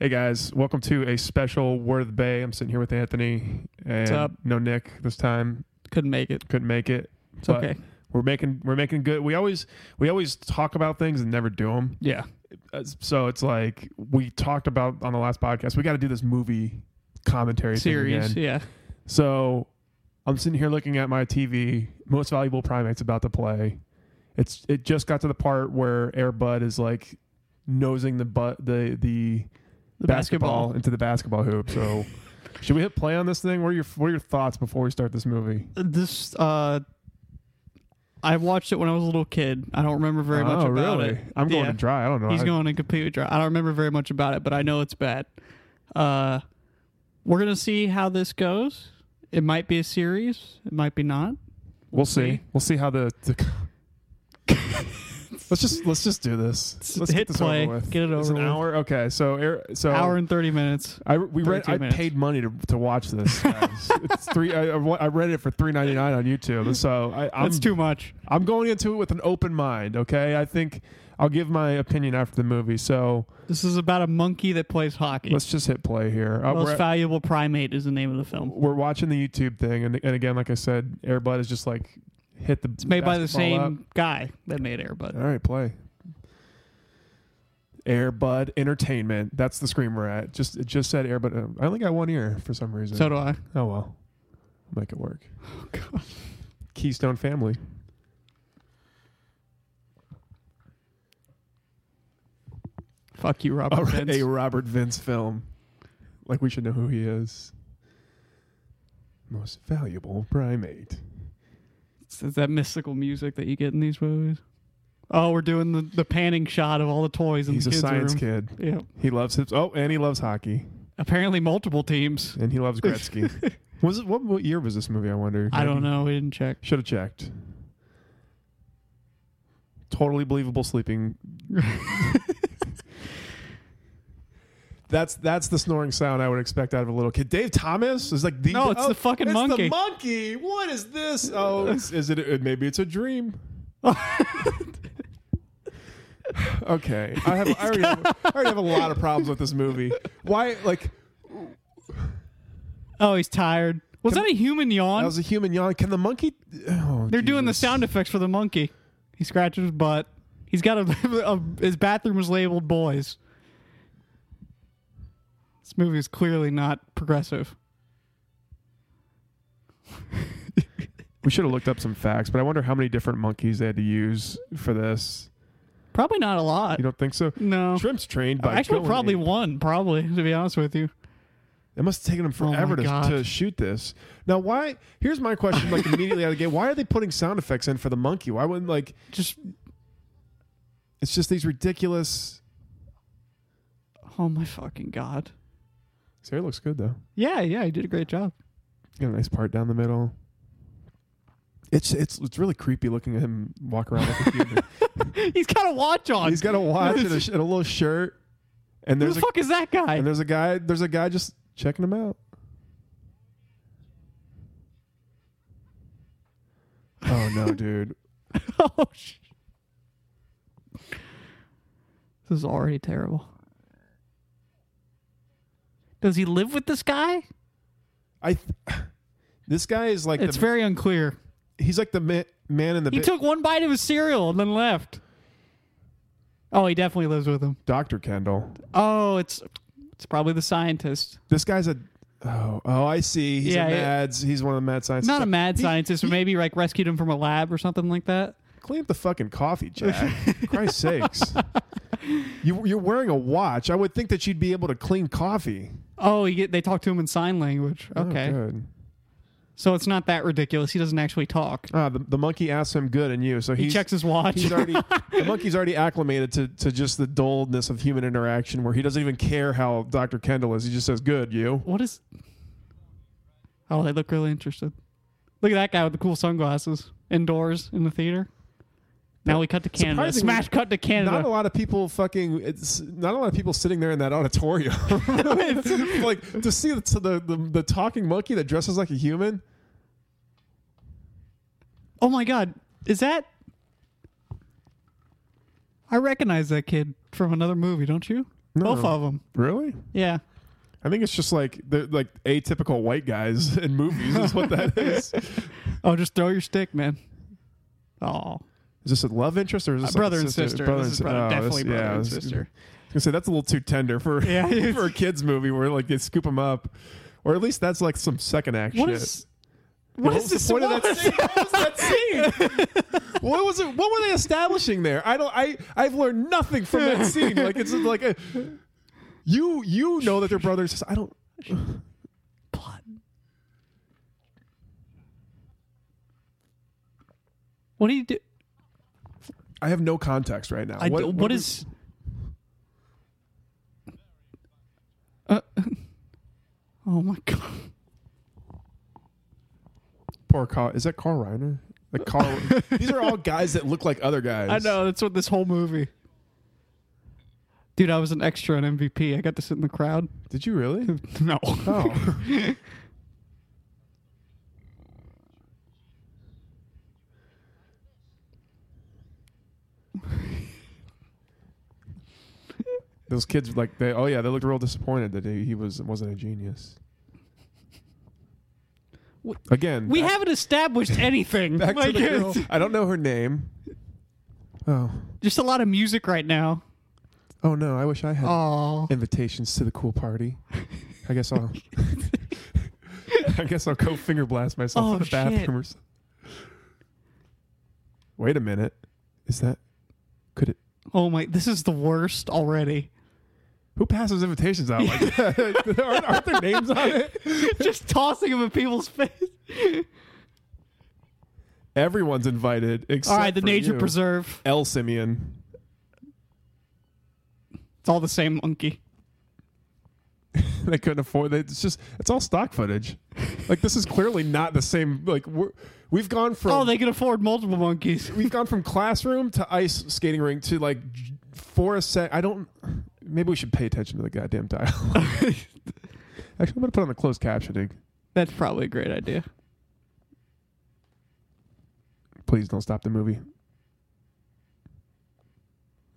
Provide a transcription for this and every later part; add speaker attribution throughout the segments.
Speaker 1: Hey guys, welcome to a special Worth Bay. I'm sitting here with Anthony and
Speaker 2: up?
Speaker 1: no Nick this time.
Speaker 2: Couldn't make it.
Speaker 1: Couldn't make it.
Speaker 2: It's
Speaker 1: but
Speaker 2: okay.
Speaker 1: We're making we're making good. We always we always talk about things and never do them.
Speaker 2: Yeah.
Speaker 1: So it's like we talked about on the last podcast. We got to do this movie commentary thing
Speaker 2: Series.
Speaker 1: again.
Speaker 2: Yeah.
Speaker 1: So I'm sitting here looking at my TV. Most Valuable Primate's about to play. It's it just got to the part where Air Bud is like nosing the butt the the,
Speaker 2: The
Speaker 1: basketball,
Speaker 2: basketball.
Speaker 1: into the basketball hoop. So should we hit play on this thing? What are your what are your thoughts before we start this movie?
Speaker 2: This, uh, I watched it when I was a little kid. I don't remember very much
Speaker 1: oh,
Speaker 2: about
Speaker 1: really?
Speaker 2: it.
Speaker 1: I'm going
Speaker 2: Yeah.
Speaker 1: to dry. I don't know.
Speaker 2: He's
Speaker 1: I-
Speaker 2: going to completely dry. I don't remember very much about it, but I know it's bad. Uh, we're going to see how this goes. It might be a series. It might be not.
Speaker 1: we'll see. We'll see how the, the Let's just let's just do this. Let's
Speaker 2: hit
Speaker 1: get this
Speaker 2: play.
Speaker 1: over with.
Speaker 2: Get it
Speaker 1: It's
Speaker 2: over
Speaker 1: an
Speaker 2: with.
Speaker 1: hour. Okay, so air, so
Speaker 2: Hour and 30 minutes.
Speaker 1: I we read.
Speaker 2: 32
Speaker 1: I
Speaker 2: minutes.
Speaker 1: paid money to, to watch this. Guys. it's three. I, I wa- I read it for three ninety nine on YouTube. So I, I'm
Speaker 2: That's too much.
Speaker 1: I'm going into it with an open mind. Okay, I think I'll give my opinion after the movie. So
Speaker 2: This is about a monkey that plays hockey.
Speaker 1: let's just hit play here. Uh,
Speaker 2: Most
Speaker 1: we're,
Speaker 2: Valuable Primate is the name of the film.
Speaker 1: we're watching the YouTube thing, and, and again, like I said, Airbud is just like hit the.
Speaker 2: It's made by the same
Speaker 1: basketball
Speaker 2: guy that made Air Bud.
Speaker 1: up. All right, play. Airbud Entertainment. That's the screen we're at. Just it just said Airbud. I only got one ear for some reason.
Speaker 2: So do I.
Speaker 1: Oh well, make it work. Keystone family.
Speaker 2: Fuck you, Robert. Vince.
Speaker 1: A Robert Vince film. Like we should know who he is. Most valuable primate.
Speaker 2: It's, it's that mystical music that you get in these movies. Oh, we're doing the, the panning shot of all the toys in
Speaker 1: He's
Speaker 2: the
Speaker 1: a
Speaker 2: kids'
Speaker 1: science
Speaker 2: room.
Speaker 1: kid.
Speaker 2: Yeah.
Speaker 1: He loves his. Oh, and he loves hockey,
Speaker 2: Apparently, multiple teams.
Speaker 1: and he loves Gretzky. was it what, what year was this movie? I wonder.
Speaker 2: I don't know. We didn't check.
Speaker 1: Should have checked. Totally believable sleeping. that's that's the snoring sound I would expect out of a little kid. Dave Thomas is like the
Speaker 2: No, it's the fucking
Speaker 1: it's
Speaker 2: monkey.
Speaker 1: The monkey. What is this? Oh, is, is it, it? Maybe it's a dream. okay, I have. I already have, I already have a lot of problems with this movie. Why? Like
Speaker 2: Oh, he's tired. Was that a human
Speaker 1: that
Speaker 2: yawn?
Speaker 1: was a human yawn. Can the monkey? Oh,
Speaker 2: They're doing the
Speaker 1: Jesus.
Speaker 2: sound effects for the monkey. He scratches his butt. He's got a, a his bathroom is labeled boys. This movie is clearly not progressive.
Speaker 1: We should have looked up some facts, but I wonder how many different monkeys they had to use for this.
Speaker 2: Probably not a lot.
Speaker 1: You don't think so?
Speaker 2: No.
Speaker 1: Shrimp's trained by
Speaker 2: Actually,
Speaker 1: killing
Speaker 2: probably
Speaker 1: ape-
Speaker 2: one. Probably to be honest with you.
Speaker 1: It must have taken them
Speaker 2: Oh my
Speaker 1: forever to,
Speaker 2: God.
Speaker 1: to shoot this. Now, why? Here's my question: like immediately out of the gate, why are they putting sound effects in for the monkey? Why wouldn't like?
Speaker 2: Just
Speaker 1: It's just these ridiculous.
Speaker 2: oh my fucking god.
Speaker 1: Sarah looks good though.
Speaker 2: Yeah, yeah, he did a great job.
Speaker 1: Got a nice part down the middle. It's it's it's really creepy looking at him walk around like a human.
Speaker 2: He's got a watch on.
Speaker 1: He's got a watch and a, sh- and a little shirt, and
Speaker 2: Who
Speaker 1: there's
Speaker 2: the
Speaker 1: a
Speaker 2: fuck is that guy?
Speaker 1: and there's a guy there's a guy just checking him out. Oh no, dude.
Speaker 2: oh, sh- this is already terrible. Does he live with this guy?
Speaker 1: I th- this guy is like
Speaker 2: It's
Speaker 1: the,
Speaker 2: very unclear.
Speaker 1: he's like the man, man in the
Speaker 2: He
Speaker 1: ba-
Speaker 2: took one bite of his cereal and then left. Oh, he definitely lives with him.
Speaker 1: Dr. Kendall.
Speaker 2: Oh, it's it's probably the scientist.
Speaker 1: This guy's a oh oh I see. He's
Speaker 2: Yeah,
Speaker 1: a
Speaker 2: yeah.
Speaker 1: mads. He's one of the mad scientists.
Speaker 2: Not a mad scientist, but
Speaker 1: he-
Speaker 2: maybe like rescued him from a lab or something like that.
Speaker 1: Clean up the fucking coffee, Jack. Christ's sakes. You, you're wearing a watch. I would think that you'd be able to clean coffee.
Speaker 2: Oh, you get, they talk to him in sign language.
Speaker 1: Oh,
Speaker 2: Okay.
Speaker 1: good.
Speaker 2: so it's not that ridiculous. He doesn't actually talk.
Speaker 1: Ah, the, the monkey asks him good and you. So
Speaker 2: He
Speaker 1: he's,
Speaker 2: checks his watch.
Speaker 1: he's already the monkey's already acclimated to, to just the dullness of human interaction where he doesn't even care how Dr. Kendall is. He just says, Good, you.
Speaker 2: what is. Oh, they look really interested. Look at that guy with the cool sunglasses indoors in the theater. Now we cut to Canada.
Speaker 1: Surprisingly,
Speaker 2: Smash cut to
Speaker 1: Not a
Speaker 2: Canada.
Speaker 1: lot of people fucking it's not a lot of people sitting there in that auditorium. like to see the, the, the the talking monkey that dresses like a human.
Speaker 2: Oh my God. Is that. I recognize that kid from another movie, don't you?
Speaker 1: No.
Speaker 2: Both of them.
Speaker 1: Really?
Speaker 2: Yeah.
Speaker 1: I think it's just like they're like atypical white guys in movies is what that is. Is
Speaker 2: Oh, just throw your stick, man. Oh,
Speaker 1: this a love interest or is this like a
Speaker 2: brother and sister.
Speaker 1: Brother
Speaker 2: This is
Speaker 1: and si-
Speaker 2: brother,
Speaker 1: oh, this-
Speaker 2: definitely brother
Speaker 1: yeah,
Speaker 2: and
Speaker 1: this-
Speaker 2: sister.
Speaker 1: I was gonna say that's a little too tender for
Speaker 2: Yeah.
Speaker 1: for a kids movie where like they scoop them up, or at least that's like some second act
Speaker 2: What
Speaker 1: shit.
Speaker 2: is? What
Speaker 1: Yeah,
Speaker 2: is
Speaker 1: what was the point of that
Speaker 2: this?
Speaker 1: scene? What was that scene? what was it? What were they establishing there? I don't. I I've learned nothing from that scene. Like it's just like a you you know that they're brothers. I don't.
Speaker 2: Plot. What do you do?
Speaker 1: I have no context right now.
Speaker 2: I d- what
Speaker 1: we-
Speaker 2: is? Uh, oh my god!
Speaker 1: poor Carl? Is that Carl Reiner? Like Carl. these are all guys that look like other guys.
Speaker 2: I know that's what this whole movie. Dude, I was an extra on MVP. I got to sit in the crowd.
Speaker 1: Did you really?
Speaker 2: No.
Speaker 1: Oh. Those kids, like they, oh yeah, they looked real disappointed that he, he was wasn't a genius.
Speaker 2: What-
Speaker 1: Again,
Speaker 2: We
Speaker 1: back-
Speaker 2: haven't established anything.
Speaker 1: back to
Speaker 2: Like,
Speaker 1: the girl.
Speaker 2: it's-
Speaker 1: I don't know her name. Oh,
Speaker 2: Just a lot of music right now.
Speaker 1: oh no! I wish I had
Speaker 2: Oh.
Speaker 1: invitations to the cool party. I guess I'll. I guess I'll go finger blast myself
Speaker 2: Oh,
Speaker 1: in the bathroom.
Speaker 2: shit.
Speaker 1: Or something. Wait a minute, is that? Could it?
Speaker 2: Oh my, this is the worst already.
Speaker 1: Who passes invitations out like that? aren't, aren't there names on it?
Speaker 2: Just tossing them in people's face.
Speaker 1: Everyone's invited except
Speaker 2: All right, the
Speaker 1: for
Speaker 2: nature
Speaker 1: you.
Speaker 2: preserve.
Speaker 1: L Simeon.
Speaker 2: It's all the same monkey.
Speaker 1: They couldn't afford it. It's just it's all stock footage. Like this is clearly not the same. Like we're, we've gone from
Speaker 2: Oh, they can afford multiple monkeys.
Speaker 1: we've gone from classroom to ice skating rink to like j- for a sec. I don't. Maybe we should pay attention to the goddamn dialogue. Actually, I'm gonna put on the closed captioning.
Speaker 2: That's probably a great idea.
Speaker 1: Please don't stop the movie.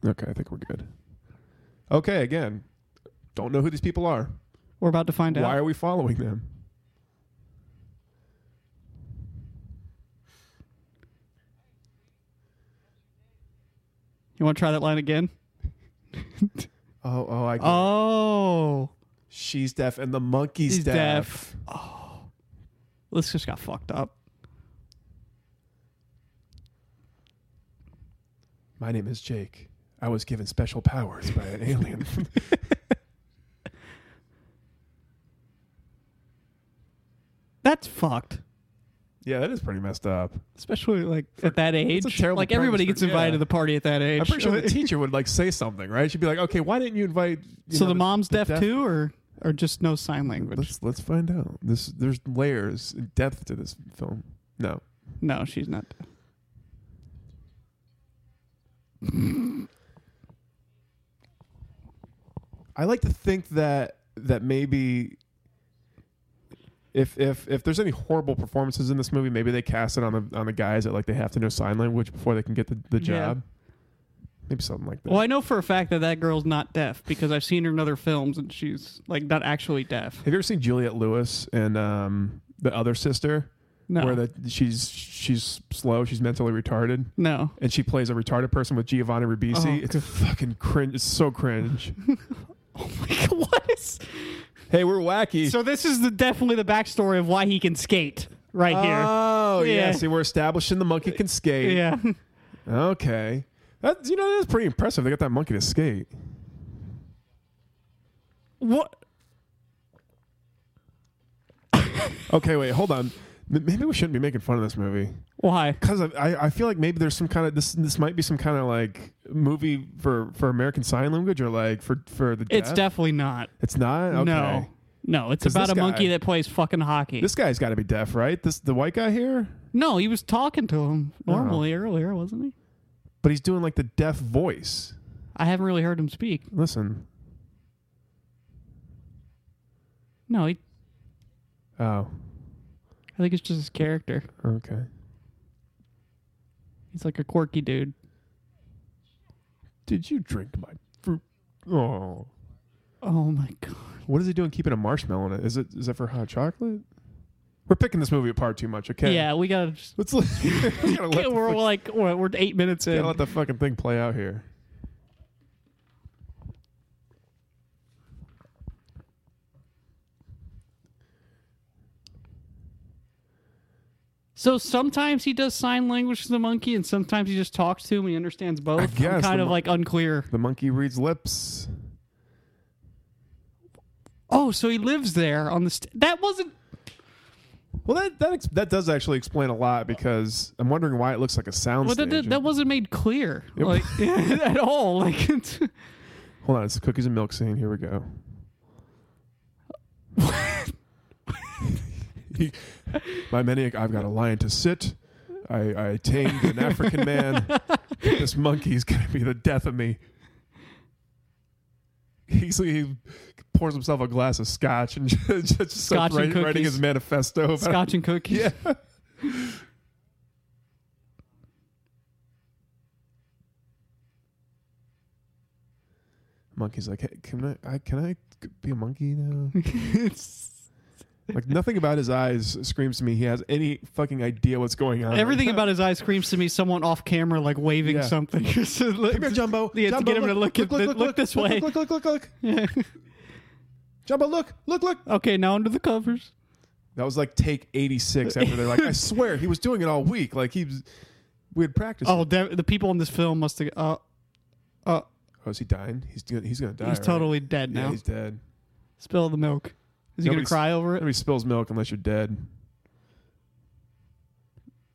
Speaker 1: Okay, I think we're good. Okay, again, don't know who these people are.
Speaker 2: We're about to find
Speaker 1: Why
Speaker 2: out.
Speaker 1: are we following them?
Speaker 2: You want to try that line again?
Speaker 1: Oh, oh, I. Get it.
Speaker 2: Oh,
Speaker 1: She's deaf and the monkey's
Speaker 2: He's
Speaker 1: deaf.
Speaker 2: deaf. this just got fucked up.
Speaker 1: My name is Jake. I was given special powers by an alien.
Speaker 2: That's fucked.
Speaker 1: yeah, that is pretty messed up.
Speaker 2: Especially like at that age.
Speaker 1: a terrible
Speaker 2: like everybody
Speaker 1: premise
Speaker 2: gets
Speaker 1: for-
Speaker 2: invited
Speaker 1: yeah.
Speaker 2: to the party at that age.
Speaker 1: I'm pretty sure the teacher would like say something, right? She'd be like, "Okay, why didn't you invite?" you
Speaker 2: so
Speaker 1: know,
Speaker 2: the mom's deaf,
Speaker 1: deaf-
Speaker 2: too, or or just no sign language?
Speaker 1: Let's let's find out. This there's layers and depth to this film. No,
Speaker 2: No, she's not deaf.
Speaker 1: I like to think that that maybe if if if there's any horrible performances in this movie, maybe they cast it on the on the guys that like they have to know sign language before they can get the, the
Speaker 2: Yeah.
Speaker 1: job. Maybe something like that.
Speaker 2: Well, I know for a fact that that girl's not deaf because I've seen her in other films and she's like not actually deaf.
Speaker 1: Have you ever seen Juliet Lewis and um, the other sister,
Speaker 2: No,
Speaker 1: where that she's she's slow, she's mentally retarded?
Speaker 2: no.
Speaker 1: and she plays a retarded person with Giovanni Ribisi.
Speaker 2: Oh,
Speaker 1: it's fucking cringe. It's so cringe.
Speaker 2: Oh my god, what is?
Speaker 1: hey, we're wacky.
Speaker 2: So this is the definitely the backstory of why he can skate right here.
Speaker 1: Oh yeah.
Speaker 2: Yeah.
Speaker 1: See, we're establishing the monkey can skate.
Speaker 2: Yeah,
Speaker 1: Okay. That's you know that's pretty impressive. They got that monkey to skate.
Speaker 2: what?
Speaker 1: Okay, wait, hold on. M- Maybe we shouldn't be making fun of this movie
Speaker 2: Why?
Speaker 1: because I, I I feel like maybe there's some kind of this this might be some kind of like movie for for American Sign Language or like for for the
Speaker 2: It's
Speaker 1: deaf?
Speaker 2: definitely not.
Speaker 1: it's not okay.
Speaker 2: No, no. It's
Speaker 1: 'Cause
Speaker 2: about
Speaker 1: this
Speaker 2: a monkey
Speaker 1: guy-
Speaker 2: that plays fucking hockey.
Speaker 1: This guy's got to be deaf, right? This the white guy here,
Speaker 2: no, he was talking to him
Speaker 1: Oh.
Speaker 2: normally earlier, wasn't he?
Speaker 1: but he's doing like the deaf voice.
Speaker 2: I haven't really heard him speak.
Speaker 1: Listen,
Speaker 2: No, he,
Speaker 1: Oh,
Speaker 2: I think it's just his character.
Speaker 1: okay.
Speaker 2: He's like a quirky dude.
Speaker 1: Did you drink my fruit? Oh,
Speaker 2: Oh my god.
Speaker 1: What is he doing keeping a marshmallow in it? Is it is that for hot chocolate? We're picking this movie apart too much, okay?
Speaker 2: Yeah, we gotta. Just,
Speaker 1: Let's let, we gotta let,
Speaker 2: Yeah,
Speaker 1: the,
Speaker 2: we're
Speaker 1: fuck-
Speaker 2: like we're, we're eight minutes in.
Speaker 1: gotta let the fucking thing play out here.
Speaker 2: So sometimes he does sign language to the monkey, and sometimes he just talks to him. He understands both. I'm
Speaker 1: guess
Speaker 2: kind
Speaker 1: the
Speaker 2: of
Speaker 1: mon-
Speaker 2: like unclear.
Speaker 1: The monkey reads lips.
Speaker 2: Oh, so he lives there on the. St- that wasn't.
Speaker 1: Well, that that ex- that does actually explain a lot because I'm wondering why it looks like a sound.
Speaker 2: Well, that, that, that wasn't made clear,
Speaker 1: Yep.
Speaker 2: like at all. Like, it's,
Speaker 1: Hold on, it's the cookies and milk scene. Here we go. He- my many, I've got a lion to sit. I, I tamed an African man. This monkey's gonna be the death of me. He's, he pours himself a glass of scotch and just, just
Speaker 2: Scotch
Speaker 1: starts
Speaker 2: and
Speaker 1: writing, writing
Speaker 2: cookies.
Speaker 1: his manifesto. About
Speaker 2: scotch and cookies.
Speaker 1: Yeah. Monkey's like, hey, can I, I can I be a monkey now?
Speaker 2: It's-
Speaker 1: Like nothing about his eyes screams to me he has any fucking idea what's going on.
Speaker 2: everything about his eyes screams to me someone off camera, like waving
Speaker 1: Yeah.
Speaker 2: something. So, like,
Speaker 1: Come here, Jumbo.
Speaker 2: You have to
Speaker 1: Jumbo,
Speaker 2: get him to look, at the- look this way.
Speaker 1: Look, look, look, look, look.
Speaker 2: Yeah.
Speaker 1: Jumbo, look, look, look.
Speaker 2: okay, now under the covers.
Speaker 1: That was like take eighty six. After they're like, I swear he was doing it all week. Like he was, we had practiced.
Speaker 2: Oh, de- the people in this film must have. Uh, uh,
Speaker 1: oh, is he dying? He's gonna, he's gonna die.
Speaker 2: he's
Speaker 1: right?
Speaker 2: totally dead
Speaker 1: Yeah,
Speaker 2: now.
Speaker 1: he's dead.
Speaker 2: Spill the milk. Is he gonna
Speaker 1: Nobody's-
Speaker 2: cry over it?
Speaker 1: Nobody spills milk unless you're dead.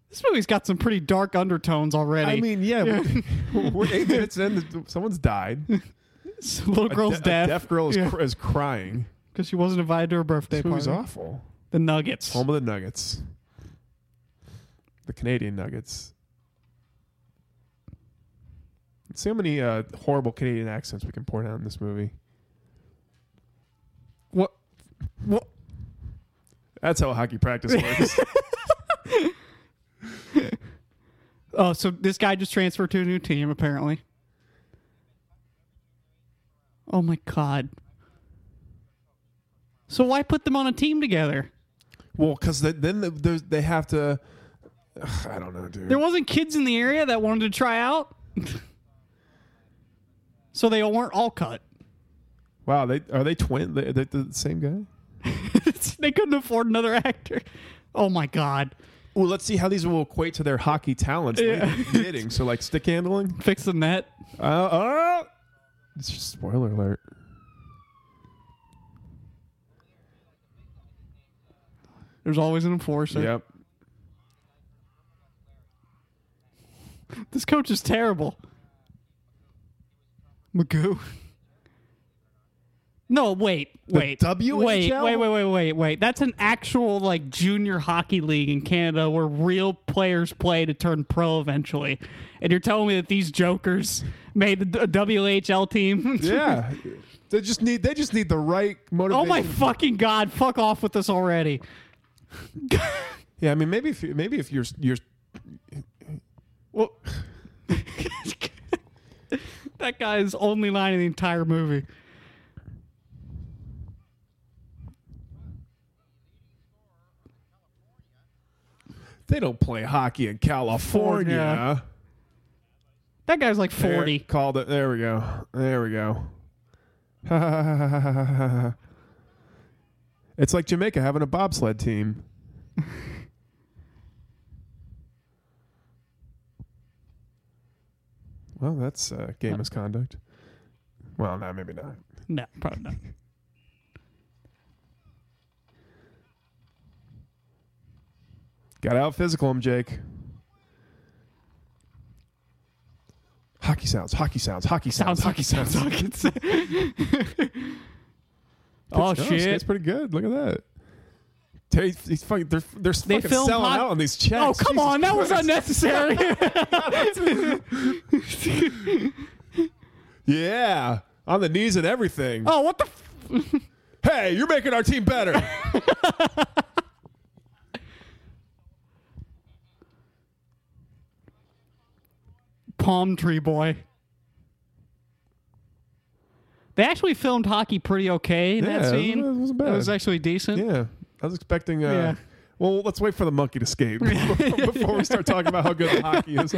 Speaker 2: This movie's got some pretty dark undertones already.
Speaker 1: I mean, yeah, We're, we're eight minutes in. Someone's died.
Speaker 2: This little
Speaker 1: A
Speaker 2: girl's
Speaker 1: de-
Speaker 2: deaf
Speaker 1: A deaf girl is,
Speaker 2: Yeah.
Speaker 1: cr- is crying.
Speaker 2: because she wasn't invited to her birthday
Speaker 1: This movie's
Speaker 2: party.
Speaker 1: awful.
Speaker 2: The Nuggets.
Speaker 1: Home of the Nuggets. The Canadian Nuggets. See how many uh, horrible Canadian accents we can pour down in this movie.
Speaker 2: What? What?
Speaker 1: That's how hockey practice works.
Speaker 2: Oh, so this guy just transferred to a new team apparently. Oh my god. So why put them on a team together?
Speaker 1: well, because then the, there's- they have to. Ugh, I don't know, dude.
Speaker 2: There wasn't kids in the area that wanted to try out. so they weren't all cut.
Speaker 1: Wow, they are they twin? They, they the same guy?
Speaker 2: they couldn't afford another actor. Oh my god.
Speaker 1: Well, let's see how these will equate to their hockey talents.
Speaker 2: Yeah.
Speaker 1: Hitting, so like stick handling.
Speaker 2: Fix the net.
Speaker 1: Uh, uh, it's just spoiler alert.
Speaker 2: There's always an enforcer.
Speaker 1: Yep.
Speaker 2: This coach is terrible. Magoo. No, wait, wait.
Speaker 1: WHL?
Speaker 2: Wait, wait, wait, wait, wait, wait. That's an actual like junior hockey league in Canada where real players play to turn pro eventually. And you're telling me that these jokers made the D- WHL team?
Speaker 1: Yeah. they just need they just need the right motivation.
Speaker 2: oh my fucking god! Fuck off with this already.
Speaker 1: Yeah, I mean maybe if you- maybe if you're you're
Speaker 2: Well, that guy's only line in the entire movie.
Speaker 1: they don't play hockey in California.
Speaker 2: That guy's like
Speaker 1: There-
Speaker 2: forty.
Speaker 1: Called it. There we go. There we go. it's like Jamaica having a bobsled team. well, that's uh, game misconduct. Well, no, maybe not.
Speaker 2: No, probably not.
Speaker 1: Got out physical him, Jake. Hockey sounds, hockey sounds, hockey sounds,
Speaker 2: Sounds like
Speaker 1: hockey
Speaker 2: it sounds
Speaker 1: sounds.
Speaker 2: like it's. oh
Speaker 1: It's
Speaker 2: shit!
Speaker 1: pretty good. Look at that. They, he's fucking, they're they're fucking
Speaker 2: filmed
Speaker 1: selling
Speaker 2: hot-
Speaker 1: out on these checks.
Speaker 2: Oh come
Speaker 1: Jesus
Speaker 2: on, that was
Speaker 1: Christ.
Speaker 2: unnecessary.
Speaker 1: Yeah, on the knees and everything.
Speaker 2: oh what the. F-
Speaker 1: Hey, you're making our team better.
Speaker 2: Palm tree boy. They actually filmed hockey pretty okay in
Speaker 1: Yeah,
Speaker 2: that
Speaker 1: it was-
Speaker 2: scene.
Speaker 1: it wasn't bad.
Speaker 2: It was actually decent.
Speaker 1: Yeah. I was expecting. Uh,
Speaker 2: Yeah.
Speaker 1: Well, let's wait for the monkey to escape before we start talking about how good the hockey is.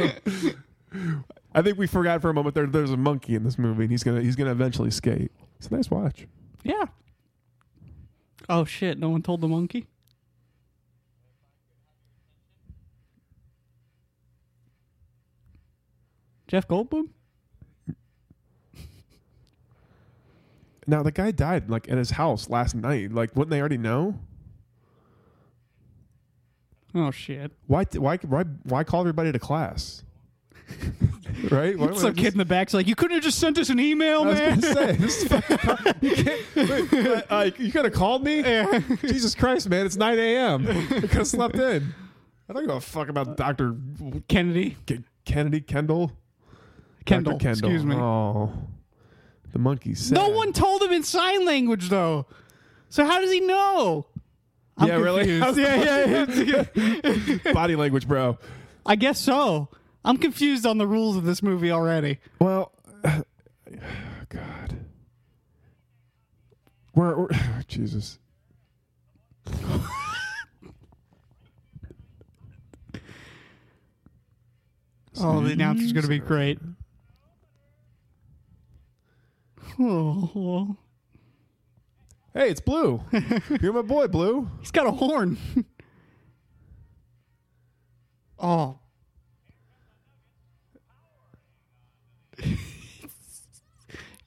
Speaker 1: I think we forgot for a moment there. There's a monkey in this movie, and he's gonna he's gonna eventually skate. It's a nice watch.
Speaker 2: Yeah. Oh shit! No one told the monkey. Jeff Goldblum.
Speaker 1: Now the guy died like at his house last night. Like, wouldn't they already know?
Speaker 2: Oh shit!
Speaker 1: Why why why why call everybody to class? right? Why
Speaker 2: Some
Speaker 1: wouldn't
Speaker 2: kid in the back's like, "You couldn't have just sent us an email,
Speaker 1: I was
Speaker 2: man."
Speaker 1: gonna say, this is fucking- you can't. wait, uh, you could have called me. Jesus Christ, man! It's 9 a.m. I could have slept in. I don't give a fuck about Doctor
Speaker 2: Kennedy,
Speaker 1: Kennedy Kendall.
Speaker 2: Kendall,
Speaker 1: Dr. Kendall.
Speaker 2: Excuse me.
Speaker 1: Oh, the monkey. Sad.
Speaker 2: No one told him in sign language though. So how does he know? I'm
Speaker 1: Yeah, really?
Speaker 2: confused. yeah, yeah, yeah.
Speaker 1: Body language, bro.
Speaker 2: I guess so. I'm confused on the rules of this movie already.
Speaker 1: Well, God. We're, we're Jesus.
Speaker 2: Oh, the announcer's going to be great. Oh,
Speaker 1: Hey, it's Blue. You're my boy, Blue.
Speaker 2: he's got a horn. oh.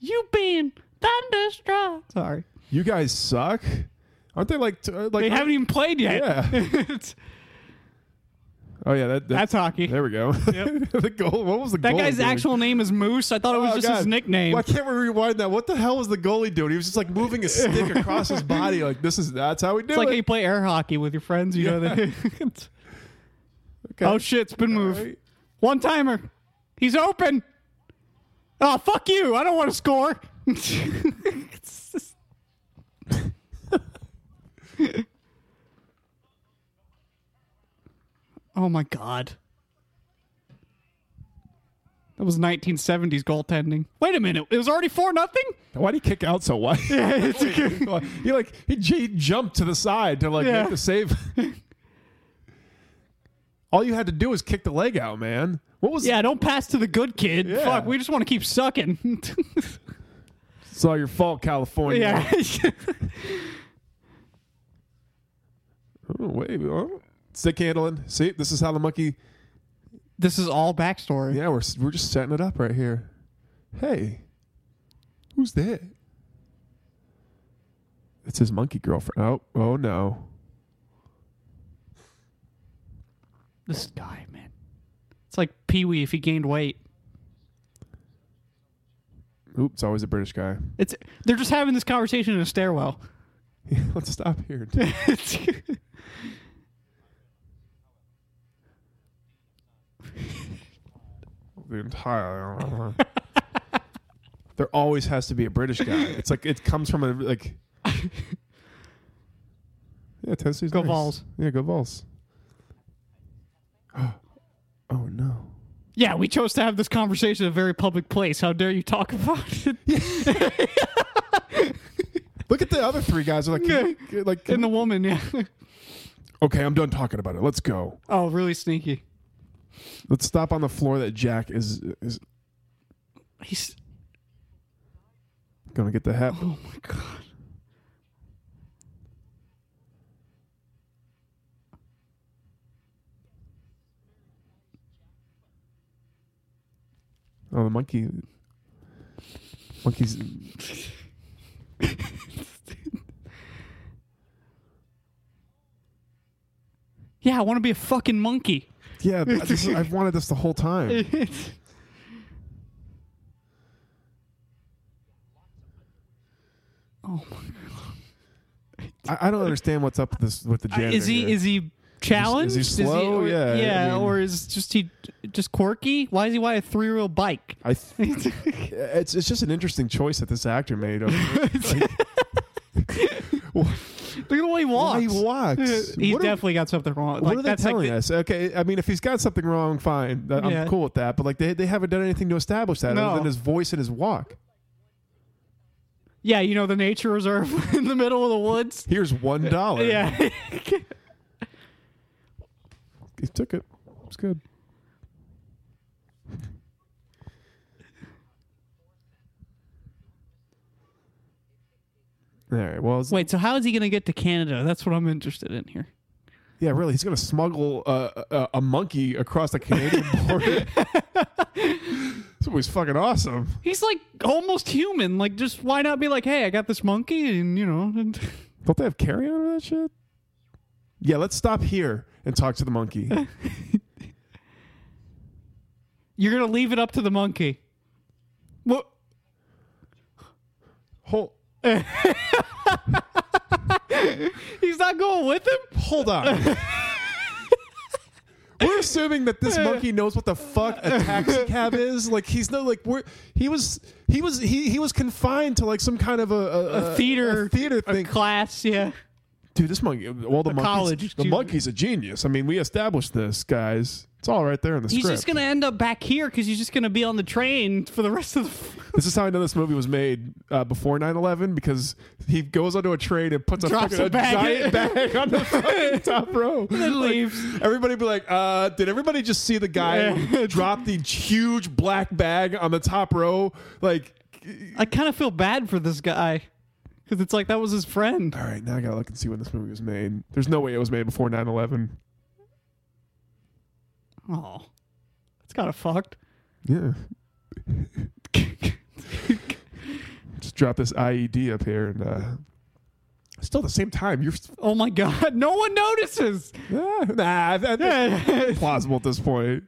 Speaker 2: You've been thunderstruck. Sorry.
Speaker 1: You guys suck. Aren't they like t- uh, like?
Speaker 2: They haven't even played yet.
Speaker 1: Yeah.
Speaker 2: It's-
Speaker 1: oh yeah, that, that-
Speaker 2: That's hockey.
Speaker 1: There we go. the goal. What was the
Speaker 2: That
Speaker 1: goalie
Speaker 2: guy's
Speaker 1: doing?
Speaker 2: actual name is Moose. I thought it was
Speaker 1: Oh,
Speaker 2: just his
Speaker 1: God.
Speaker 2: nickname.
Speaker 1: Why can't we rewind that? What the hell was the goalie doing? He was just like moving a stick across his body. Like this is that's how we do
Speaker 2: It's like
Speaker 1: it.
Speaker 2: how you play air hockey with your friends. You know that. Oh shit! Spin move.
Speaker 1: right.
Speaker 2: One timer. He's open. Oh fuck you! I don't want to score. It's just- oh my god. That was 1970s goaltending. Wait a minute. It was already 4 nothing?
Speaker 1: Why did he kick out so wide? he like he, j- he jumped to the side to like
Speaker 2: Yeah.
Speaker 1: make the save. All you had to do was kick the leg out, man. What was
Speaker 2: Yeah, don't pass to the good kid.
Speaker 1: Yeah.
Speaker 2: Fuck, we just want to keep sucking.
Speaker 1: It's all your fault, California.
Speaker 2: yeah.
Speaker 1: Oh, wait, oh. stick handling. See, this is how the monkey.
Speaker 2: this is all backstory.
Speaker 1: Yeah, we're we're just setting it up right here. Hey, who's that? It's his monkey girlfriend. Oh, oh no.
Speaker 2: This guy, man. It's like Pee Wee if he gained weight.
Speaker 1: Oops, always a British guy.
Speaker 2: It's they're just having this conversation in a stairwell.
Speaker 1: Let's stop here. the entire. there always has to be a British guy. It's like it comes from a like. Yeah, Tennessee's
Speaker 2: Go
Speaker 1: nice.
Speaker 2: Vols.
Speaker 1: Yeah, go balls. oh no.
Speaker 2: yeah, we chose to have this conversation in a very public place. How dare you talk about it?
Speaker 1: Look at the other three guys. They're like, can- like,
Speaker 2: And the woman, yeah.
Speaker 1: okay, I'm done talking about it. Let's go.
Speaker 2: Oh, really sneaky.
Speaker 1: Let's stop on the floor that Jack is is
Speaker 2: He's
Speaker 1: gonna get the hat.
Speaker 2: oh my god.
Speaker 1: Oh, the monkey. Monkey's.
Speaker 2: Yeah, I want to be a fucking monkey.
Speaker 1: Yeah, this is- I've wanted this the whole time.
Speaker 2: oh
Speaker 1: I, I don't understand what's up with this with the
Speaker 2: my,
Speaker 1: janitor.
Speaker 2: Uh, is he
Speaker 1: here.
Speaker 2: is he challenged?
Speaker 1: slow?
Speaker 2: or,
Speaker 1: Yeah, I
Speaker 2: yeah,
Speaker 1: mean-
Speaker 2: or is just he just quirky? Why is he why a three wheel bike?
Speaker 1: I th- it's it's just an interesting choice that this actor made. Of,
Speaker 2: Look at the way he
Speaker 1: why
Speaker 2: walks.
Speaker 1: he walks.
Speaker 2: He's
Speaker 1: what are-
Speaker 2: definitely got something wrong.
Speaker 1: what
Speaker 2: Like
Speaker 1: are they
Speaker 2: that's
Speaker 1: telling
Speaker 2: like
Speaker 1: us? Okay, I mean, if he's got something wrong, fine. Th- I'm
Speaker 2: Yeah.
Speaker 1: cool with that. But like, they, they haven't done anything to establish that
Speaker 2: No.
Speaker 1: other than his voice and his walk.
Speaker 2: yeah, you know, the nature reserve in the middle of the woods.
Speaker 1: Here's one dollar.
Speaker 2: Yeah.
Speaker 1: he took it. It's good. All right. Well, it's-
Speaker 2: Wait, so how is he going to get to Canada? That's what I'm interested in here.
Speaker 1: yeah, really, he's gonna smuggle uh, a, a monkey across the Canadian border. This was fucking awesome.
Speaker 2: He's like almost human. Like, just why not be like, hey, I got this monkey, and you know, and
Speaker 1: Don't they have carry on that shit? Yeah, let's stop here and talk to the monkey.
Speaker 2: you're gonna leave it up to the monkey. What?
Speaker 1: Hold,
Speaker 2: He's not going with him.
Speaker 1: hold on. we're assuming that this monkey knows what the fuck a taxi cab is. Like he's no like we're he was he was he he was confined to like some kind of a, a, a-
Speaker 2: theater-
Speaker 1: a theater thing.
Speaker 2: Class, yeah.
Speaker 1: Dude, this monkey. Well, the monkey's,
Speaker 2: college
Speaker 1: the
Speaker 2: student.
Speaker 1: monkey's a genius. I mean, we established this, guys. It's all right there in the
Speaker 2: He's
Speaker 1: script.
Speaker 2: just gonna end up back here because he's just gonna be on the train for the rest of the.
Speaker 1: This is how I know this movie was made uh, before 9-11 because he goes onto a train and puts a,
Speaker 2: Drops
Speaker 1: fucking,
Speaker 2: a bag.
Speaker 1: giant bag on the fucking top row.
Speaker 2: Then leaves.
Speaker 1: Everybody be like, uh, did everybody just see the guy drop the huge black bag on the top row? Like,
Speaker 2: I kind of feel bad for this guy because it's like that was his friend.
Speaker 1: all right, now I gotta look and see when this movie was made. There's no way it was made before 9-11.
Speaker 2: Oh, it's kind of fucked.
Speaker 1: Yeah. Just drop this IED up here and uh, still at the same time, you're
Speaker 2: oh my god, no one notices.
Speaker 1: Ah, nah, that- that's plausible at this point.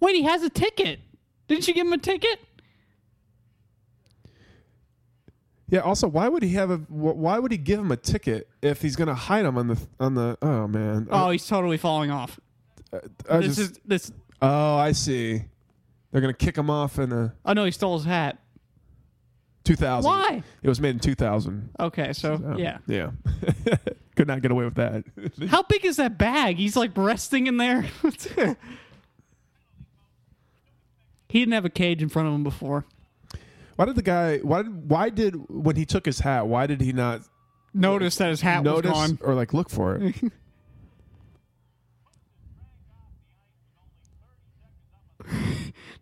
Speaker 2: Wait, he has a ticket. Didn't you give him a ticket?
Speaker 1: Yeah. Also, why would he have a? wh- Why would he give him a ticket if he's gonna hide him on the on the? Oh man.
Speaker 2: Oh, he's totally falling off.
Speaker 1: I, I
Speaker 2: This
Speaker 1: just,
Speaker 2: is this.
Speaker 1: oh, I see. They're gonna kick him off in a
Speaker 2: Oh no, he stole his hat.
Speaker 1: 2000.
Speaker 2: Why?
Speaker 1: It was made in 2000.
Speaker 2: Okay, so
Speaker 1: Oh,
Speaker 2: yeah.
Speaker 1: Yeah. Could not get away with that.
Speaker 2: How big is that bag? He's like resting in there. he didn't have a cage in front of him before.
Speaker 1: why did the guy? Why did? Why did when he took his hat? Why did he not
Speaker 2: Notice that his hat
Speaker 1: notice
Speaker 2: was gone.
Speaker 1: or like look for it?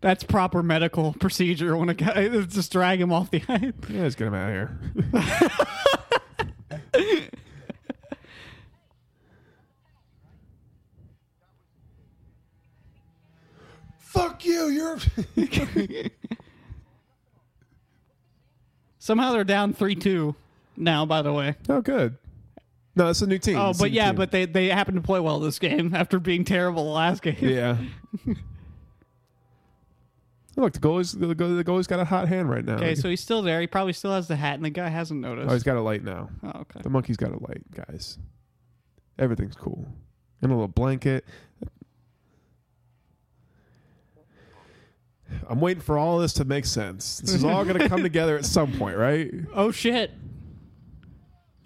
Speaker 2: That's proper medical procedure when a guy just drag him off the island.
Speaker 1: yeah, let's get him out of here. Fuck you! You're.
Speaker 2: Somehow they're down three two now. By the way.
Speaker 1: oh, good. No, it's a new team.
Speaker 2: Oh,
Speaker 1: It's a
Speaker 2: but
Speaker 1: new
Speaker 2: yeah,
Speaker 1: team.
Speaker 2: but they they happen to play well this game after being terrible last game.
Speaker 1: yeah. Oh, Look, the goalie's the goalie- the goalie's got a hot hand right now.
Speaker 2: Okay, so he's still there. He probably still has the hat, and the guy hasn't noticed.
Speaker 1: oh, he's got a light now.
Speaker 2: Oh, okay.
Speaker 1: The monkey's got a light, guys. Everything's cool. And a little blanket. I'm waiting for all this to make sense. This is all going to come together at some point, right?
Speaker 2: Oh shit!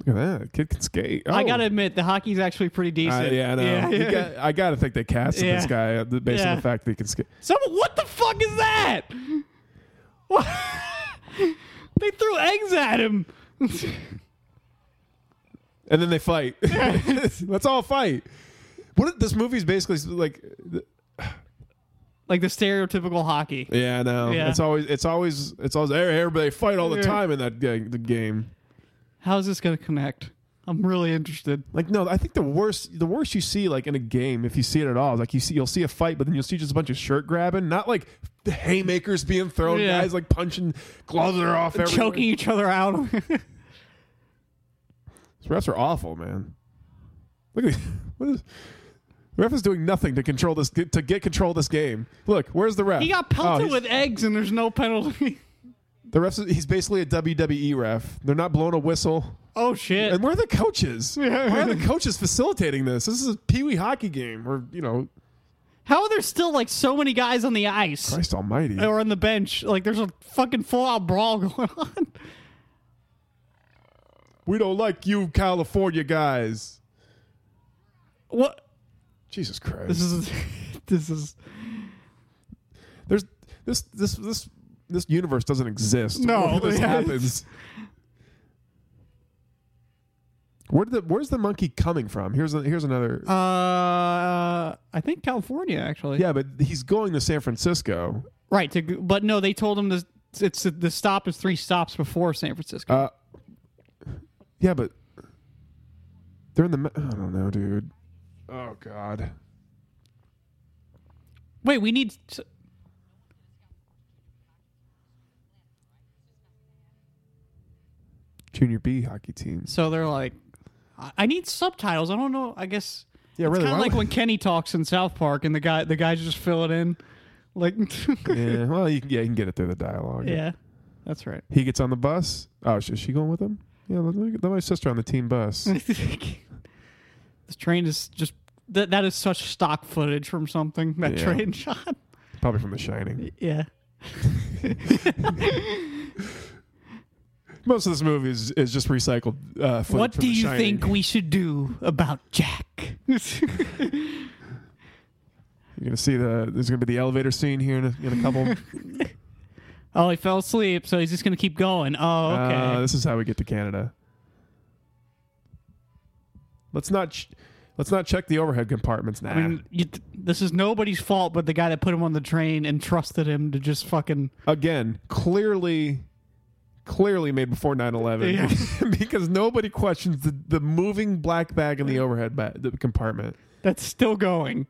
Speaker 1: Look at that. Kid can skate.
Speaker 2: I
Speaker 1: Oh.
Speaker 2: gotta admit, the hockey's actually pretty
Speaker 1: Uh,
Speaker 2: decent.
Speaker 1: yeah, I know.
Speaker 2: Yeah,
Speaker 1: You got- I got to think they casted this
Speaker 2: Yeah.
Speaker 1: guy uh, th- based on
Speaker 2: Yeah.
Speaker 1: the fact that he can skate.
Speaker 2: Someone, what the fuck is that? What? they threw eggs at him.
Speaker 1: And then they fight. Let's all fight. What this movie's basically like
Speaker 2: like the stereotypical hockey.
Speaker 1: Yeah, I know.
Speaker 2: Yeah.
Speaker 1: It's always it's always it's always "Hey, everybody fight all the
Speaker 2: Yeah.
Speaker 1: time in that ga- the game.
Speaker 2: How's this gonna connect? I'm really interested.
Speaker 1: Like no, I think the worst the worst you see like in a game, if you see it at all, is like you see you'll see a fight, but then you'll see just a bunch of shirt grabbing, not like the haymakers being thrown,
Speaker 2: Yeah.
Speaker 1: guys like punching gloves are off, everywhere.
Speaker 2: Choking each other out.
Speaker 1: These refs are awful, man. Look at these- what is the ref is doing nothing to control this to get control of this game. Look, where's the ref?
Speaker 2: he got
Speaker 1: Oh,
Speaker 2: pelted
Speaker 1: he's-
Speaker 2: with eggs, and there's no penalty.
Speaker 1: the refs. He's basically a WWE ref. They're not blowing a whistle.
Speaker 2: oh shit!
Speaker 1: And where are the coaches? Where are the coaches facilitating this? This is a pee wee hockey game, or you know,
Speaker 2: How are there still like so many guys on the ice
Speaker 1: Christ Almighty.
Speaker 2: or on the bench? Like there's a fucking full out brawl going on.
Speaker 1: We don't like you, California guys.
Speaker 2: What?
Speaker 1: Jesus Christ.
Speaker 2: This is this is
Speaker 1: There's this this this this universe doesn't exist.
Speaker 2: No.
Speaker 1: Where this
Speaker 2: Yeah.
Speaker 1: happens. Where did the where's the monkey coming from? Here's a, here's another.
Speaker 2: Uh, I think California actually.
Speaker 1: yeah, but he's going to San Francisco.
Speaker 2: Right. To, but no, they told him this. It's the stop is three stops before San Francisco.
Speaker 1: Uh, yeah, but they're in the. me- I don't know, dude. Oh God.
Speaker 2: Wait, we need. s-
Speaker 1: Junior B hockey teams.
Speaker 2: So they're like, I I need subtitles. I don't know. I guess
Speaker 1: Yeah,
Speaker 2: it's
Speaker 1: really.
Speaker 2: kind of
Speaker 1: why
Speaker 2: like
Speaker 1: would-
Speaker 2: when Kenny talks in South Park, and the guy the guys just fill it in, like
Speaker 1: yeah, well, you can, yeah, you can get it through the dialogue.
Speaker 2: yeah, that's right.
Speaker 1: He gets on the bus. Oh, is she going with him? Yeah, let me, let my sister on the team bus.
Speaker 2: this train is just that that is such stock footage from something that
Speaker 1: Yeah.
Speaker 2: train shot.
Speaker 1: Probably from The Shining.
Speaker 2: Yeah.
Speaker 1: Most of this movie is, is just recycled uh, footage
Speaker 2: what
Speaker 1: from
Speaker 2: do
Speaker 1: The
Speaker 2: you
Speaker 1: Shining.
Speaker 2: think we should do about Jack?
Speaker 1: You're gonna see the there's gonna be the elevator scene here in a, in a couple.
Speaker 2: oh, he fell asleep, so he's just gonna keep going. Oh, okay.
Speaker 1: Uh, this is how we get to Canada. Let's not ch- let's not check the overhead compartments now.
Speaker 2: I mean, you, this is nobody's fault but the guy that put him on the train and trusted him to just fucking.
Speaker 1: Again, clearly clearly made before 9-11 because nobody questions the, the moving black bag in the overhead ba- the compartment.
Speaker 2: That's still going.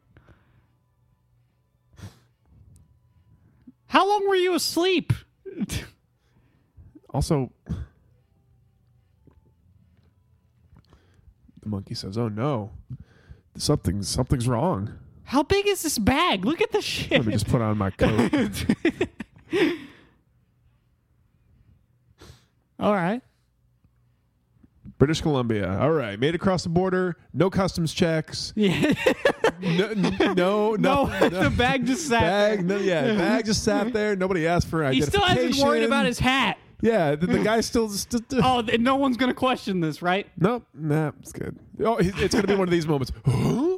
Speaker 2: How long were you asleep?
Speaker 1: Also, the monkey says, "Oh no, something something's wrong."
Speaker 2: How big is this bag? Look at the
Speaker 1: Let me
Speaker 2: shit.
Speaker 1: just put on my coat.
Speaker 2: All right.
Speaker 1: British Columbia. All right, made it across the border. No customs checks.
Speaker 2: Yeah.
Speaker 1: No, no, no,
Speaker 2: No,
Speaker 1: nothing.
Speaker 2: the bag just sat.
Speaker 1: bag. No, yeah, bag just sat there. Nobody asked for
Speaker 2: He
Speaker 1: identification.
Speaker 2: still hasn't worried about his hat.
Speaker 1: Yeah, the, the guy still. St- st-
Speaker 2: Oh, th- no one's gonna question this, right?
Speaker 1: Nope, nah, it's good. Oh, it- it's gonna be one of these moments. Huh?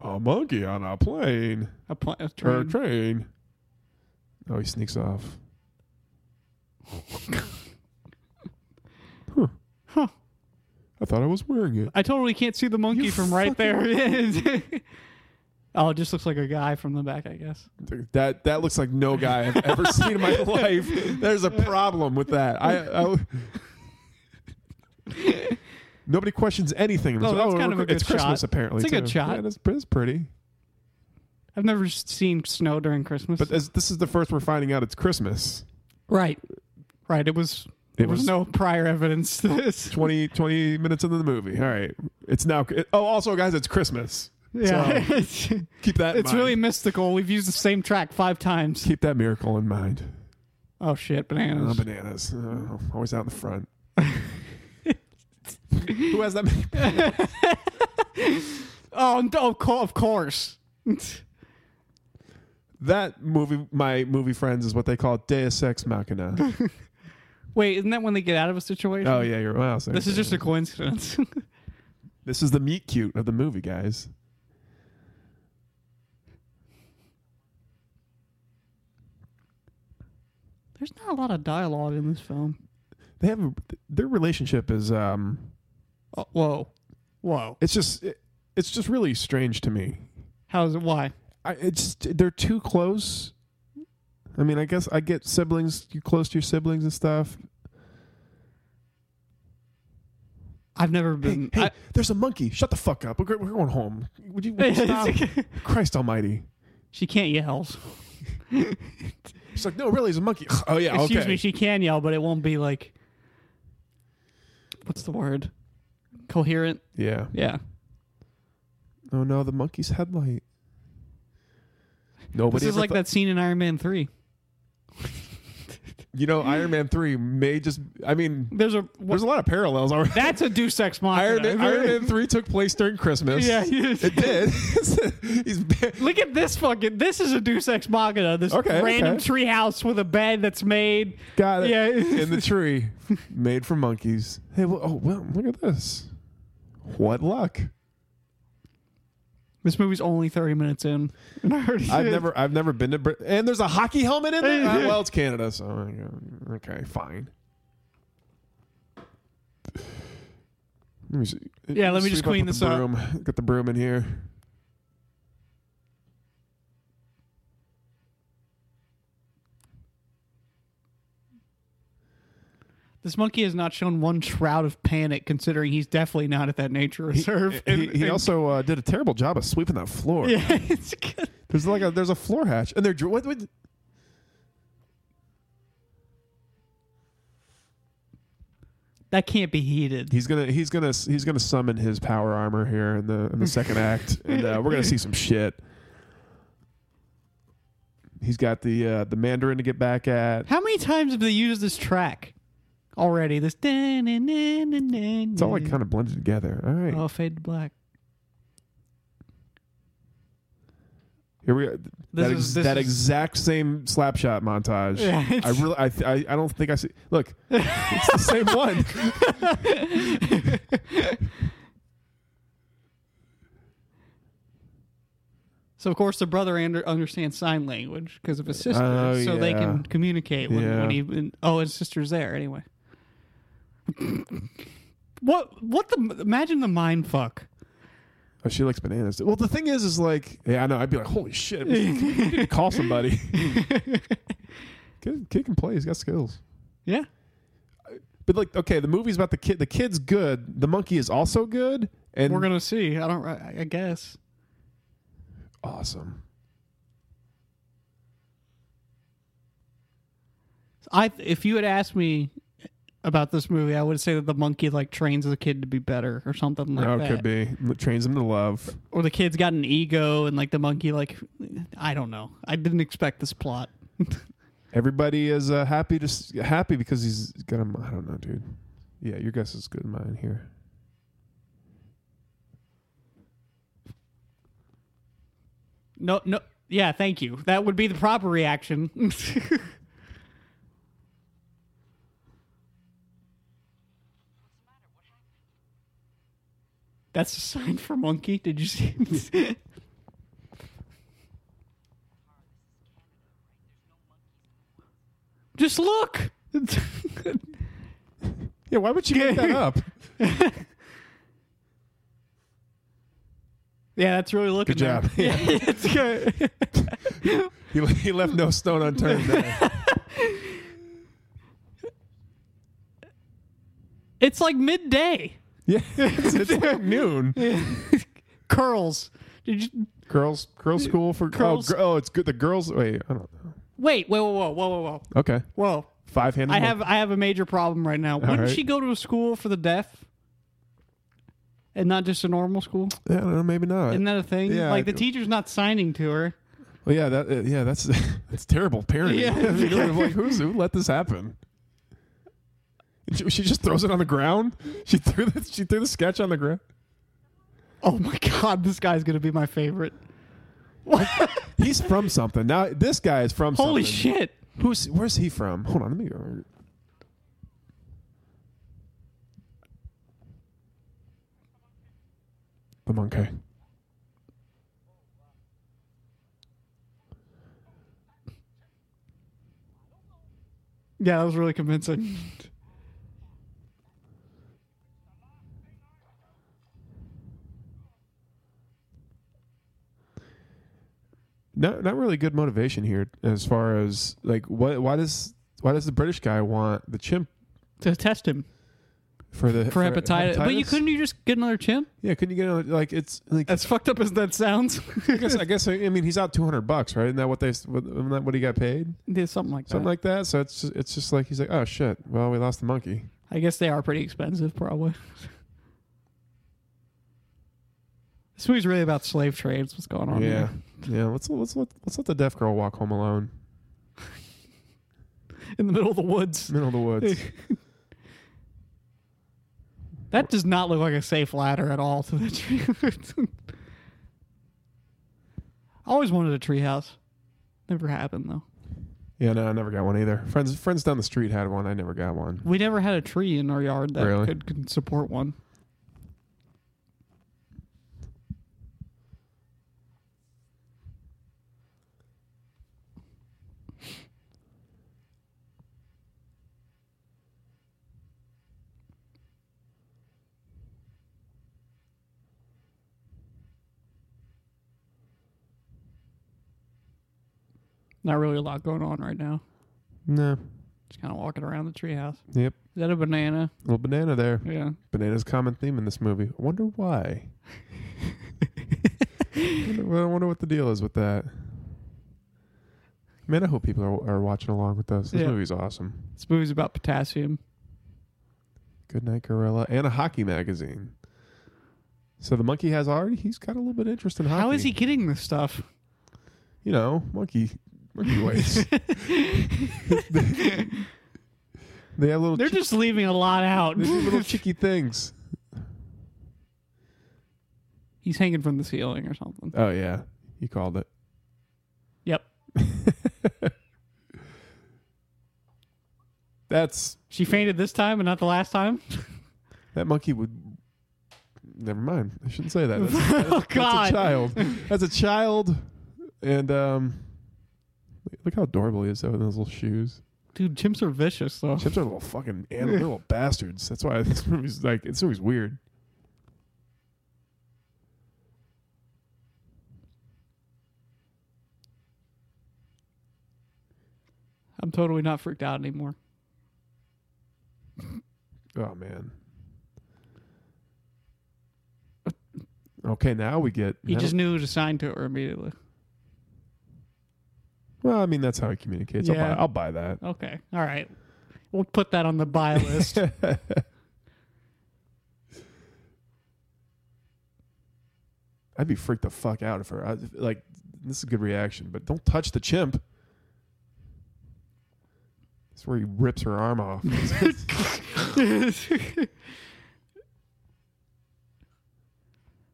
Speaker 1: A monkey on a plane.
Speaker 2: A, pl- a
Speaker 1: Or a
Speaker 2: train.
Speaker 1: train. Oh, he sneaks off. huh.
Speaker 2: Huh.
Speaker 1: I thought I was wearing it.
Speaker 2: I totally can't see the monkey
Speaker 1: You
Speaker 2: from right there. oh, it just looks like a guy from the back, I guess.
Speaker 1: That that looks like no guy I've ever seen in my life. There's a problem with that. I, I Nobody questions anything. Oh,
Speaker 2: No, that's kind of a
Speaker 1: it's
Speaker 2: good
Speaker 1: Christmas
Speaker 2: shot.
Speaker 1: apparently.
Speaker 2: It's a
Speaker 1: too.
Speaker 2: good shot.
Speaker 1: Yeah, that's, that's pretty.
Speaker 2: I've never s- seen snow during Christmas.
Speaker 1: But as, this is the first we're finding out it's Christmas.
Speaker 2: right, right. It was. There was,
Speaker 1: was-
Speaker 2: no prior evidence to this.
Speaker 1: 20, 20 minutes into the movie. All right. It's now. It, oh, also, guys, it's Christmas.
Speaker 2: Yeah,
Speaker 1: So,
Speaker 2: it's,
Speaker 1: keep that. in
Speaker 2: it's
Speaker 1: mind.
Speaker 2: really mystical. We've used the same track five times.
Speaker 1: keep that miracle in mind.
Speaker 2: Oh shit,
Speaker 1: Oh,
Speaker 2: bananas.
Speaker 1: bananas. Oh, always out in the front. Who has that? Many?
Speaker 2: Oh, and- oh, co- of course.
Speaker 1: That movie, my movie friends, is what they call Deus Ex Machina.
Speaker 2: Wait, isn't that when they get out of a situation?
Speaker 1: oh yeah, you're. Well, so-
Speaker 2: This is just a coincidence.
Speaker 1: This is the meet cute of the movie, guys.
Speaker 2: There's not a lot of dialogue in this film.
Speaker 1: They have a, their relationship is. um
Speaker 2: Oh, whoa, whoa.
Speaker 1: It's just. It, it's just really strange to me.
Speaker 2: How's it? Why?
Speaker 1: I, it's they're too close. I mean, I guess I get siblings. You're close to your siblings and stuff.
Speaker 2: I've never
Speaker 1: Hey,
Speaker 2: been.
Speaker 1: hey,
Speaker 2: I-
Speaker 1: there's a monkey. Shut the fuck up. We're, go- we're going home. Would you would you stop? Christ Almighty.
Speaker 2: she can't yell.
Speaker 1: She's like, no, really, he's a monkey. oh yeah,
Speaker 2: Excuse
Speaker 1: okay.
Speaker 2: me, she can yell, but it won't be like. What's the word? Coherent.
Speaker 1: yeah.
Speaker 2: Yeah.
Speaker 1: Oh no, the monkey's headlight. Nobody.
Speaker 2: This is
Speaker 1: ever
Speaker 2: like
Speaker 1: thought-
Speaker 2: that scene in Iron Man Three.
Speaker 1: You know, Iron Man three may just. I mean,
Speaker 2: There's a.
Speaker 1: there's a lot of parallels already.
Speaker 2: That's a Deus Ex Machina.
Speaker 1: Iron Man, Iron Man three took place during Christmas.
Speaker 2: Yeah, he is.
Speaker 1: it did. he's
Speaker 2: Look at this fucking. This is a Deus Ex Machina. This
Speaker 1: Okay,
Speaker 2: random
Speaker 1: okay.
Speaker 2: tree house with a bed that's made.
Speaker 1: got it.
Speaker 2: Yeah.
Speaker 1: in the tree, made for monkeys. Hey, well, oh well, look at this. What luck?
Speaker 2: This movie's only thirty minutes in, and I already
Speaker 1: I've never, I've never been to Brit- and there's a hockey helmet in there. Ah, well, it's Canada, so okay, fine. Let me see.
Speaker 2: Yeah, let me just
Speaker 1: Sweep up
Speaker 2: clean
Speaker 1: with
Speaker 2: this
Speaker 1: the
Speaker 2: up.
Speaker 1: broom. Get the broom in here.
Speaker 2: This monkey has not shown one shroud of panic, considering he's definitely not at that nature reserve. And-
Speaker 1: He, he
Speaker 2: and-
Speaker 1: also uh, did a terrible job of sweeping that floor.
Speaker 2: yeah, it's good.
Speaker 1: There's like a there's a floor hatch, and they're dr- what, what
Speaker 2: That can't be heated.
Speaker 1: he's gonna he's gonna he's gonna summon his power armor here in the in the second act, and uh, we're gonna see some shit. He's got the uh, the Mandarin to get back at.
Speaker 2: How many times have they used this track already? This. It's
Speaker 1: It's all like kind of blended together. All right,
Speaker 2: Oh, fade to black.
Speaker 1: here we go.
Speaker 2: This
Speaker 1: That,
Speaker 2: is-
Speaker 1: ex-
Speaker 2: this
Speaker 1: that
Speaker 2: is-
Speaker 1: exact same slapshot montage.
Speaker 2: Yeah,
Speaker 1: I
Speaker 2: it's-
Speaker 1: really I, th- I I don't think I see. Look, it's the same one.
Speaker 2: So of course the brother under, understands sign language because of his sister,
Speaker 1: Oh,
Speaker 2: so they
Speaker 1: yeah.
Speaker 2: can communicate when,
Speaker 1: Yeah.
Speaker 2: when he. when- oh, his sister's there anyway. what? What the? Imagine the mind fuck.
Speaker 1: Oh, she likes bananas. Well, the thing is, is like, yeah, I know. I'd be like, holy shit, we need to call somebody. kid, kid can play. He's got skills.
Speaker 2: Yeah.
Speaker 1: But like, okay, the movie's about the kid. The kid's good. The monkey is also good. And
Speaker 2: We're gonna see. I don't. I I guess.
Speaker 1: awesome.
Speaker 2: I. If you had asked me about this movie, I would say that the monkey like trains the kid to be better or something like
Speaker 1: oh,
Speaker 2: that.
Speaker 1: it could be trains him to love.
Speaker 2: Or the kid's got an ego and like the monkey like. I don't know. I didn't expect this plot.
Speaker 1: Everybody is uh, happy. Just happy because he's got him. I don't know, dude. Yeah, your guess is good. than Mine here.
Speaker 2: No, no. Yeah, thank you. That would be the proper reaction. That's a sign for monkey. Did you see? Just look.
Speaker 1: Yeah, why would you make that up?
Speaker 2: yeah, that's really looking.
Speaker 1: Good job.
Speaker 2: there. Yeah, it's good.
Speaker 1: He, he left no stone unturned. There.
Speaker 2: It's like midday.
Speaker 1: Yeah, it's, it's like noon.
Speaker 2: Curls. Did you
Speaker 1: Girls, girls school for
Speaker 2: Girls-
Speaker 1: Oh, gr- oh, it's good. The girls. Wait, I don't know.
Speaker 2: wait? Wait, whoa, whoa, whoa, whoa, whoa,
Speaker 1: Okay,
Speaker 2: whoa.
Speaker 1: five handed.
Speaker 2: I have I have a major problem right now. Wouldn't
Speaker 1: right.
Speaker 2: she go to a school for the deaf? And not just a normal school?
Speaker 1: Yeah, I don't know. Maybe not.
Speaker 2: Isn't that a thing?
Speaker 1: Yeah,
Speaker 2: like
Speaker 1: I-
Speaker 2: the teacher's not signing to her.
Speaker 1: well, yeah, that. Uh, yeah, that's that's terrible parenting.
Speaker 2: Yeah.
Speaker 1: I mean, I'm like, who's who let this happen? She, she just throws it on the ground. She threw the, she threw the sketch on the ground.
Speaker 2: Oh my god, this guy's gonna be my favorite.
Speaker 1: He's from something. Now this guy is from
Speaker 2: Holy
Speaker 1: something.
Speaker 2: shit.
Speaker 1: Who's where's he from? Hold on, let me go. The monkey.
Speaker 2: Yeah, that was really convincing.
Speaker 1: Not not really good motivation here as far as like what why does why does the British guy want the chimp
Speaker 2: to test him
Speaker 1: for the
Speaker 2: for, hepatitis. But you couldn't you just get another chimp?
Speaker 1: Yeah, couldn't you get another, like it's like
Speaker 2: As fucked up as that sounds.
Speaker 1: I guess I guess I mean he's out two hundred bucks, right? Isn't that what they isn't that what he got paid?
Speaker 2: yeah, something like
Speaker 1: Something
Speaker 2: that.
Speaker 1: like that. So it's just, it's just like he's like oh shit, well we lost the monkey.
Speaker 2: I guess they are pretty expensive probably. this movie's really about slave trades, what's going on
Speaker 1: yeah,
Speaker 2: here.
Speaker 1: yeah. Let's let's let let's let the deaf girl walk home alone,
Speaker 2: In the middle of the woods.
Speaker 1: middle of the woods.
Speaker 2: That does not look like a safe ladder at all to the tree. I always wanted a treehouse. Never happened though.
Speaker 1: yeah, no, I never got one either. Friends friends down the street had one. I never got one.
Speaker 2: We never had a tree in our yard that
Speaker 1: Really?
Speaker 2: could, could support one. Not really a lot going on right now.
Speaker 1: No.
Speaker 2: Just kind of walking around the treehouse.
Speaker 1: Yep.
Speaker 2: Is that a banana?
Speaker 1: Well, banana there.
Speaker 2: Yeah.
Speaker 1: Banana's a common theme in this movie. I wonder why. I wonder- I wonder what the deal is with that. Man, I hope people are, are watching along with us. This
Speaker 2: Yeah.
Speaker 1: movie's awesome.
Speaker 2: This movie's about potassium.
Speaker 1: Good night, Gorilla, and a hockey magazine. So the monkey has already. He's got a little bit of interest in hockey.
Speaker 2: How is he getting this stuff?
Speaker 1: You know, monkey, monkey ways. they have little.
Speaker 2: They're just leaving a lot out.
Speaker 1: chi- they do little cheeky things.
Speaker 2: He's hanging from the ceiling or something.
Speaker 1: Oh yeah, you called it.
Speaker 2: Yep.
Speaker 1: That's
Speaker 2: She fainted this time and not the last time.
Speaker 1: that monkey would. Never mind. I shouldn't say that. That's,
Speaker 2: oh
Speaker 1: that's a
Speaker 2: God!
Speaker 1: child. That's a child. And um, look how adorable he is though in those little shoes.
Speaker 2: Dude, chimps are vicious though.
Speaker 1: Chimps are little fucking animal, they're little bastards. That's why this movie's like this movie's weird.
Speaker 2: I'm totally not freaked out anymore.
Speaker 1: Oh man. Okay, now we get.
Speaker 2: He
Speaker 1: now-
Speaker 2: just knew it was assigned to her immediately.
Speaker 1: well, I mean, that's how he communicates.
Speaker 2: Yeah.
Speaker 1: I'll, buy, I'll buy that.
Speaker 2: Okay. All right. We'll put that on the buy list.
Speaker 1: I'd be freaked the fuck out if her. I, like, this is a good reaction, but don't touch the chimp. That's where he rips her arm off.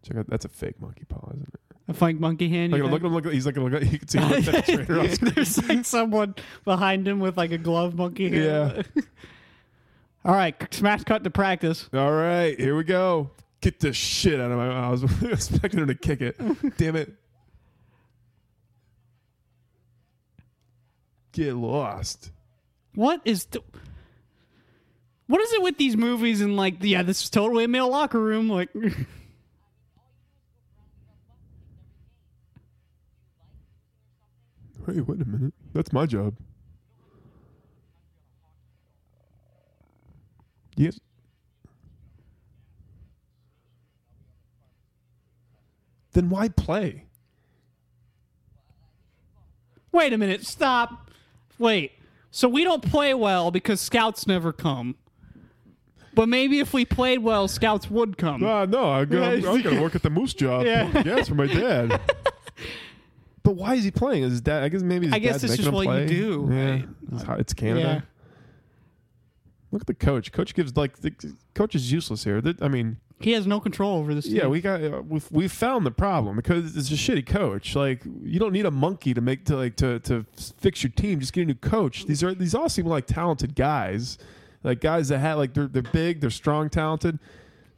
Speaker 1: Check out. That's a fake monkey paw, isn't it?
Speaker 2: A funk monkey hand.
Speaker 1: Look
Speaker 2: you
Speaker 1: at him. Look
Speaker 2: think?
Speaker 1: at him. Look at He's like, look at, you can see him look at the traitor on screen.
Speaker 2: There's like someone behind him with like a glove monkey hand. Yeah. All right. Smash cut to practice.
Speaker 1: All right, here we go. Get this shit out of my mouth. I was expecting her to kick it. Damn it. Get lost.
Speaker 2: What is th- what is it with these movies and like yeah, this is totally a male locker room. Like
Speaker 1: Hey, wait a minute. That's my job. Yes. Then why play?
Speaker 2: wait a minute, stop. Wait. So we don't play well because scouts never come. But maybe if we played well, scouts would come.
Speaker 1: Uh, no, I'm gonna, I'm gonna work at the moose job.
Speaker 2: Yeah.
Speaker 1: Yes, for my dad. but why is he playing? Is his dad? I guess maybe. His
Speaker 2: I guess
Speaker 1: dad's
Speaker 2: it's
Speaker 1: making
Speaker 2: just
Speaker 1: him
Speaker 2: what you
Speaker 1: play.
Speaker 2: do,
Speaker 1: Yeah,
Speaker 2: right?
Speaker 1: it's, how- it's Canada. Look at the coach. Coach gives like the coach is useless here. That- I mean,
Speaker 2: He has no control over this.
Speaker 1: yeah,
Speaker 2: team.
Speaker 1: we got uh, we've, we've found the problem because it's a shitty coach. Like you don't need a monkey to make to like to to fix your team. Just get a new coach. These are these all seem like talented guys, like guys that had like they're they're big, they're strong, talented.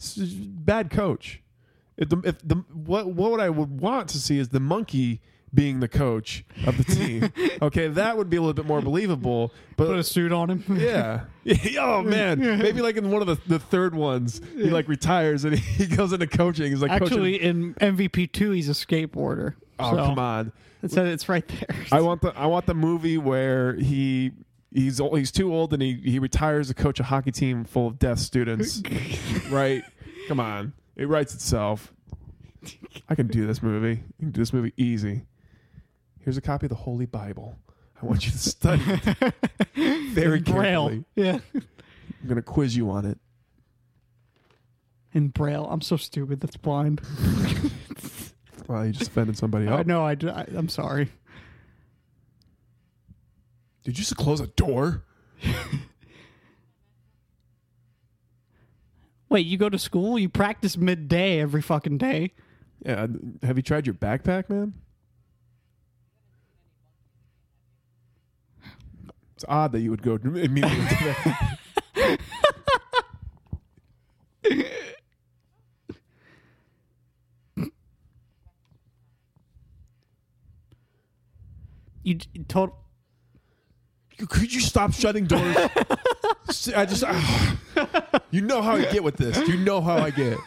Speaker 1: S- Bad coach. If the if the what what would I would want to see is the monkey being the coach of the team. okay, that would be a little bit more believable. But
Speaker 2: put a suit on him.
Speaker 1: yeah. oh man. Maybe like in one of the, the third ones, he like retires and he goes into coaching. He's like,
Speaker 2: Actually,
Speaker 1: coaching.
Speaker 2: in MVP two, he's a skateboarder.
Speaker 1: oh
Speaker 2: so
Speaker 1: come on.
Speaker 2: It said it's right there.
Speaker 1: I want the I want the movie where he he's old, he's too old and he he retires to coach a hockey team full of deaf students. right? Come on. It writes itself. I can do this movie. I can do this movie easy. Here's a copy of the Holy Bible. I want you to study it very
Speaker 2: Braille.
Speaker 1: carefully.
Speaker 2: Yeah.
Speaker 1: I'm gonna quiz you on it.
Speaker 2: In Braille. I'm so stupid. That's blind.
Speaker 1: Well, you just offended somebody
Speaker 2: I
Speaker 1: up.
Speaker 2: know. I, d- I, am sorry.
Speaker 1: Did you just close a door?
Speaker 2: Wait, you go to school? You practice midday every fucking day?
Speaker 1: Yeah. I- Have you tried your backpack, man? It's odd that you would go immediately to that.
Speaker 2: You d- told.
Speaker 1: Could you stop shutting doors? S- I just. ah. you know how I get with this. You know how I get.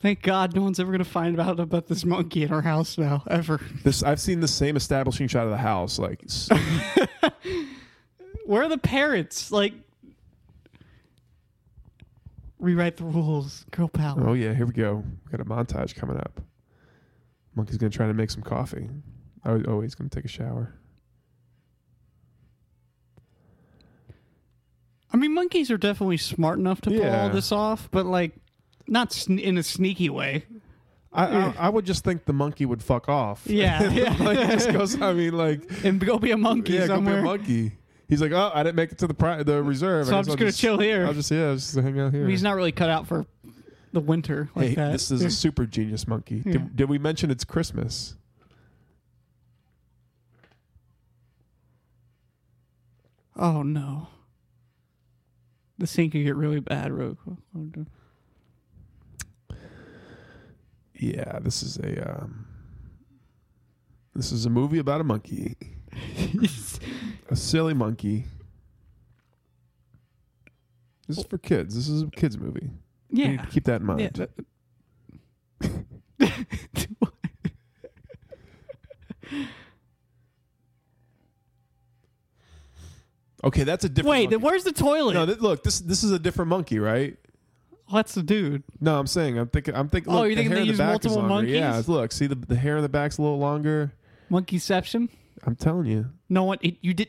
Speaker 2: Thank God no one's ever going to find out about this monkey in our house now, ever.
Speaker 1: This I've seen the same establishing shot of the house. Like s-
Speaker 2: Where are the parents? Like, rewrite the rules, girl power.
Speaker 1: Oh yeah, here we go. We got a montage coming up. Monkey's gonna try to make some coffee. Oh, oh he's gonna take a shower.
Speaker 2: I mean, monkeys are definitely smart enough to pull
Speaker 1: Yeah.
Speaker 2: all this off, but like, not sn- in a sneaky way.
Speaker 1: I, I I would just think the monkey would fuck off.
Speaker 2: Yeah, yeah.
Speaker 1: like just goes. I mean, like
Speaker 2: And go be a monkey
Speaker 1: yeah, go be
Speaker 2: somewhere.
Speaker 1: a monkey. He's like, oh, I didn't make it to the pri- the reserve.
Speaker 2: So
Speaker 1: I
Speaker 2: I'm
Speaker 1: guess
Speaker 2: just
Speaker 1: I'll
Speaker 2: gonna chill here.
Speaker 1: I'll just yeah, I'll just hang out here.
Speaker 2: He's not really cut out for the winter like
Speaker 1: hey,
Speaker 2: that.
Speaker 1: this is a super genius monkey.
Speaker 2: Yeah.
Speaker 1: Did, did we mention it's Christmas?
Speaker 2: oh no, the scene could get really bad real quick.
Speaker 1: Yeah, this is a um, this is a movie about a monkey, a silly monkey. This is for kids. This is a kids movie. You need
Speaker 2: yeah,
Speaker 1: to keep that in mind.
Speaker 2: yeah. that-
Speaker 1: okay, that's a different.
Speaker 2: Wait, then
Speaker 1: monkey.
Speaker 2: where's the toilet?
Speaker 1: no, th- look, this this is a different monkey, right?
Speaker 2: Oh, that's the dude.
Speaker 1: No, I'm saying I'm thinking I'm thinking.
Speaker 2: Oh,
Speaker 1: look,
Speaker 2: you're
Speaker 1: the
Speaker 2: thinking
Speaker 1: hair
Speaker 2: they
Speaker 1: in the
Speaker 2: use
Speaker 1: back is
Speaker 2: multiple
Speaker 1: longer. Yeah,
Speaker 2: monkeys?
Speaker 1: look, see the the hair in the back's a little longer.
Speaker 2: Monkeyception.
Speaker 1: I'm telling you,
Speaker 2: No one. It, you did.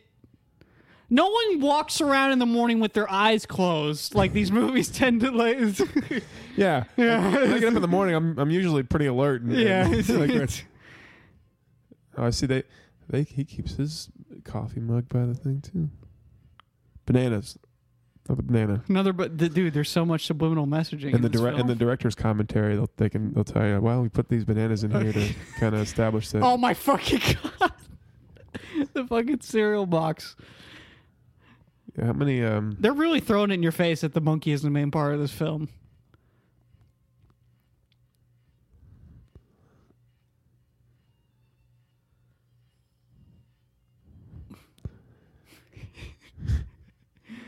Speaker 2: No one walks around in the morning with their eyes closed like these movies tend to. Like,
Speaker 1: Yeah. When I get up in the morning, I'm I'm usually pretty alert. And,
Speaker 2: yeah.
Speaker 1: and, like, oh, I see they they he keeps his coffee mug by the thing too. Bananas, Love a banana.
Speaker 2: Another, but the, dude, there's so much subliminal messaging.
Speaker 1: And the
Speaker 2: in this
Speaker 1: direct and the
Speaker 2: film.
Speaker 1: director's commentary, they'll they can they'll tell you, well, we put these bananas in here to kind of establish that.
Speaker 2: Oh my fucking god! the fucking cereal box.
Speaker 1: Yeah, How many? Um,
Speaker 2: They're really throwing it in your face that the monkey is the main part of this film.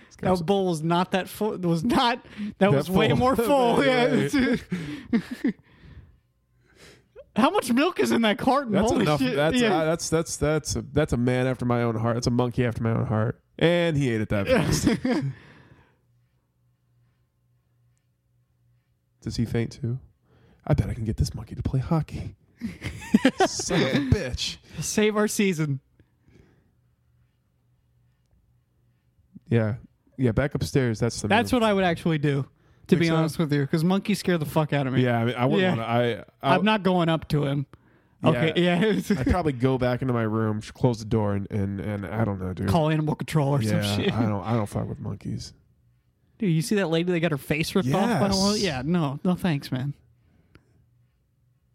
Speaker 1: it's got
Speaker 2: That bowl was not that full. It was not. That, was way
Speaker 1: full.
Speaker 2: more full.
Speaker 1: Right,
Speaker 2: yeah. How much milk is in that carton?
Speaker 1: That's
Speaker 2: Holy
Speaker 1: enough.
Speaker 2: shit.
Speaker 1: That's,
Speaker 2: yeah.
Speaker 1: uh, that's that's that's a that's a man after my own heart. That's a monkey after my own heart. And he ate it that fast. Does he faint too? I bet I can get this monkey to play hockey. Son of a bitch.
Speaker 2: Save our season.
Speaker 1: Yeah, yeah. Back upstairs. That's the.
Speaker 2: That's
Speaker 1: move.
Speaker 2: what I would actually do, to be
Speaker 1: so?
Speaker 2: honest with you, because monkeys scare the fuck out of me.
Speaker 1: Yeah, I mean, I wouldn't
Speaker 2: Yeah.
Speaker 1: want to. I, I
Speaker 2: I'm not going up to him. Okay, yeah.
Speaker 1: I'd probably go back into my room, sh- close the door, and and, and I don't know, dude.
Speaker 2: Call animal control or
Speaker 1: yeah,
Speaker 2: some shit.
Speaker 1: I don't. I don't fuck with monkeys.
Speaker 2: Dude, you see that lady that got her face ripped off by
Speaker 1: Yes.
Speaker 2: one? Yeah, no, no thanks, man.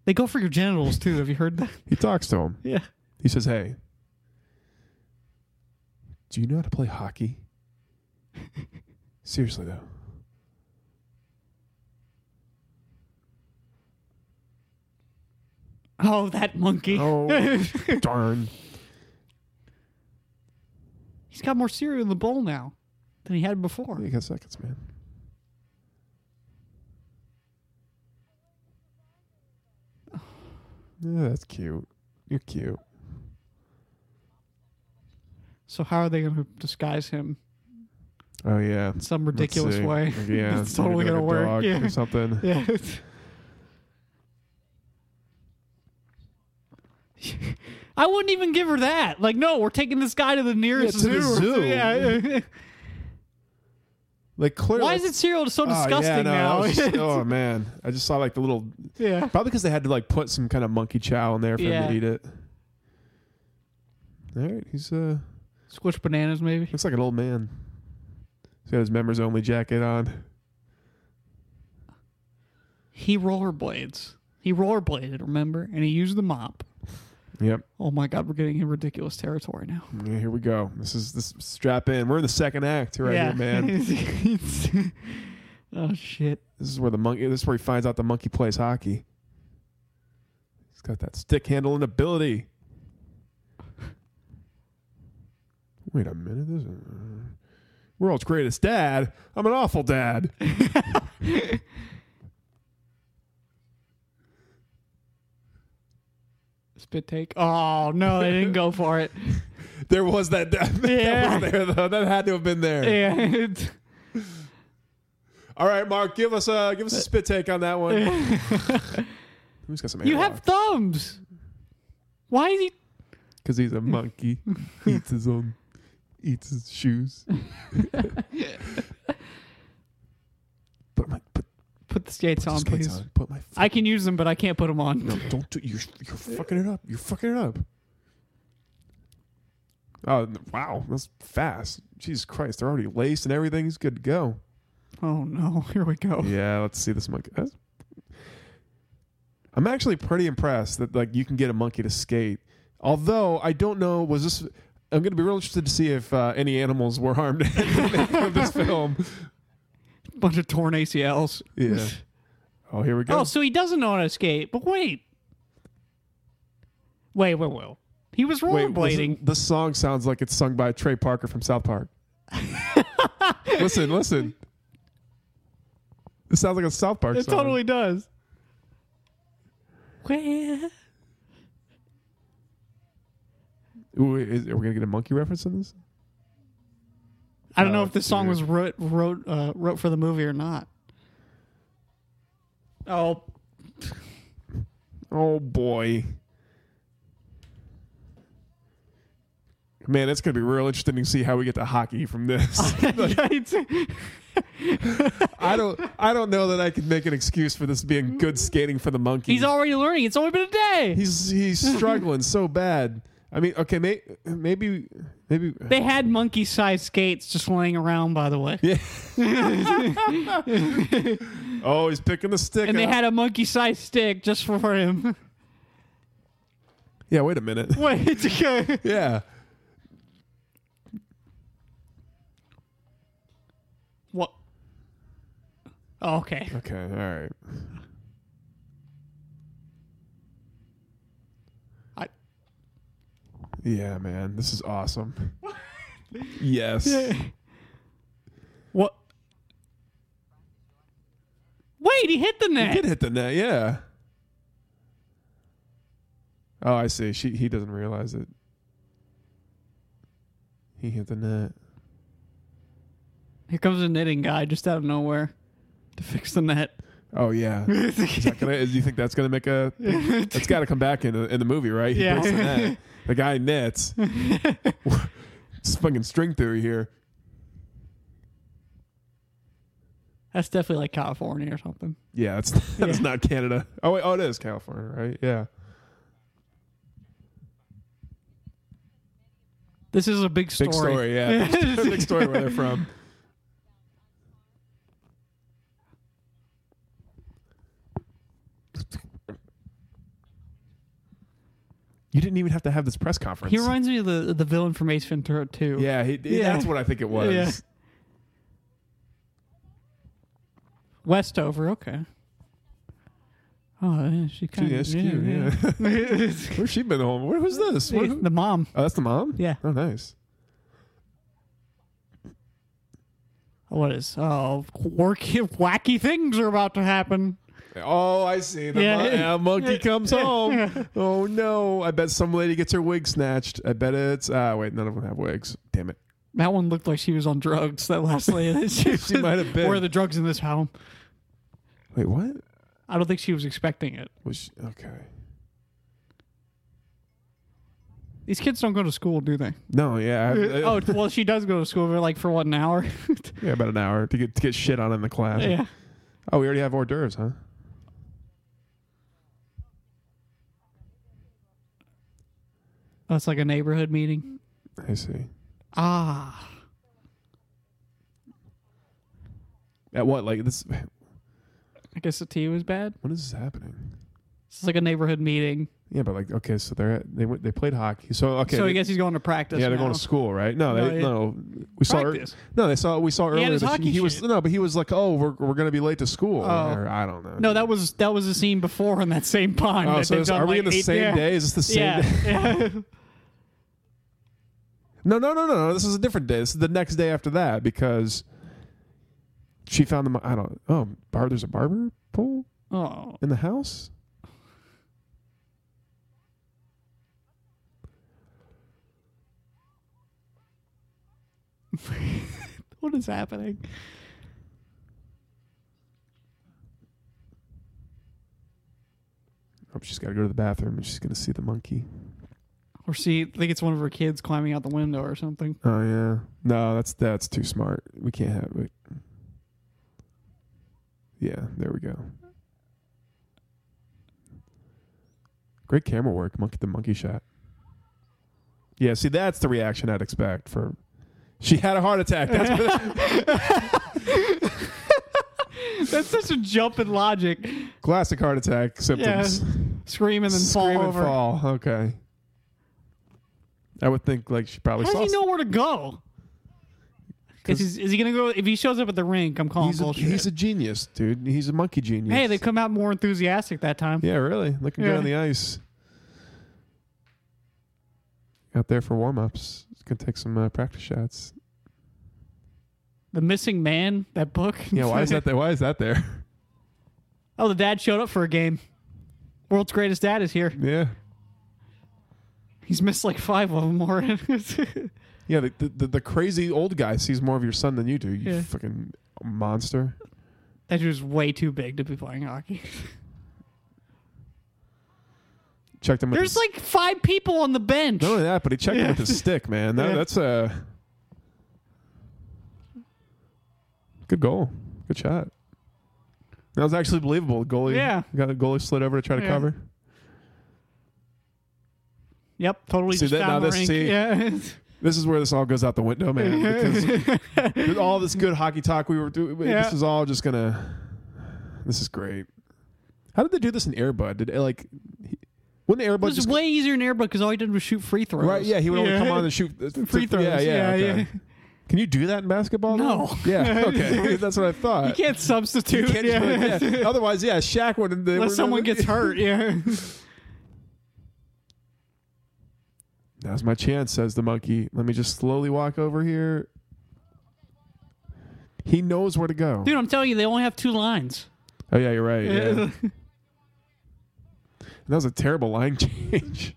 Speaker 2: They go for your genitals too. Have you heard that?
Speaker 1: He talks to him.
Speaker 2: Yeah.
Speaker 1: He says, "Hey, do you know how to play hockey? Seriously though."
Speaker 2: Oh, that monkey.
Speaker 1: Oh, darn!
Speaker 2: He's got more cereal in the bowl now than he had before.
Speaker 1: You got seconds, man. Yeah, that's cute. You're cute.
Speaker 2: So how are they going to disguise him
Speaker 1: Oh yeah,
Speaker 2: in some
Speaker 1: Let's
Speaker 2: ridiculous
Speaker 1: see.
Speaker 2: way?
Speaker 1: Yeah,
Speaker 2: It's totally
Speaker 1: maybe like
Speaker 2: gonna
Speaker 1: a
Speaker 2: work,
Speaker 1: dog
Speaker 2: yeah.
Speaker 1: or something.
Speaker 2: Yeah. I wouldn't even give her that. Like, no, we're taking this guy to the nearest
Speaker 1: Yeah, to the
Speaker 2: zoo.
Speaker 1: zoo.
Speaker 2: Yeah.
Speaker 1: Like clearly,
Speaker 2: Why is it cereal so
Speaker 1: Oh, yeah,
Speaker 2: disgusting
Speaker 1: no,
Speaker 2: now?
Speaker 1: that was just- oh man, I just saw like the little
Speaker 2: yeah.
Speaker 1: Probably because they had to like put some kind of monkey chow in there for him
Speaker 2: Yeah.
Speaker 1: to eat it. All right, he's uh
Speaker 2: Squish bananas, maybe.
Speaker 1: looks like an old man. He's got his members only jacket on.
Speaker 2: He rollerblades. He rollerbladed, remember? And he used the mop.
Speaker 1: Yep.
Speaker 2: Oh my God, we're getting in ridiculous territory now.
Speaker 1: Yeah, here we go. This is this strap in. We're in the second act right
Speaker 2: yeah,
Speaker 1: here, man.
Speaker 2: oh shit.
Speaker 1: this is where the monkey. This is where he finds out the monkey plays hockey. He's got that stick handling ability. Wait a minute. This is uh, world's greatest dad. I'm an awful dad.
Speaker 2: Spit take. Oh no, they didn't go for it.
Speaker 1: There was that. That,
Speaker 2: Yeah.
Speaker 1: that was there though. That had to have been there.
Speaker 2: And
Speaker 1: All right, Mark, give us a give us a spit take on that one. Who's got some?
Speaker 2: you have thumbs. Why is he?
Speaker 1: because he's a monkey. eats his own, eats his shoes. put my put
Speaker 2: Put the skates on,
Speaker 1: skates
Speaker 2: please.
Speaker 1: on. Put my. f-
Speaker 2: I can use them, but I can't put them on.
Speaker 1: no, don't do. You're you're fucking it up. You're fucking it up. Oh wow, that's fast. Jesus Christ, they're already laced and everything. He's good to go.
Speaker 2: Oh no, here we go.
Speaker 1: Yeah, let's see this monkey. That's- I'm actually pretty impressed that like you can get a monkey to skate. Although I don't know, was this? I'm going to be real interested to see if uh, any animals were harmed in the making of this film.
Speaker 2: Bunch of torn ACLs.
Speaker 1: Yeah. Oh, here we go.
Speaker 2: Oh, so he doesn't know how to skate. But wait, wait, wait, wait. He was
Speaker 1: Wait,
Speaker 2: rollerblading.
Speaker 1: listen, this song sounds like it's sung by Trey Parker from South Park. listen, listen. This sounds like a South Park
Speaker 2: It
Speaker 1: song.
Speaker 2: totally does. Where?
Speaker 1: Ooh, is, are we going to get a monkey reference in this?
Speaker 2: I don't know
Speaker 1: Oh,
Speaker 2: if this song
Speaker 1: dear.
Speaker 2: was wrote wrote uh, wrote for the movie or not. Oh,
Speaker 1: Oh boy. Man, that's gonna be real interesting to see how we get to hockey from this. I don't I don't know that I could make an excuse for this being good skating for the monkey.
Speaker 2: he's already learning. It's only been a day.
Speaker 1: he's, he's struggling so bad. I mean, okay, may, maybe maybe
Speaker 2: they had monkey-sized skates just laying around, by the way,
Speaker 1: Oh, he's picking the stick
Speaker 2: and they
Speaker 1: up.
Speaker 2: had a monkey-sized stick just for him.
Speaker 1: Yeah, wait a minute.
Speaker 2: Wait, okay.
Speaker 1: Yeah.
Speaker 2: what? Oh, okay.
Speaker 1: Okay, all right.
Speaker 2: I-
Speaker 1: Yeah, man, this is awesome. yes.
Speaker 2: What? Wait, he hit the net.
Speaker 1: Did hit the net, yeah. Oh, I see. She he doesn't realize it. He hit the net.
Speaker 2: Here comes a knitting guy just out of nowhere to fix the net.
Speaker 1: Oh yeah. Is that gonna, do you think that's gonna make a? It's got to come back in the, in the movie, right? He
Speaker 2: Yeah.
Speaker 1: breaks the net. The guy nets. it's fucking string theory here.
Speaker 2: That's definitely like California or something.
Speaker 1: Yeah, it's that's
Speaker 2: Yeah.
Speaker 1: not Canada. Oh wait, oh it is California, right? Yeah.
Speaker 2: This is a big story.
Speaker 1: Big story, yeah. Big, big story where they're from. You didn't even have to have this press conference.
Speaker 2: He reminds me of the the villain from Ace Ventura too.
Speaker 1: yeah, he,
Speaker 2: Yeah.
Speaker 1: that's what I think it was.
Speaker 2: Yeah. Westover, okay. Oh, yeah, she kind
Speaker 1: Yeah,
Speaker 2: of
Speaker 1: that's cute, Where's she been home? Where was this? Where-
Speaker 2: the mom.
Speaker 1: oh, that's the mom.
Speaker 2: Yeah.
Speaker 1: Oh, nice.
Speaker 2: What is? Oh, quirky, wacky things are about to happen.
Speaker 1: Oh, I see. The
Speaker 2: Yeah.
Speaker 1: mon- yeah, monkey comes home. Oh no! I bet some lady gets her wig snatched. I bet it's. Ah, wait, none of them have wigs. Damn it.
Speaker 2: That one looked like she was on drugs. That last lady, she,
Speaker 1: She might have been.
Speaker 2: Where are the drugs in this home?
Speaker 1: Wait, what?
Speaker 2: I don't think she was expecting it.
Speaker 1: Was she- okay.
Speaker 2: These kids don't go to school, do they?
Speaker 1: No, yeah. I- I-
Speaker 2: oh well, she does go to school for like for what an hour.
Speaker 1: yeah, about an hour to get to get shit on in the class.
Speaker 2: yeah.
Speaker 1: Oh, we already have hors d'oeuvres, huh?
Speaker 2: That's Oh, like a neighborhood meeting.
Speaker 1: I see.
Speaker 2: Ah,
Speaker 1: At what? Like this?
Speaker 2: I guess the tea was bad.
Speaker 1: When is this happening?
Speaker 2: It's like a neighborhood meeting.
Speaker 1: Yeah, but like, okay, so they're at, they went they played hockey. So okay,
Speaker 2: so I
Speaker 1: they-
Speaker 2: guess he's going to practice.
Speaker 1: yeah, they're
Speaker 2: now.
Speaker 1: going to school, right? No,
Speaker 2: No,
Speaker 1: they,
Speaker 2: yeah.
Speaker 1: no. We saw ear-
Speaker 2: Practice.
Speaker 1: no, they saw we saw
Speaker 2: had
Speaker 1: earlier
Speaker 2: his
Speaker 1: that
Speaker 2: hockey
Speaker 1: he was
Speaker 2: shit.
Speaker 1: no, but he was like, oh, we're we're gonna be late to school.
Speaker 2: Oh.
Speaker 1: Or, I don't know.
Speaker 2: No, that was that was a scene before in that same pond.
Speaker 1: Oh,
Speaker 2: that
Speaker 1: so
Speaker 2: they've
Speaker 1: is-
Speaker 2: done
Speaker 1: are we
Speaker 2: like
Speaker 1: in the
Speaker 2: eight-
Speaker 1: same
Speaker 2: yeah.
Speaker 1: day? Is this the same
Speaker 2: Yeah.
Speaker 1: day?
Speaker 2: yeah.
Speaker 1: No, no, no, no, no. This is a different day. This is the next day after that because she found the. mo- I don't. Oh, bar. There's a barber pole
Speaker 2: oh,
Speaker 1: in the house.
Speaker 2: what is happening?
Speaker 1: Oh, she's got to go to the bathroom and she's going to see the monkey.
Speaker 2: Or she I think it's one of her kids climbing out the window or something.
Speaker 1: Oh yeah, no, that's that's too smart. We can't have it. Yeah, there we go. Great camera work, monkey the monkey shot. Yeah, see, that's the reaction I'd expect for. She had a heart attack. That's what,
Speaker 2: That's such a jump in logic.
Speaker 1: classic heart attack
Speaker 2: Yeah.
Speaker 1: symptoms.
Speaker 2: Scream and then
Speaker 1: Scream
Speaker 2: fall
Speaker 1: and
Speaker 2: over.
Speaker 1: fall. Okay. I would think like she probably
Speaker 2: How
Speaker 1: saw.
Speaker 2: does he know where to go? Is, he- is he gonna go if he shows up at the ring? I'm calling
Speaker 1: he's, a,
Speaker 2: bullshit.
Speaker 1: he's a genius, dude. He's a monkey genius.
Speaker 2: hey, they come out more enthusiastic that time.
Speaker 1: Yeah, really. Looking
Speaker 2: Yeah.
Speaker 1: good on the ice. Out there for warm ups. Gonna take some uh, practice shots.
Speaker 2: The missing man, that book.
Speaker 1: Yeah, why is that? There? Why is that there?
Speaker 2: oh, the dad showed up for a game. World's greatest dad is here.
Speaker 1: yeah,
Speaker 2: He's missed like five of them already.
Speaker 1: yeah. The, the the crazy old guy sees more of your son than you do. You
Speaker 2: Yeah.
Speaker 1: fucking monster.
Speaker 2: that dude's way too big to be playing hockey.
Speaker 1: Checked him. With
Speaker 2: There's
Speaker 1: his,
Speaker 2: like five people on the bench.
Speaker 1: not only that, but he checked him
Speaker 2: Yeah.
Speaker 1: with his stick, man. That,
Speaker 2: Yeah.
Speaker 1: That's a good goal. Good shot. That was actually believable. Goalie.
Speaker 2: Yeah.
Speaker 1: Got a goalie slid over to try to
Speaker 2: Yeah.
Speaker 1: cover.
Speaker 2: Yep, totally.
Speaker 1: See
Speaker 2: just
Speaker 1: that- now
Speaker 2: found the
Speaker 1: this-
Speaker 2: rink.
Speaker 1: see-
Speaker 2: yeah.
Speaker 1: This is where this all goes out the window, man. Because with all this good hockey talk we were doing,
Speaker 2: Yeah.
Speaker 1: this is all just gonna. This is great. How did they do this in Airbud? Did it, like he- wouldn't
Speaker 2: It
Speaker 1: Airbud
Speaker 2: was
Speaker 1: just
Speaker 2: way easier in airbud because all he did was shoot free throws.
Speaker 1: right? Yeah, he would only come on and shoot uh,
Speaker 2: free
Speaker 1: to-
Speaker 2: throws.
Speaker 1: Yeah, yeah.
Speaker 2: yeah,
Speaker 1: okay. Can you do that in basketball?
Speaker 2: No.
Speaker 1: though? Yeah. Okay. That's what I
Speaker 2: You
Speaker 1: thought.
Speaker 2: can't substitute.
Speaker 1: You can't
Speaker 2: yeah.
Speaker 1: do it, yeah. Otherwise, yeah, Shaq wouldn't. they
Speaker 2: Unless
Speaker 1: were-
Speaker 2: someone gets hurt. Yeah.
Speaker 1: Now's my chance, says the monkey. Let me just slowly walk over here. He knows where to go.
Speaker 2: Dude, I'm telling you, they only have two lines.
Speaker 1: Oh yeah, you're right. Yeah. That was a terrible line change.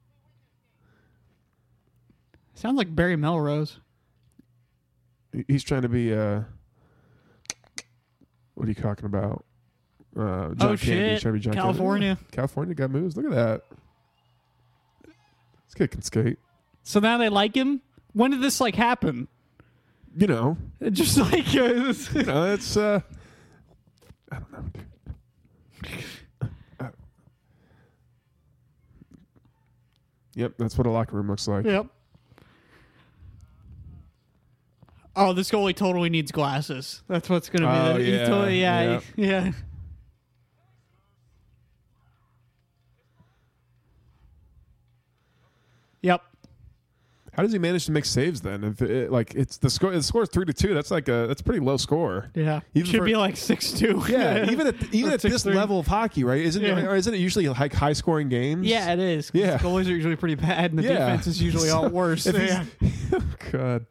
Speaker 2: Sounds like Barry Melrose.
Speaker 1: He's trying to be uh what are you talking about? Uh John
Speaker 2: oh
Speaker 1: Candy. He's
Speaker 2: shit!
Speaker 1: trying to be John Candy.
Speaker 2: California.
Speaker 1: Yeah. California got moves. Look at that. This kid can skate.
Speaker 2: So now they like him. When did this like happen?
Speaker 1: You know.
Speaker 2: It Just like uh, this-
Speaker 1: You know, it's uh I don't know. dude. Uh, Yep, that's what a locker room looks like.
Speaker 2: yep. Oh, this goalie totally needs glasses. That's what's gonna
Speaker 1: Oh,
Speaker 2: be. the- he
Speaker 1: yeah,
Speaker 2: totally- yeah, he- yeah. Yep.
Speaker 1: How does he manage to make saves then? If it, like it's the score, the score's three to two. That's like a that's a pretty low score.
Speaker 2: Yeah.
Speaker 1: Even
Speaker 2: Should
Speaker 1: for-
Speaker 2: be like six two.
Speaker 1: Yeah, even at even
Speaker 2: Or
Speaker 1: at this
Speaker 2: 6-3.
Speaker 1: level of hockey, right? Isn't
Speaker 2: Yeah.
Speaker 1: or isn't it usually like high scoring games?
Speaker 2: Yeah, it is. 'cause
Speaker 1: Yeah.
Speaker 2: Goalies are usually pretty bad, and the
Speaker 1: Yeah.
Speaker 2: defense is usually all worse.
Speaker 1: If
Speaker 2: Yeah.
Speaker 1: he's- God,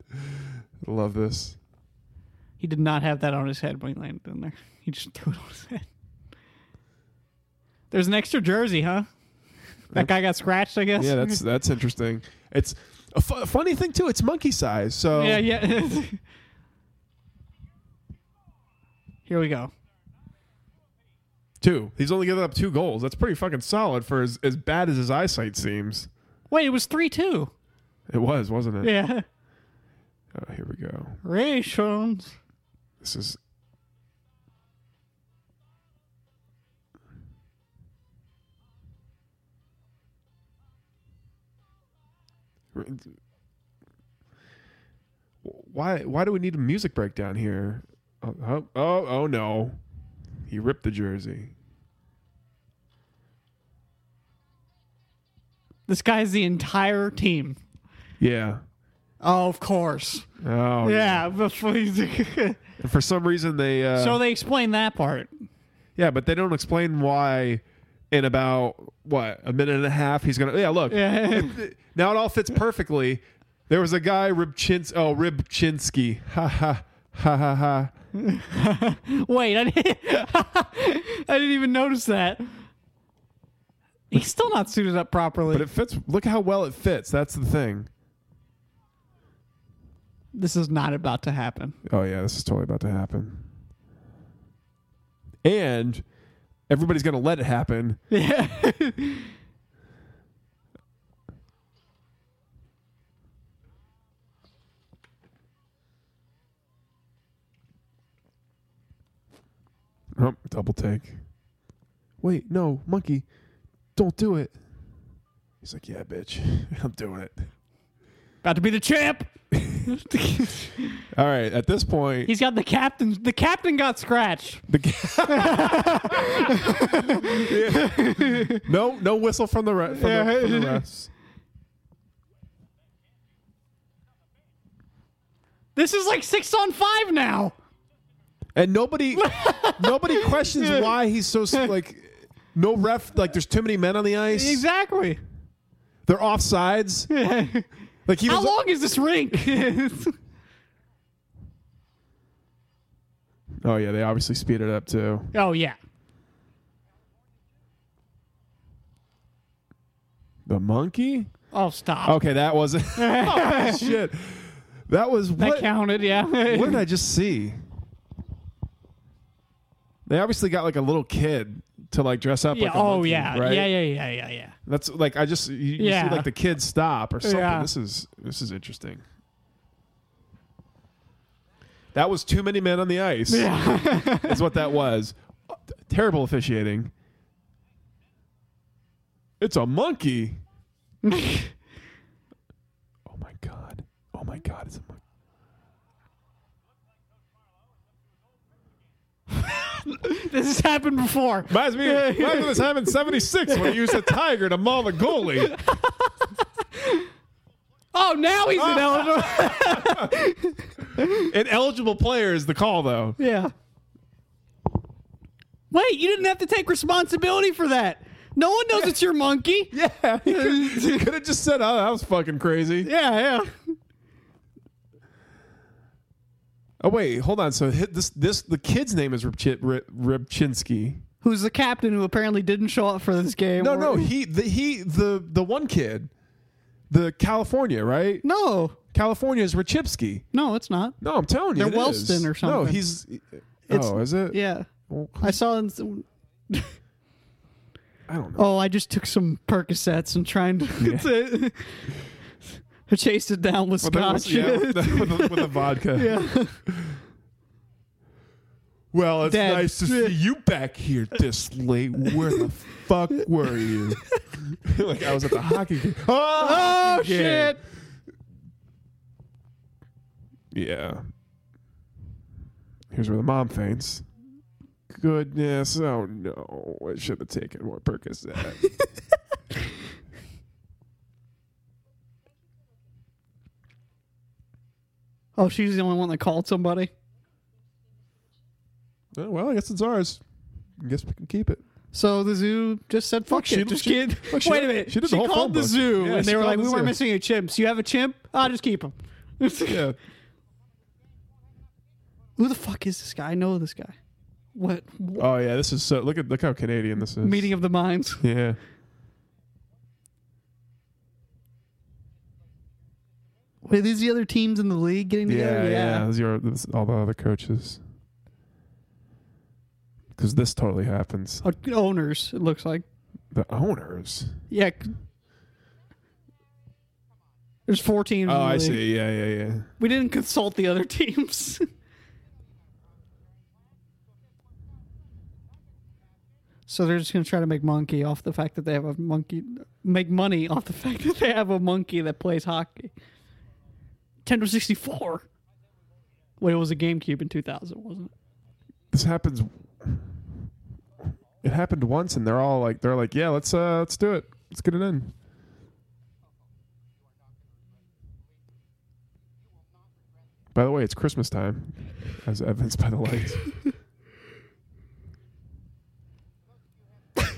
Speaker 1: I love this.
Speaker 2: He did not have that on his head when he landed in there. He just threw it on his head. There's an extra jersey, huh? That guy got scratched, I guess.
Speaker 1: Yeah, that's that's interesting. It's a fu- funny thing too. It's monkey size, so
Speaker 2: yeah, yeah. Here we go.
Speaker 1: two. He's only given up two goals. That's pretty fucking solid for as as bad as his eyesight seems.
Speaker 2: Wait, it was three two.
Speaker 1: It was, wasn't it?
Speaker 2: Yeah,
Speaker 1: Oh, here we go.
Speaker 2: rations.
Speaker 1: This is. Why? Why do we need a music breakdown here? Oh, oh, oh, oh no! He ripped the jersey.
Speaker 2: This guy's the entire team.
Speaker 1: Yeah.
Speaker 2: Oh, of course.
Speaker 1: Oh
Speaker 2: yeah. before he's-
Speaker 1: And For some reason they. Uh,
Speaker 2: so they explain that part.
Speaker 1: yeah, but they don't explain why. In about what a minute and a half, he's gonna. Yeah, look.
Speaker 2: Yeah.
Speaker 1: Now it all fits perfectly. There was a guy Ribchins oh Ribchinsky. Ha ha ha ha ha.
Speaker 2: Wait, I didn't, I didn't even notice that. He's still not suited up properly.
Speaker 1: But it fits look how well it fits. That's the thing.
Speaker 2: This is not about to happen.
Speaker 1: Oh yeah, this is totally about to happen. And everybody's gonna let it happen.
Speaker 2: Yeah.
Speaker 1: Oh, double take. Wait, no, monkey, don't do it. He's like, yeah, bitch, I'm doing it.
Speaker 2: about to be the champ.
Speaker 1: All right, at this point,
Speaker 2: He's got the captain. The captain got scratched.
Speaker 1: The ga- no, no whistle from the, re- from, the, from the refs.
Speaker 2: This is like six on five now.
Speaker 1: And nobody, nobody questions why he's so s- like. No ref, like there's too many men on the ice.
Speaker 2: Exactly.
Speaker 1: They're off sides. Like he
Speaker 2: How
Speaker 1: was,
Speaker 2: long is this rink?
Speaker 1: Oh yeah, they obviously speeded up too.
Speaker 2: oh yeah.
Speaker 1: The monkey.
Speaker 2: Oh stop.
Speaker 1: Okay, that wasn't. Oh, shit, that was
Speaker 2: That
Speaker 1: what?
Speaker 2: counted. Yeah.
Speaker 1: What did I just see? They obviously got like a little kid to like dress up.
Speaker 2: yeah.
Speaker 1: like a
Speaker 2: oh
Speaker 1: monkey,
Speaker 2: yeah.
Speaker 1: right?
Speaker 2: Yeah. Yeah. Yeah. Yeah. Yeah.
Speaker 1: That's like I just you, you
Speaker 2: Yeah.
Speaker 1: see like the kids stop or something.
Speaker 2: Yeah.
Speaker 1: This is this is interesting. That was too many men on the ice. That's what that was. Terrible officiating. It's a monkey. oh my god. Oh my god, it's a monkey.
Speaker 2: This has happened before.
Speaker 1: Reminds me, reminds me of this time in 76 when he used a tiger to maul the goalie.
Speaker 2: Oh, now he's in Illinois.
Speaker 1: An eligible player is the call, though.
Speaker 2: Yeah. Wait, you didn't have to take responsibility for that. No one knows it's your monkey. Yeah,
Speaker 1: Yeah, he could have just said, oh, that was fucking crazy.
Speaker 2: yeah.
Speaker 1: Oh wait, hold on. So hit this this the kid's name is Ripchi- Rip, Ripchinsky.
Speaker 2: Who's the captain who apparently didn't show up for this game?
Speaker 1: No,
Speaker 2: or-
Speaker 1: no, he the he the the one kid, the California, right?
Speaker 2: no,
Speaker 1: California is Ripchipsky.
Speaker 2: no, it's not.
Speaker 1: No, I'm telling you,
Speaker 2: They're
Speaker 1: it is.
Speaker 2: Wellston or
Speaker 1: No,
Speaker 2: something.
Speaker 1: he's.
Speaker 2: It's-
Speaker 1: oh, is it?
Speaker 2: Yeah,
Speaker 1: Well,
Speaker 2: I saw. In,
Speaker 1: I don't know.
Speaker 2: oh, I just took some Percocets and trying to, to- I chased it down with
Speaker 1: But that was-
Speaker 2: scotch.
Speaker 1: yeah, with, the, with, the, with the vodka.
Speaker 2: Oh, Yeah.
Speaker 1: Well, it's
Speaker 2: Dad.
Speaker 1: nice to see you back here this late. Where the fuck were you? like I was at the hockey game.
Speaker 2: Oh
Speaker 1: Oh,
Speaker 2: shit!
Speaker 1: Yeah. Here's where the mom faints. Goodness, oh no. I should have taken more Percocet.
Speaker 2: Oh, she's the only one that called somebody.
Speaker 1: oh, well, I guess it's ours. I guess we can keep it.
Speaker 2: So the zoo just said, "Fuck
Speaker 1: Look, she-
Speaker 2: it, just
Speaker 1: she-
Speaker 2: kid."
Speaker 1: look, she-
Speaker 2: Wait a minute.
Speaker 1: she
Speaker 2: She,
Speaker 1: did the whole phone
Speaker 2: called the
Speaker 1: book.
Speaker 2: zoo,
Speaker 1: Yeah,
Speaker 2: and
Speaker 1: she
Speaker 2: they were
Speaker 1: called
Speaker 2: like,
Speaker 1: the
Speaker 2: "We were
Speaker 1: zoo."
Speaker 2: missing a chimp. So you have a chimp? I'll just keep him."
Speaker 1: Yeah.
Speaker 2: Who the fuck is this guy? I know this guy. What
Speaker 1: Oh yeah, this is so look at look how Canadian this is.
Speaker 2: meeting of the minds?
Speaker 1: Yeah.
Speaker 2: Wait, these the other teams in the league getting
Speaker 1: Yeah,
Speaker 2: together?
Speaker 1: yeah. Those are those- all the other coaches. Because this totally happens.
Speaker 2: Uh, Owners, it looks like.
Speaker 1: The owners.
Speaker 2: Yeah. c- There's four teams. in
Speaker 1: Oh,
Speaker 2: the
Speaker 1: I
Speaker 2: league.
Speaker 1: see. Yeah, yeah, yeah.
Speaker 2: We didn't consult the other teams. so they're just going to try to make monkey off the fact that they have a monkey, make money off the fact that they have a monkey that plays hockey. Nintendo 64. Wait, it was a GameCube in 2000, wasn't it?
Speaker 1: This happens. It happened once, and they're all like, they're like, yeah, let's uh, let's do it. Let's get it in. By the way, it's Christmas time, as evidenced by the lights.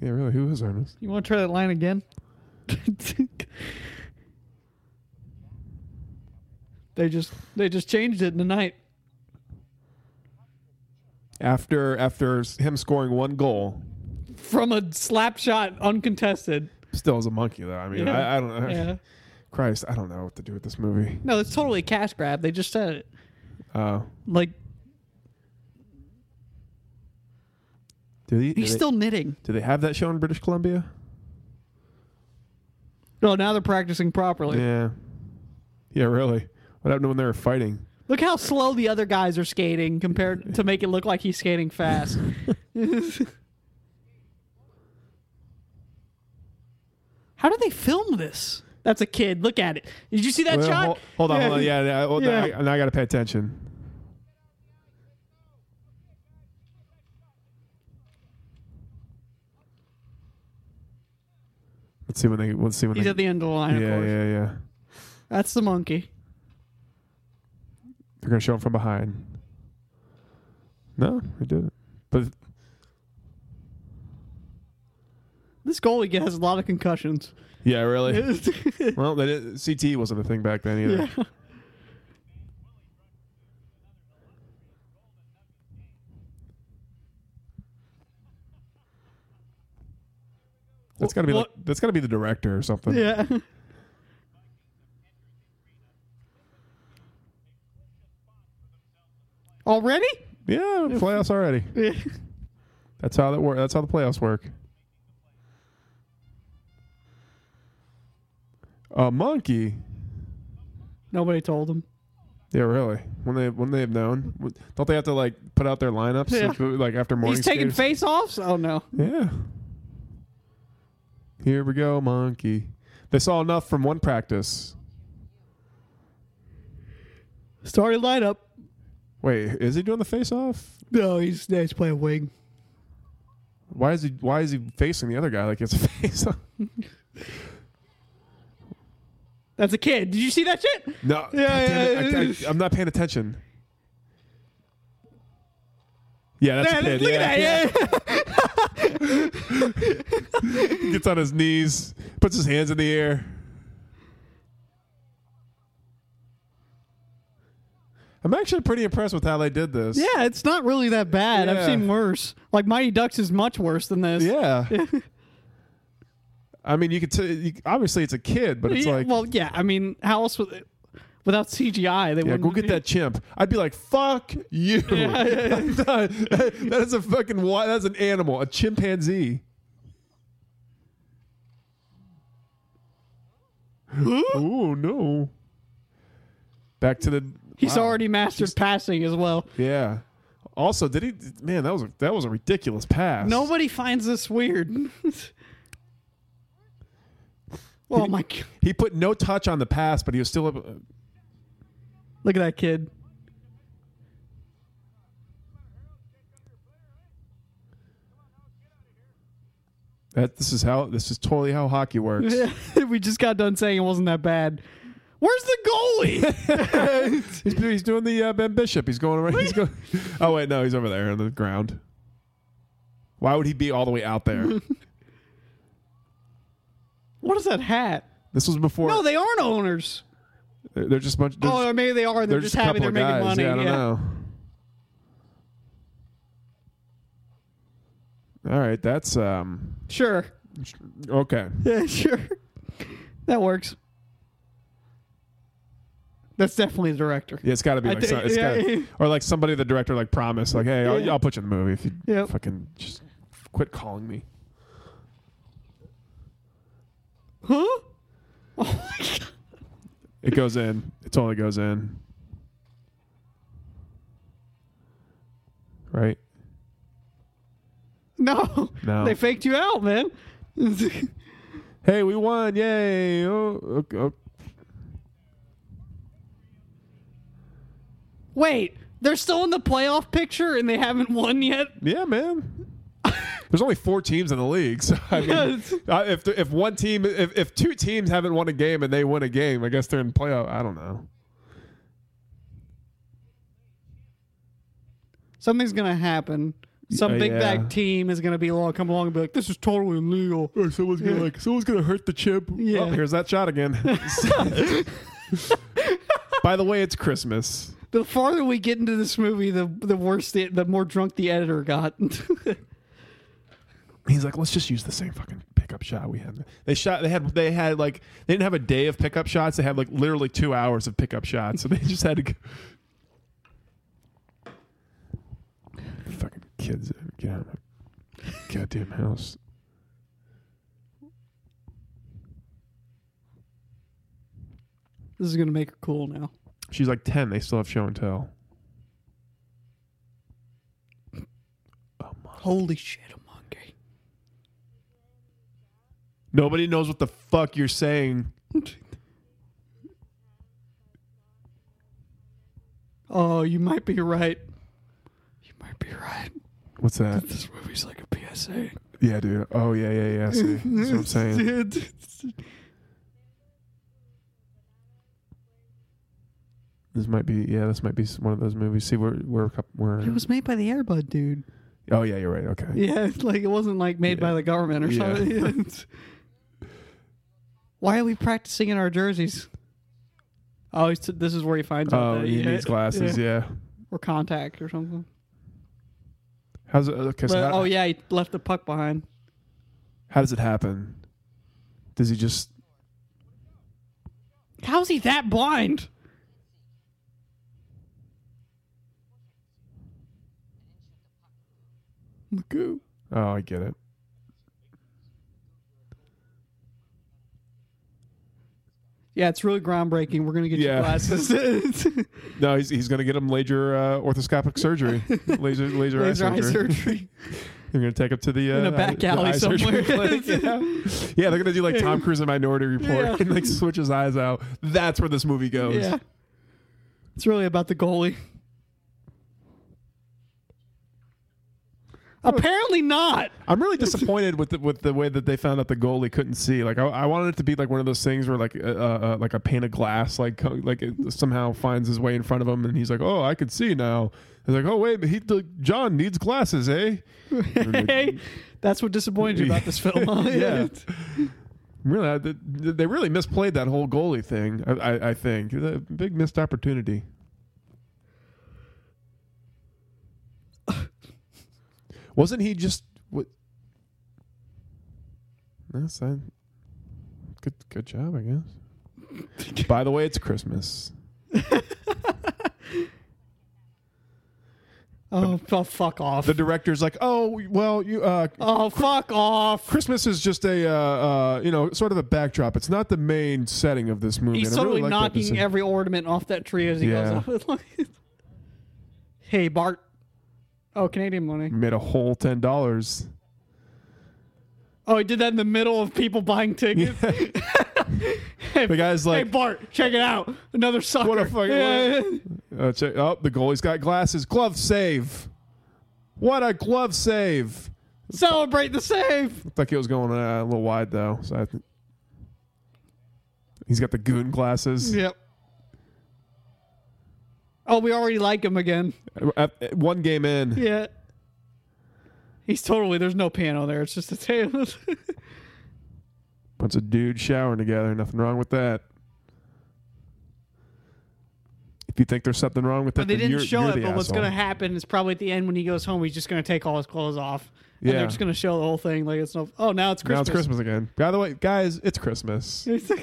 Speaker 1: yeah, really, who is Ernest?
Speaker 2: You want to try that line again? they just they just changed it in the night.
Speaker 1: after after him scoring one goal
Speaker 2: from a slap shot uncontested.
Speaker 1: Still as a monkey though. I mean,
Speaker 2: Yeah.
Speaker 1: I, I don't know.
Speaker 2: Yeah.
Speaker 1: Christ, I don't know what to do with this movie.
Speaker 2: No, it's totally a cash grab. They just said it.
Speaker 1: Uh,
Speaker 2: Like
Speaker 1: do they, do,
Speaker 2: he's
Speaker 1: they-
Speaker 2: still knitting.
Speaker 1: do they have that show in British Columbia?
Speaker 2: No, now they're practicing properly.
Speaker 1: Yeah. Yeah, really. What happened when they were fighting?
Speaker 2: Look how slow the other guys are skating compared to make it look like he's skating fast. how did they film this? That's a kid. Look at it. Did you see that
Speaker 1: Well,
Speaker 2: shot?
Speaker 1: hol- Hold, on, hold on. Yeah, yeah, hold on.
Speaker 2: Yeah.
Speaker 1: I, now I got to pay attention. Let's see when they. Let's see when
Speaker 2: He's
Speaker 1: they.
Speaker 2: at the end of the line, of
Speaker 1: yeah,
Speaker 2: course.
Speaker 1: yeah, yeah.
Speaker 2: That's the monkey.
Speaker 1: They're gonna show him from behind. No, they didn't. But
Speaker 2: This goalie has a lot of concussions.
Speaker 1: yeah, really. well, they did, CT wasn't a thing back then either.
Speaker 2: Yeah.
Speaker 1: That's gotta be
Speaker 2: What-
Speaker 1: like, that's gotta be the director or something.
Speaker 2: yeah. Already?
Speaker 1: Yeah, playoffs already.
Speaker 2: Yeah.
Speaker 1: That's how that work. That's how the playoffs work. A monkey.
Speaker 2: Nobody told him.
Speaker 1: Yeah, really. When they when they have known, don't they have to like put out their lineups
Speaker 2: Yeah.
Speaker 1: like, like after morning?
Speaker 2: He's taking
Speaker 1: skaters?
Speaker 2: face offs? Oh, no.
Speaker 1: Yeah. Here we go, monkey. They saw enough from one practice.
Speaker 2: Starting lineup.
Speaker 1: Wait, is he doing the face off?
Speaker 2: No, he's, no, he's playing wing.
Speaker 1: Why is he why is he facing the other guy like it's a face off?
Speaker 2: That's a kid. Did you see that shit?
Speaker 1: No. God
Speaker 2: Yeah,
Speaker 1: damn
Speaker 2: yeah,
Speaker 1: it. I, I, I'm not paying attention. Yeah, that's
Speaker 2: Yeah,
Speaker 1: a kid.
Speaker 2: look
Speaker 1: yeah.
Speaker 2: at that. Yeah.
Speaker 1: Gets on his knees, puts his hands in the air. I'm actually pretty impressed with how they did this.
Speaker 2: Yeah, it's not really that bad. I've
Speaker 1: Yeah.
Speaker 2: seen worse. Like Mighty Ducks is much worse than this.
Speaker 1: Yeah. I mean, you could t- you, obviously it's a kid, but it's
Speaker 2: Yeah,
Speaker 1: like,
Speaker 2: well, yeah. I mean, how else would without CGI? They
Speaker 1: yeah,
Speaker 2: wouldn't
Speaker 1: go get
Speaker 2: do-
Speaker 1: that chimp. I'd be like, fuck you.
Speaker 2: Yeah, yeah, yeah.
Speaker 1: I'm done. that is a fucking wi- that's an animal, a chimpanzee. oh no. Back to the.
Speaker 2: He's
Speaker 1: wow.
Speaker 2: already mastered passing as well.
Speaker 1: Yeah. Also, did he? Man, that was a, that was a ridiculous pass.
Speaker 2: Nobody finds this weird. oh my! g-
Speaker 1: he put no touch on the pass, but he was still. Able,
Speaker 2: Look at that kid.
Speaker 1: that this is how this is totally how hockey works.
Speaker 2: we just got done saying it wasn't that bad. Where's the goalie?
Speaker 1: He's, he's doing the uh, Ben Bishop. He's going around. He's going. Oh wait, no, he's over there on the ground. Why would he be all the way out there?
Speaker 2: what is that hat?
Speaker 1: this was before.
Speaker 2: No, they aren't owners.
Speaker 1: they're, they're just a bunch. There's,
Speaker 2: Oh, maybe they are. They're
Speaker 1: there's
Speaker 2: just
Speaker 1: a
Speaker 2: happy
Speaker 1: couple
Speaker 2: they're
Speaker 1: of
Speaker 2: making
Speaker 1: guys.
Speaker 2: money.
Speaker 1: Yeah, I don't know. All right, that's um
Speaker 2: Sure.
Speaker 1: okay.
Speaker 2: Yeah, sure. That works. That's definitely the director.
Speaker 1: Yeah, it's got to be
Speaker 2: I
Speaker 1: like
Speaker 2: think-
Speaker 1: so- it's
Speaker 2: yeah.
Speaker 1: gotta, or like somebody the director like promised like hey I'll,
Speaker 2: Yeah.
Speaker 1: I'll put you in the movie if you
Speaker 2: Yep.
Speaker 1: fucking just quit calling me.
Speaker 2: Huh? Oh my god.
Speaker 1: It goes in. It totally goes in. Right?
Speaker 2: No.
Speaker 1: No.
Speaker 2: They faked you out, man.
Speaker 1: Hey, we won! Yay! Oh, ok- ok.
Speaker 2: Wait, they're still in the playoff picture and they haven't won yet?
Speaker 1: Yeah, man. There's only four teams in the league, so I mean,
Speaker 2: Yes.
Speaker 1: uh, if if one team, if, if two teams haven't won a game and they win a game, I guess they're in playoff. I don't know.
Speaker 2: Something's going to happen. Some
Speaker 1: Uh,
Speaker 2: big
Speaker 1: yeah.
Speaker 2: bag team is going to be along, come along and be like, this is totally illegal.
Speaker 1: someone's gonna like, someone's gonna hurt the chip.
Speaker 2: Yeah.
Speaker 1: Oh, here's that shot again. By the way, it's Christmas.
Speaker 2: The farther we get into this movie, the the worse the the more drunk the editor got.
Speaker 1: He's like, let's just use the same fucking pickup shot we had. They shot. They had. They had like. They didn't have a day of pickup shots. They had like literally two hours of pickup shots. So they just had to. Go. Fucking kids, get out of my goddamn house.
Speaker 2: This is gonna make her cool now.
Speaker 1: She's like ten. They still have show and tell.
Speaker 2: Holy shit, I'm hungry.
Speaker 1: Nobody knows what the fuck you're saying.
Speaker 2: Oh, you might be right. You might be right.
Speaker 1: What's that?
Speaker 2: This movie's like a PSA.
Speaker 1: Yeah, dude. Oh yeah, yeah, yeah. See, that's what I'm saying.
Speaker 2: Dude.
Speaker 1: This might be. Yeah, this might be one of those movies. See, we're we're a couple. We're,
Speaker 2: It was made by the Airbud dude.
Speaker 1: oh yeah, you're right. Okay.
Speaker 2: Yeah, it's like it wasn't like made by the government or
Speaker 1: Yeah.
Speaker 2: something. It's- Why are we practicing in our jerseys? Oh, he's this is where he finds out.
Speaker 1: Oh,
Speaker 2: that-
Speaker 1: he
Speaker 2: yeah,
Speaker 1: needs glasses.
Speaker 2: yeah.
Speaker 1: Yeah.
Speaker 2: or contact or something.
Speaker 1: How's it? Okay, so
Speaker 2: But-
Speaker 1: how,
Speaker 2: oh yeah, he left the puck behind.
Speaker 1: how does it happen? Does he just?
Speaker 2: How's he that blind? Magoo.
Speaker 1: Oh, I get it.
Speaker 2: Yeah, it's really groundbreaking. We're gonna get
Speaker 1: Yeah.
Speaker 2: you glasses.
Speaker 1: No, he's, he's gonna get him laser uh, orthoscopic surgery, laser laser,
Speaker 2: Laser
Speaker 1: eye surgery. They're gonna take him to the uh,
Speaker 2: In a back
Speaker 1: the
Speaker 2: alley
Speaker 1: eye surgery
Speaker 2: somewhere.
Speaker 1: clinic, yeah. Yeah, they're gonna do like Tom Cruise in Minority Report
Speaker 2: Yeah.
Speaker 1: and like switch his eyes out. That's where this movie goes.
Speaker 2: Yeah. It's really about the goalie. Apparently not.
Speaker 1: I'm really disappointed with the, with the way that they found out the goalie couldn't see. Like I, I wanted it to be like one of those things where like uh, uh, like a pane of glass like co- like it somehow finds his way in front of him and he's like, oh, I can see now. He's like, oh wait, but he the, John needs glasses, eh?
Speaker 2: Hey, that's what disappointed you about this film. huh?
Speaker 1: Yeah. Really, I- th- they really misplayed that whole goalie thing. I, I, I think It was a big missed opportunity. Wasn't he just what? That's I, good. Good job, I guess. By the way, it's Christmas.
Speaker 2: Oh, oh, fuck off.
Speaker 1: The director's like, oh well, you uh,
Speaker 2: oh, fuck off.
Speaker 1: Christmas is just a uh, uh, you know sort of a backdrop. It's not the main setting of this movie.
Speaker 2: He's
Speaker 1: and I really
Speaker 2: totally
Speaker 1: like that
Speaker 2: knocking
Speaker 1: decision.
Speaker 2: every ornament off that tree as he
Speaker 1: Yeah.
Speaker 2: goes up. hey, Bart. Oh, Canadian money.
Speaker 1: made a whole ten dollars.
Speaker 2: Oh, he did that in the middle of people buying tickets. hey,
Speaker 1: The guy's
Speaker 2: hey,
Speaker 1: like,
Speaker 2: Bart, check it out. Another sucker.
Speaker 1: What a fucking- Uh, check, oh, the goalie's got glasses. Glove save. What a glove save.
Speaker 2: Celebrate the save.
Speaker 1: Looked like it was going uh, a little wide, though. So I th- He's got the goon glasses.
Speaker 2: Yep. Oh, we already like him again.
Speaker 1: Uh, uh, One game in.
Speaker 2: Yeah. He's totally, there's no piano there. It's just a table.
Speaker 1: Bunch of dudes showering together. Nothing wrong with that. If you think there's something wrong with that,
Speaker 2: but they
Speaker 1: then
Speaker 2: didn't
Speaker 1: you're-
Speaker 2: show
Speaker 1: you're
Speaker 2: it.
Speaker 1: the
Speaker 2: But what's
Speaker 1: asshole.
Speaker 2: going to happen is probably at the end when he goes home, he's just going to take all his clothes off. And
Speaker 1: Yeah.
Speaker 2: they're just going to show the whole thing. Like it's no, oh, now it's
Speaker 1: Now
Speaker 2: Christmas.
Speaker 1: it's Christmas again. By the way, guys, it's Christmas.
Speaker 2: Christmas.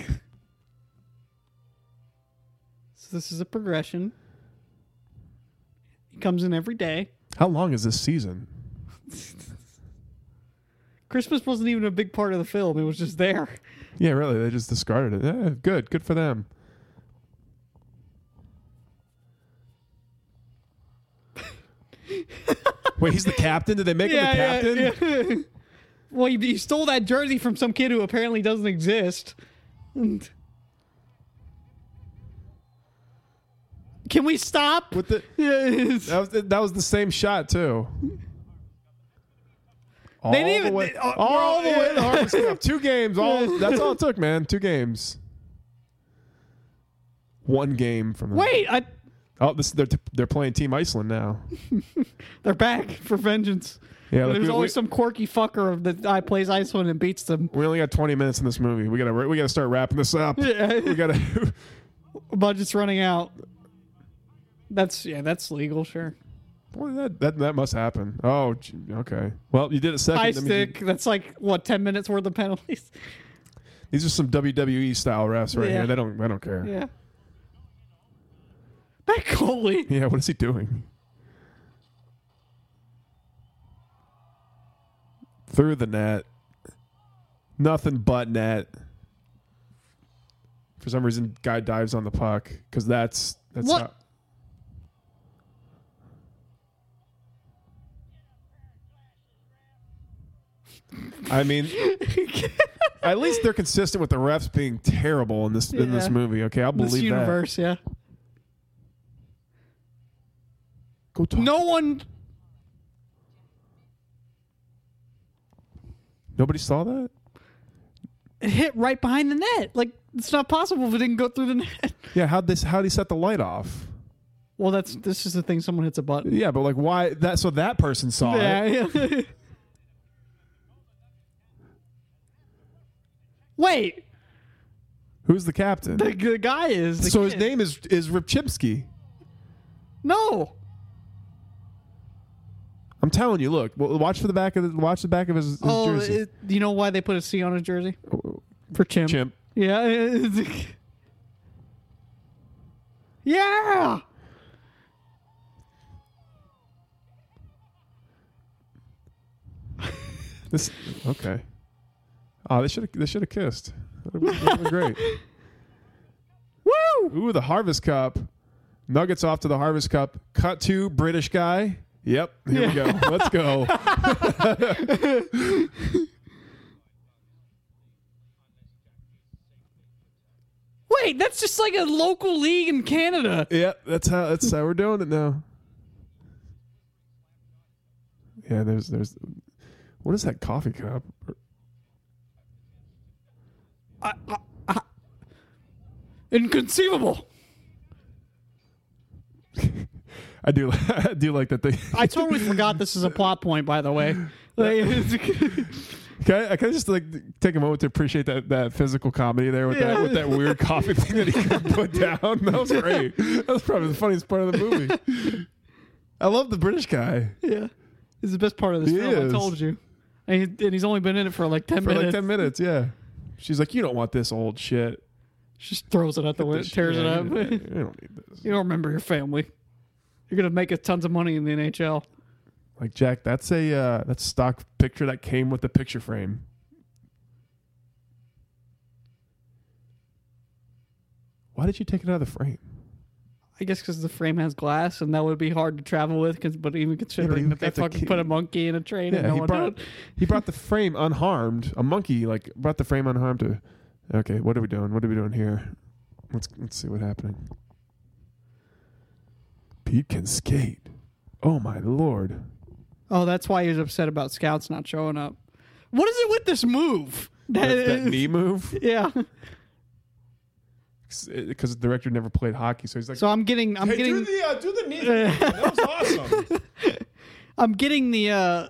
Speaker 2: so this is a progression. He comes in every day.
Speaker 1: How long is this season?
Speaker 2: Christmas wasn't even a big part of the film. It was just there.
Speaker 1: Yeah, really, they just discarded it. Yeah, good, good for them. Wait, he's the captain. Did they make him the captain?
Speaker 2: yeah. well, you, you stole that jersey from some kid who apparently doesn't exist. And- Can we stop?
Speaker 1: With the
Speaker 2: Yes.
Speaker 1: that was, the, that was the same shot too. All
Speaker 2: didn't
Speaker 1: the
Speaker 2: even-
Speaker 1: way,
Speaker 2: they- uh,
Speaker 1: all the
Speaker 2: bro,
Speaker 1: way
Speaker 2: yeah.
Speaker 1: to Harvest Cup. Two games. All that's all it took, man. Two games. One game from them.
Speaker 2: Wait, I,
Speaker 1: Oh, this, they're they're playing Team Iceland now.
Speaker 2: they're back for vengeance.
Speaker 1: Yeah, like,
Speaker 2: There's
Speaker 1: we-
Speaker 2: always
Speaker 1: we-
Speaker 2: some quirky fucker that I plays Iceland and beats them.
Speaker 1: We only got 20 minutes in this movie. We gotta we gotta start wrapping this up.
Speaker 2: Yeah.
Speaker 1: We gotta.
Speaker 2: Budget's running out. That's yeah, that's legal, sure.
Speaker 1: Boy, that, that that must happen. Oh, gee, okay. Well, you did it second.
Speaker 2: I
Speaker 1: that means you-
Speaker 2: stick. That's like what ten minutes worth of penalties.
Speaker 1: These are some WWE style refs right
Speaker 2: Yeah.
Speaker 1: here. They don't. I don't care. Yeah.
Speaker 2: Yeah. That goalie.
Speaker 1: What is he doing? Through the net. Nothing but net. For some reason, guy dives on the puck because that's that's
Speaker 2: What?
Speaker 1: How, I mean, at least they're consistent with the refs being terrible in this in this
Speaker 2: Yeah.
Speaker 1: movie. Okay, I'll believe
Speaker 2: this universe, yeah.
Speaker 1: that. Go talk.
Speaker 2: No one.
Speaker 1: Nobody saw that.
Speaker 2: It hit right behind the net. Like it's not possible if it didn't go through the net.
Speaker 1: Yeah, how this? How would he set the light off?
Speaker 2: Well, that's this is the thing. Someone hits a button.
Speaker 1: Yeah, but like why that? So that person saw it.
Speaker 2: Yeah. yeah. Wait,
Speaker 1: Who's the captain?
Speaker 2: the, the guy is. The
Speaker 1: so his
Speaker 2: kid.
Speaker 1: name is is Ripchimsky.
Speaker 2: No.
Speaker 1: I'm telling you, look, w- watch for the back of the, watch the back of his, his
Speaker 2: Oh,
Speaker 1: jersey.
Speaker 2: it, you know why they put a C on his jersey? For Chimp.
Speaker 1: Chimp.
Speaker 2: Yeah. yeah.
Speaker 1: This okay. Oh, they should have they should have kissed. That would be great.
Speaker 2: Woo!
Speaker 1: Ooh, the Harvest Cup. Nuggets off to the Harvest Cup. Cut to British guy. Yep, here we go. Let's go.
Speaker 2: Wait, that's just like a local league in Canada.
Speaker 1: Yep, that's how that's how we're doing it now. Yeah, there's there's what is that coffee cup?
Speaker 2: Inconceivable.
Speaker 1: I do I do like that thing.
Speaker 2: I totally forgot this is a plot point, by the way.
Speaker 1: Can I, can I just like take a moment to appreciate that, that physical comedy there with that
Speaker 2: Yeah.
Speaker 1: with that weird coffee thing that he couldn't put down? That was great. That was probably the funniest part of the movie. I love the British guy
Speaker 2: yeah. It's the best part of this
Speaker 1: He
Speaker 2: film,
Speaker 1: is.
Speaker 2: I told you. And, he, and he's only been in it for like 10
Speaker 1: for
Speaker 2: minutes.
Speaker 1: like ten minutes. Yeah, she's like, you don't want this old shit.
Speaker 2: Just throws it out the window,
Speaker 1: This-
Speaker 2: tears
Speaker 1: yeah, You
Speaker 2: it up.
Speaker 1: don't, you don't need this.
Speaker 2: you don't remember your family. You're going to make us tons of money in the NHL.
Speaker 1: Like Jack, that's a uh, that's stock picture that came with the picture frame. Why did you take it out of the frame?
Speaker 2: I guess because the frame has glass, and that would be hard to travel with. 'cause- but even considering
Speaker 1: even
Speaker 2: that they
Speaker 1: got the
Speaker 2: fucking
Speaker 1: key-
Speaker 2: put a monkey in a train, and
Speaker 1: Yeah,
Speaker 2: no
Speaker 1: he
Speaker 2: one
Speaker 1: brought
Speaker 2: did.
Speaker 1: he brought the frame unharmed. A monkey like brought the frame unharmed to. Okay, what are we doing? What are we doing here? Let's let's see what's happening. Pete can skate. Oh my lord!
Speaker 2: Oh, that's why he was upset about scouts not showing up. What is it with this move?
Speaker 1: That, that knee move
Speaker 2: Yeah.
Speaker 1: because the director never played hockey, so he's like,
Speaker 2: So I'm getting, I'm
Speaker 1: "Hey,
Speaker 2: getting,
Speaker 1: do the uh, do the knee. move. that was awesome.
Speaker 2: I'm getting the uh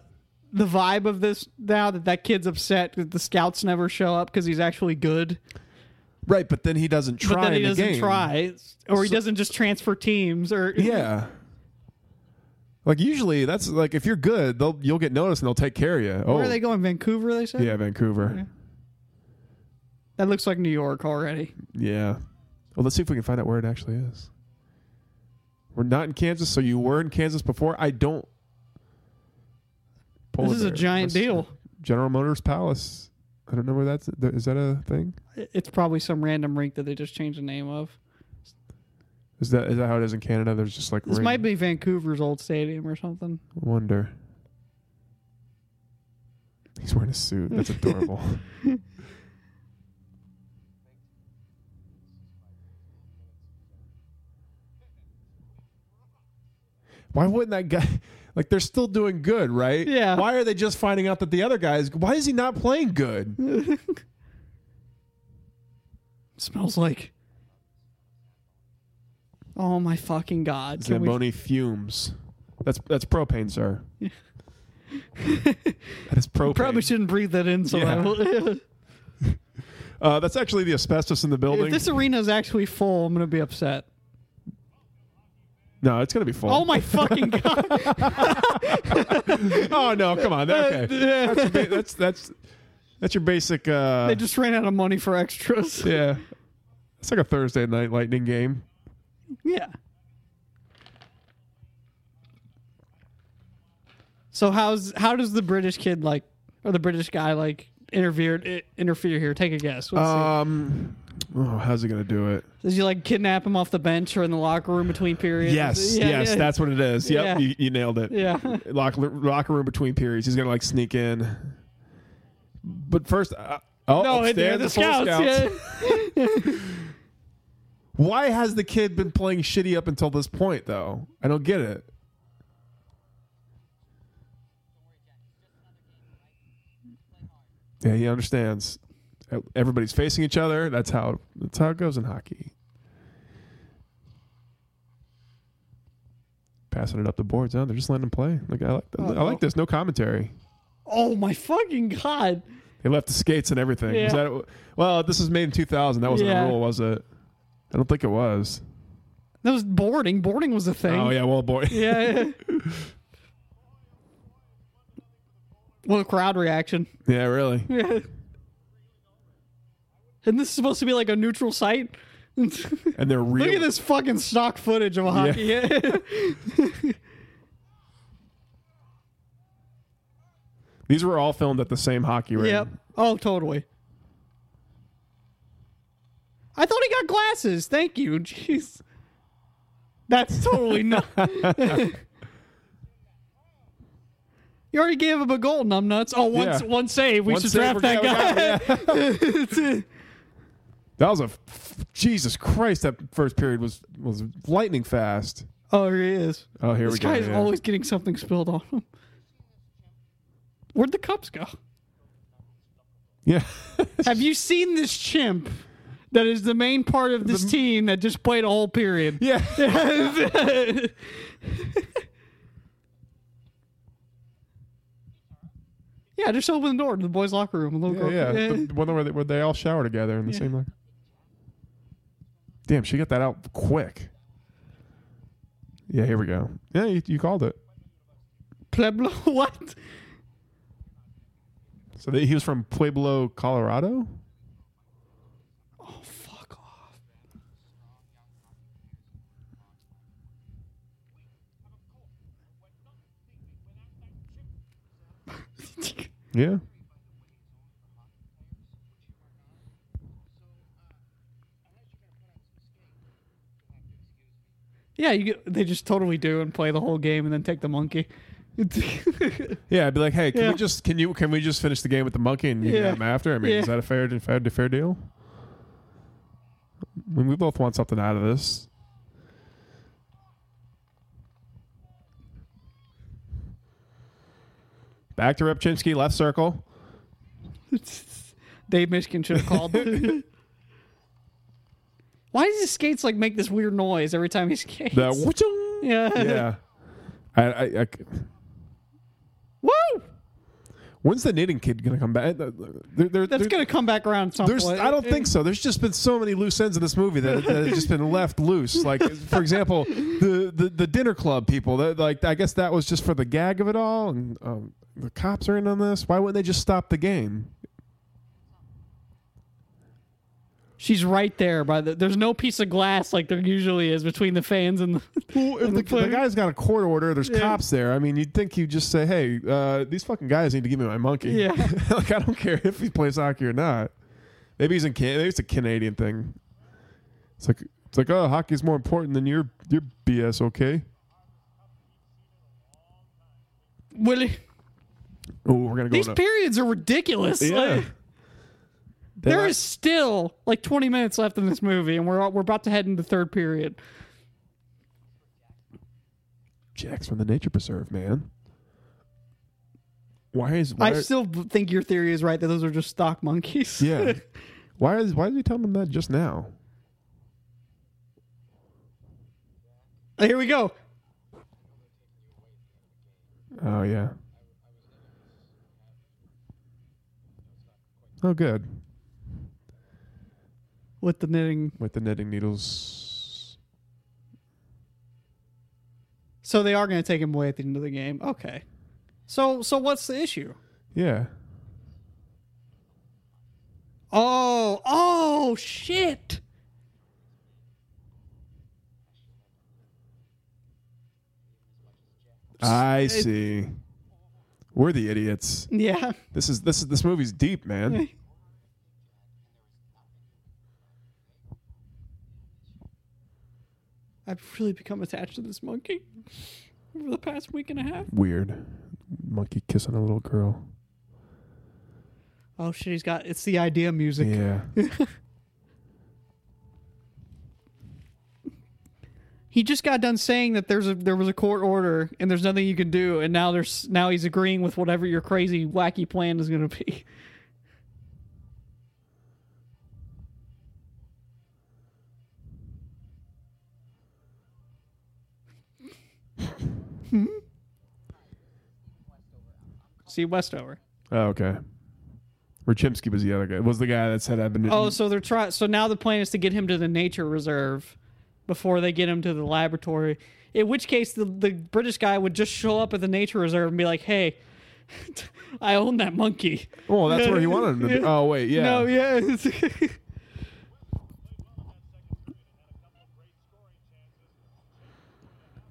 Speaker 2: the vibe of this now that that kid's upset that the scouts never show up because he's actually good,
Speaker 1: Right, but then he doesn't try.
Speaker 2: but then he
Speaker 1: in the
Speaker 2: doesn't
Speaker 1: game.
Speaker 2: try, or he
Speaker 1: So-
Speaker 2: doesn't just transfer teams, or
Speaker 1: Yeah. Like usually, that's like if you're good, they'll you'll get noticed and they'll take care of you. Oh,
Speaker 2: Where are they going? Vancouver, they said.
Speaker 1: yeah, Vancouver.
Speaker 2: That looks like New York already.
Speaker 1: Yeah. Well, let's see if we can find out where it actually is. We're not in Kansas, so you were in Kansas before. I don't. Polar
Speaker 2: this is a
Speaker 1: bear.
Speaker 2: giant
Speaker 1: That's
Speaker 2: deal.
Speaker 1: General Motors Palace. I don't know where that's. Is that a thing?
Speaker 2: It's probably some random rink that they just changed the name of.
Speaker 1: Is that is that how it is in Canada? There's just like
Speaker 2: This
Speaker 1: ring-
Speaker 2: might be Vancouver's old stadium or something.
Speaker 1: Wonder. He's wearing a suit. That's adorable. Why wouldn't that guy? Like they're still doing good, right?
Speaker 2: Yeah.
Speaker 1: Why are they just finding out that the other guy is? Why is he not playing good?
Speaker 2: smells like. Oh my fucking god! Can we-
Speaker 1: Zamboni fumes. That's that's propane, sir. that is propane.
Speaker 2: Probably shouldn't breathe that in. So
Speaker 1: Yeah.
Speaker 2: I will-
Speaker 1: Uh, that's actually the asbestos in the building.
Speaker 2: if this arena is actually full, I'm gonna be upset.
Speaker 1: No, it's gonna be full.
Speaker 2: Oh my fucking god!
Speaker 1: Oh, no, come on. Okay, that's, ba- that's that's that's your basic. Uh,
Speaker 2: They just ran out of money for extras.
Speaker 1: yeah, it's like a Thursday night lightning game.
Speaker 2: Yeah. So how's how does the British kid like or the British guy like interfered i- interfere here? Take a guess. What's
Speaker 1: Um, oh, how's he gonna do it?
Speaker 2: he, does he like kidnap him off the bench or in the locker room between periods?
Speaker 1: Yes,
Speaker 2: Yeah,
Speaker 1: yes,
Speaker 2: yeah.
Speaker 1: that's what it is. Yep,
Speaker 2: Yeah.
Speaker 1: you, you nailed it.
Speaker 2: yeah.
Speaker 1: Locker, locker room between periods. He's gonna like sneak in. But first, uh, oh,
Speaker 2: No,
Speaker 1: upstairs,
Speaker 2: they're the
Speaker 1: full
Speaker 2: scouts. Yeah.
Speaker 1: Why has the kid been playing shitty up until this point, though? I don't get it. Yeah, he understands. Everybody's facing each other. That's how that's how it goes in hockey. Passing it up the boards. Huh? They're just letting him play. Like I like I like this. No commentary.
Speaker 2: Oh my fucking god!
Speaker 1: They left the skates and everything. Was
Speaker 2: Yeah.
Speaker 1: that, well, this was made in 2000. That wasn't
Speaker 2: Yeah.
Speaker 1: a rule, was it? I don't think it was.
Speaker 2: That was boarding. Boarding was a thing.
Speaker 1: Oh yeah, well, boy.
Speaker 2: yeah. yeah. well, crowd reaction.
Speaker 1: Yeah, really.
Speaker 2: Yeah. And this is supposed to be like a neutral site. Look
Speaker 1: And they're real.
Speaker 2: at this fucking stock footage of a hockey.
Speaker 1: These were all filmed at the same hockey ring.
Speaker 2: yep. Oh, totally. I thought he got glasses. Thank you. Jeez. That's totally not. you already gave him a goal, numbnuts. Oh, one,
Speaker 1: Yeah.
Speaker 2: one save. We
Speaker 1: One
Speaker 2: should
Speaker 1: save
Speaker 2: draft
Speaker 1: for
Speaker 2: that guy.
Speaker 1: Gallagher, yeah. that was a f- Jesus Christ. That first period was was lightning fast.
Speaker 2: Oh, here he is.
Speaker 1: Oh, here
Speaker 2: This
Speaker 1: we go.
Speaker 2: guy's
Speaker 1: yeah.
Speaker 2: always getting something spilled on him. Where'd the cups go?
Speaker 1: yeah.
Speaker 2: Have you seen this chimp that is the main part of this team that just played a whole period?
Speaker 1: yeah.
Speaker 2: Yeah, just open the door to the boys' locker room. The
Speaker 1: Yeah,
Speaker 2: little
Speaker 1: yeah.
Speaker 2: girl- Eh,
Speaker 1: The one where they, where they all shower together in the same like. Damn, she got that out quick. Yeah, here we go. Yeah, you, you called it.
Speaker 2: Pueblo, what?
Speaker 1: So they, he was from Pueblo, Colorado.
Speaker 2: Fuck off.
Speaker 1: Yeah.
Speaker 2: Yeah, you get, they just totally do and play the whole game and then take the monkey.
Speaker 1: Yeah, I'd be like, hey, can
Speaker 2: Yeah.
Speaker 1: we just can you can we just finish the game with the monkey and you
Speaker 2: Yeah.
Speaker 1: can have him after? I mean,
Speaker 2: Yeah.
Speaker 1: is that a fair fair, fair deal? I mean, we both want something out of this. Back to Repchinsky, left circle.
Speaker 2: Dave Michigan should have called. Why does his skates like make this weird noise every time he skates?
Speaker 1: The whoochung.
Speaker 2: yeah.
Speaker 1: yeah. I, I, I,
Speaker 2: Woo!
Speaker 1: when's the knitting kid gonna come back? They're- they're-
Speaker 2: That's
Speaker 1: they're-
Speaker 2: gonna come back around at some
Speaker 1: There's,
Speaker 2: point.
Speaker 1: I don't think so. There's just been so many loose ends in this movie that, that have just been left loose. Like, for example, the, the, the dinner club people. That, like, I guess that was just for the gag of it all. And um, the cops are in on this. Why wouldn't they just stop the game?
Speaker 2: She's right there by the. There's no piece of glass like there usually is between the fans and the.
Speaker 1: Well, if the, the guy's got a court order, there's cops there. I mean, you'd think you'd just say, "Hey, uh, these fucking guys need to give me my monkey."
Speaker 2: Yeah.
Speaker 1: like I don't care if he plays hockey or not. Maybe he's in Can- maybe it's a Canadian thing. It's like it's like oh, hockey's more important than your your BS. Okay.
Speaker 2: Willie,
Speaker 1: Oh, we're gonna go.
Speaker 2: these
Speaker 1: in a-
Speaker 2: periods are ridiculous.
Speaker 1: Yeah.
Speaker 2: Like, there is still like 20 minutes left in this movie, and we're we're about to head into third period.
Speaker 1: Jack's from the Nature Preserve, man. Why is why
Speaker 2: I
Speaker 1: are-
Speaker 2: still think your theory is right that those are just stock monkeys.
Speaker 1: yeah? why is why did he tell him that just now?
Speaker 2: Here we go.
Speaker 1: Oh yeah. Oh good
Speaker 2: With the knitting.
Speaker 1: with the knitting needles.
Speaker 2: So they are going to take him away at the end of the game. Okay. So so what's the issue?
Speaker 1: Yeah.
Speaker 2: Oh, oh shit.
Speaker 1: I see. We're the idiots.
Speaker 2: Yeah.
Speaker 1: This is this is this movie's deep, man.
Speaker 2: I've really become attached to this monkey over the past week and a half.
Speaker 1: Weird. Monkey kissing a little girl.
Speaker 2: Oh shit, he's got it's the idea music.
Speaker 1: Yeah.
Speaker 2: He just got done saying that there's a there was a court order and there's nothing you can do and now there's now he's agreeing with whatever your crazy wacky plan is going to be. Hmm? See Westover.
Speaker 1: Oh, okay. Rachimsky was the other guy. Was the guy that said I've been.
Speaker 2: Oh, so they're trying. So now the plan is to get him to the nature reserve before they get him to the laboratory. In which case, the, the British guy would just show up at the nature reserve and be like, "Hey, I own that monkey."
Speaker 1: Oh, well, that's where he wanted him to be. Oh wait, yeah.
Speaker 2: No, yeah. it's-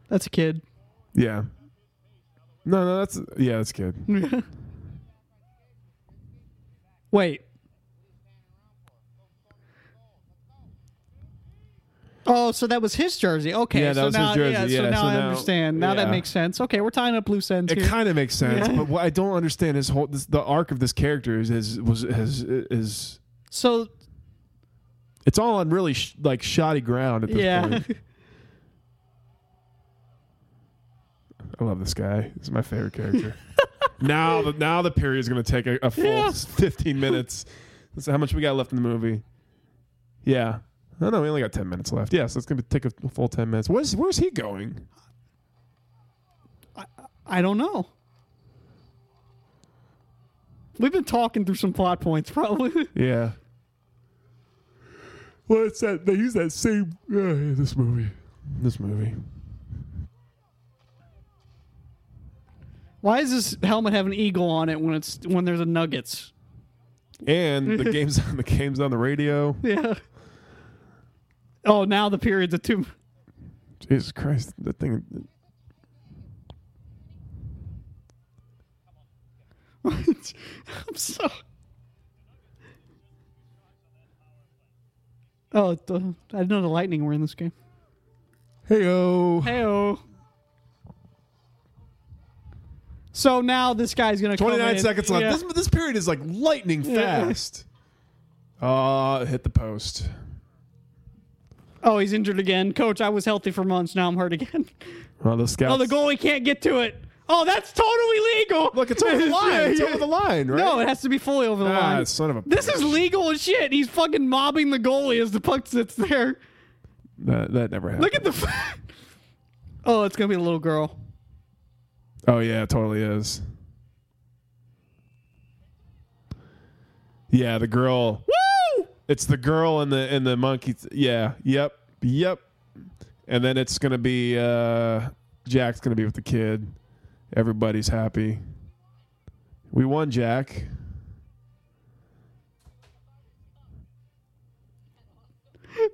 Speaker 2: That's a kid.
Speaker 1: Yeah. No, no, that's yeah, that's good.
Speaker 2: Wait. Oh, so that was his jersey. Okay,
Speaker 1: Yeah, that
Speaker 2: so
Speaker 1: was his
Speaker 2: now,
Speaker 1: jersey.
Speaker 2: Yeah, so
Speaker 1: Yeah,
Speaker 2: now
Speaker 1: so
Speaker 2: I
Speaker 1: now-
Speaker 2: understand. Now that
Speaker 1: yeah.
Speaker 2: makes sense. Okay, we're tying up loose ends
Speaker 1: It
Speaker 2: here.
Speaker 1: kind of makes sense,
Speaker 2: Yeah.
Speaker 1: but what I don't understand is whole this, the arc of this character is is was is, is
Speaker 2: so
Speaker 1: it's all on really sh- like shoddy ground at this
Speaker 2: yeah,
Speaker 1: point. I love this guy. He's my favorite character. now, the, now the period is going to take a, a full
Speaker 2: Yeah.
Speaker 1: 15 minutes. So how much we got left in the movie? Yeah. Oh, No, no, we only got 10 minutes left. Yeah, so it's going to take a full 10 minutes. Where's, where's he going?
Speaker 2: I don't know. We've been talking through some plot points, probably.
Speaker 1: Yeah. Well, it's that they use that same uh, this movie. This movie.
Speaker 2: Why does this helmet have an eagle on it when it's when there's a Nuggets?
Speaker 1: And the game's on the game's on the radio.
Speaker 2: Yeah. Oh, now the period's a two.
Speaker 1: Jesus Christ, that thing
Speaker 2: I'm so. Oh, the, I didn't know the Lightning were in this game.
Speaker 1: Hey oh.
Speaker 2: Heyo. So now this guy's gonna. come
Speaker 1: Twenty nine
Speaker 2: in-
Speaker 1: seconds left.
Speaker 2: Yeah.
Speaker 1: This this period is like lightning
Speaker 2: Yeah.
Speaker 1: fast. Ah, hit the post.
Speaker 2: oh, he's injured again, Coach. I was healthy for months. Now I'm hurt again.
Speaker 1: Well, the scouts.
Speaker 2: Oh, the goalie can't get to it. Oh, that's totally legal.
Speaker 1: Look, it's over the line.
Speaker 2: Yeah,
Speaker 1: It's
Speaker 2: yeah.
Speaker 1: over the line, right?
Speaker 2: No, it has to be fully over the
Speaker 1: ah,
Speaker 2: line.
Speaker 1: son of a.
Speaker 2: This is legal as shit. He's fucking mobbing the goalie as the puck sits there.
Speaker 1: that, that never happened.
Speaker 2: Look at the. F- oh, it's gonna be a little girl.
Speaker 1: Oh yeah, it totally is. Yeah, the girl.
Speaker 2: Woo!
Speaker 1: It's the girl and the and the monkey. Yeah. Yep. Yep. And then it's gonna be uh, Jack's gonna be with the kid. Everybody's happy. We won, Jack.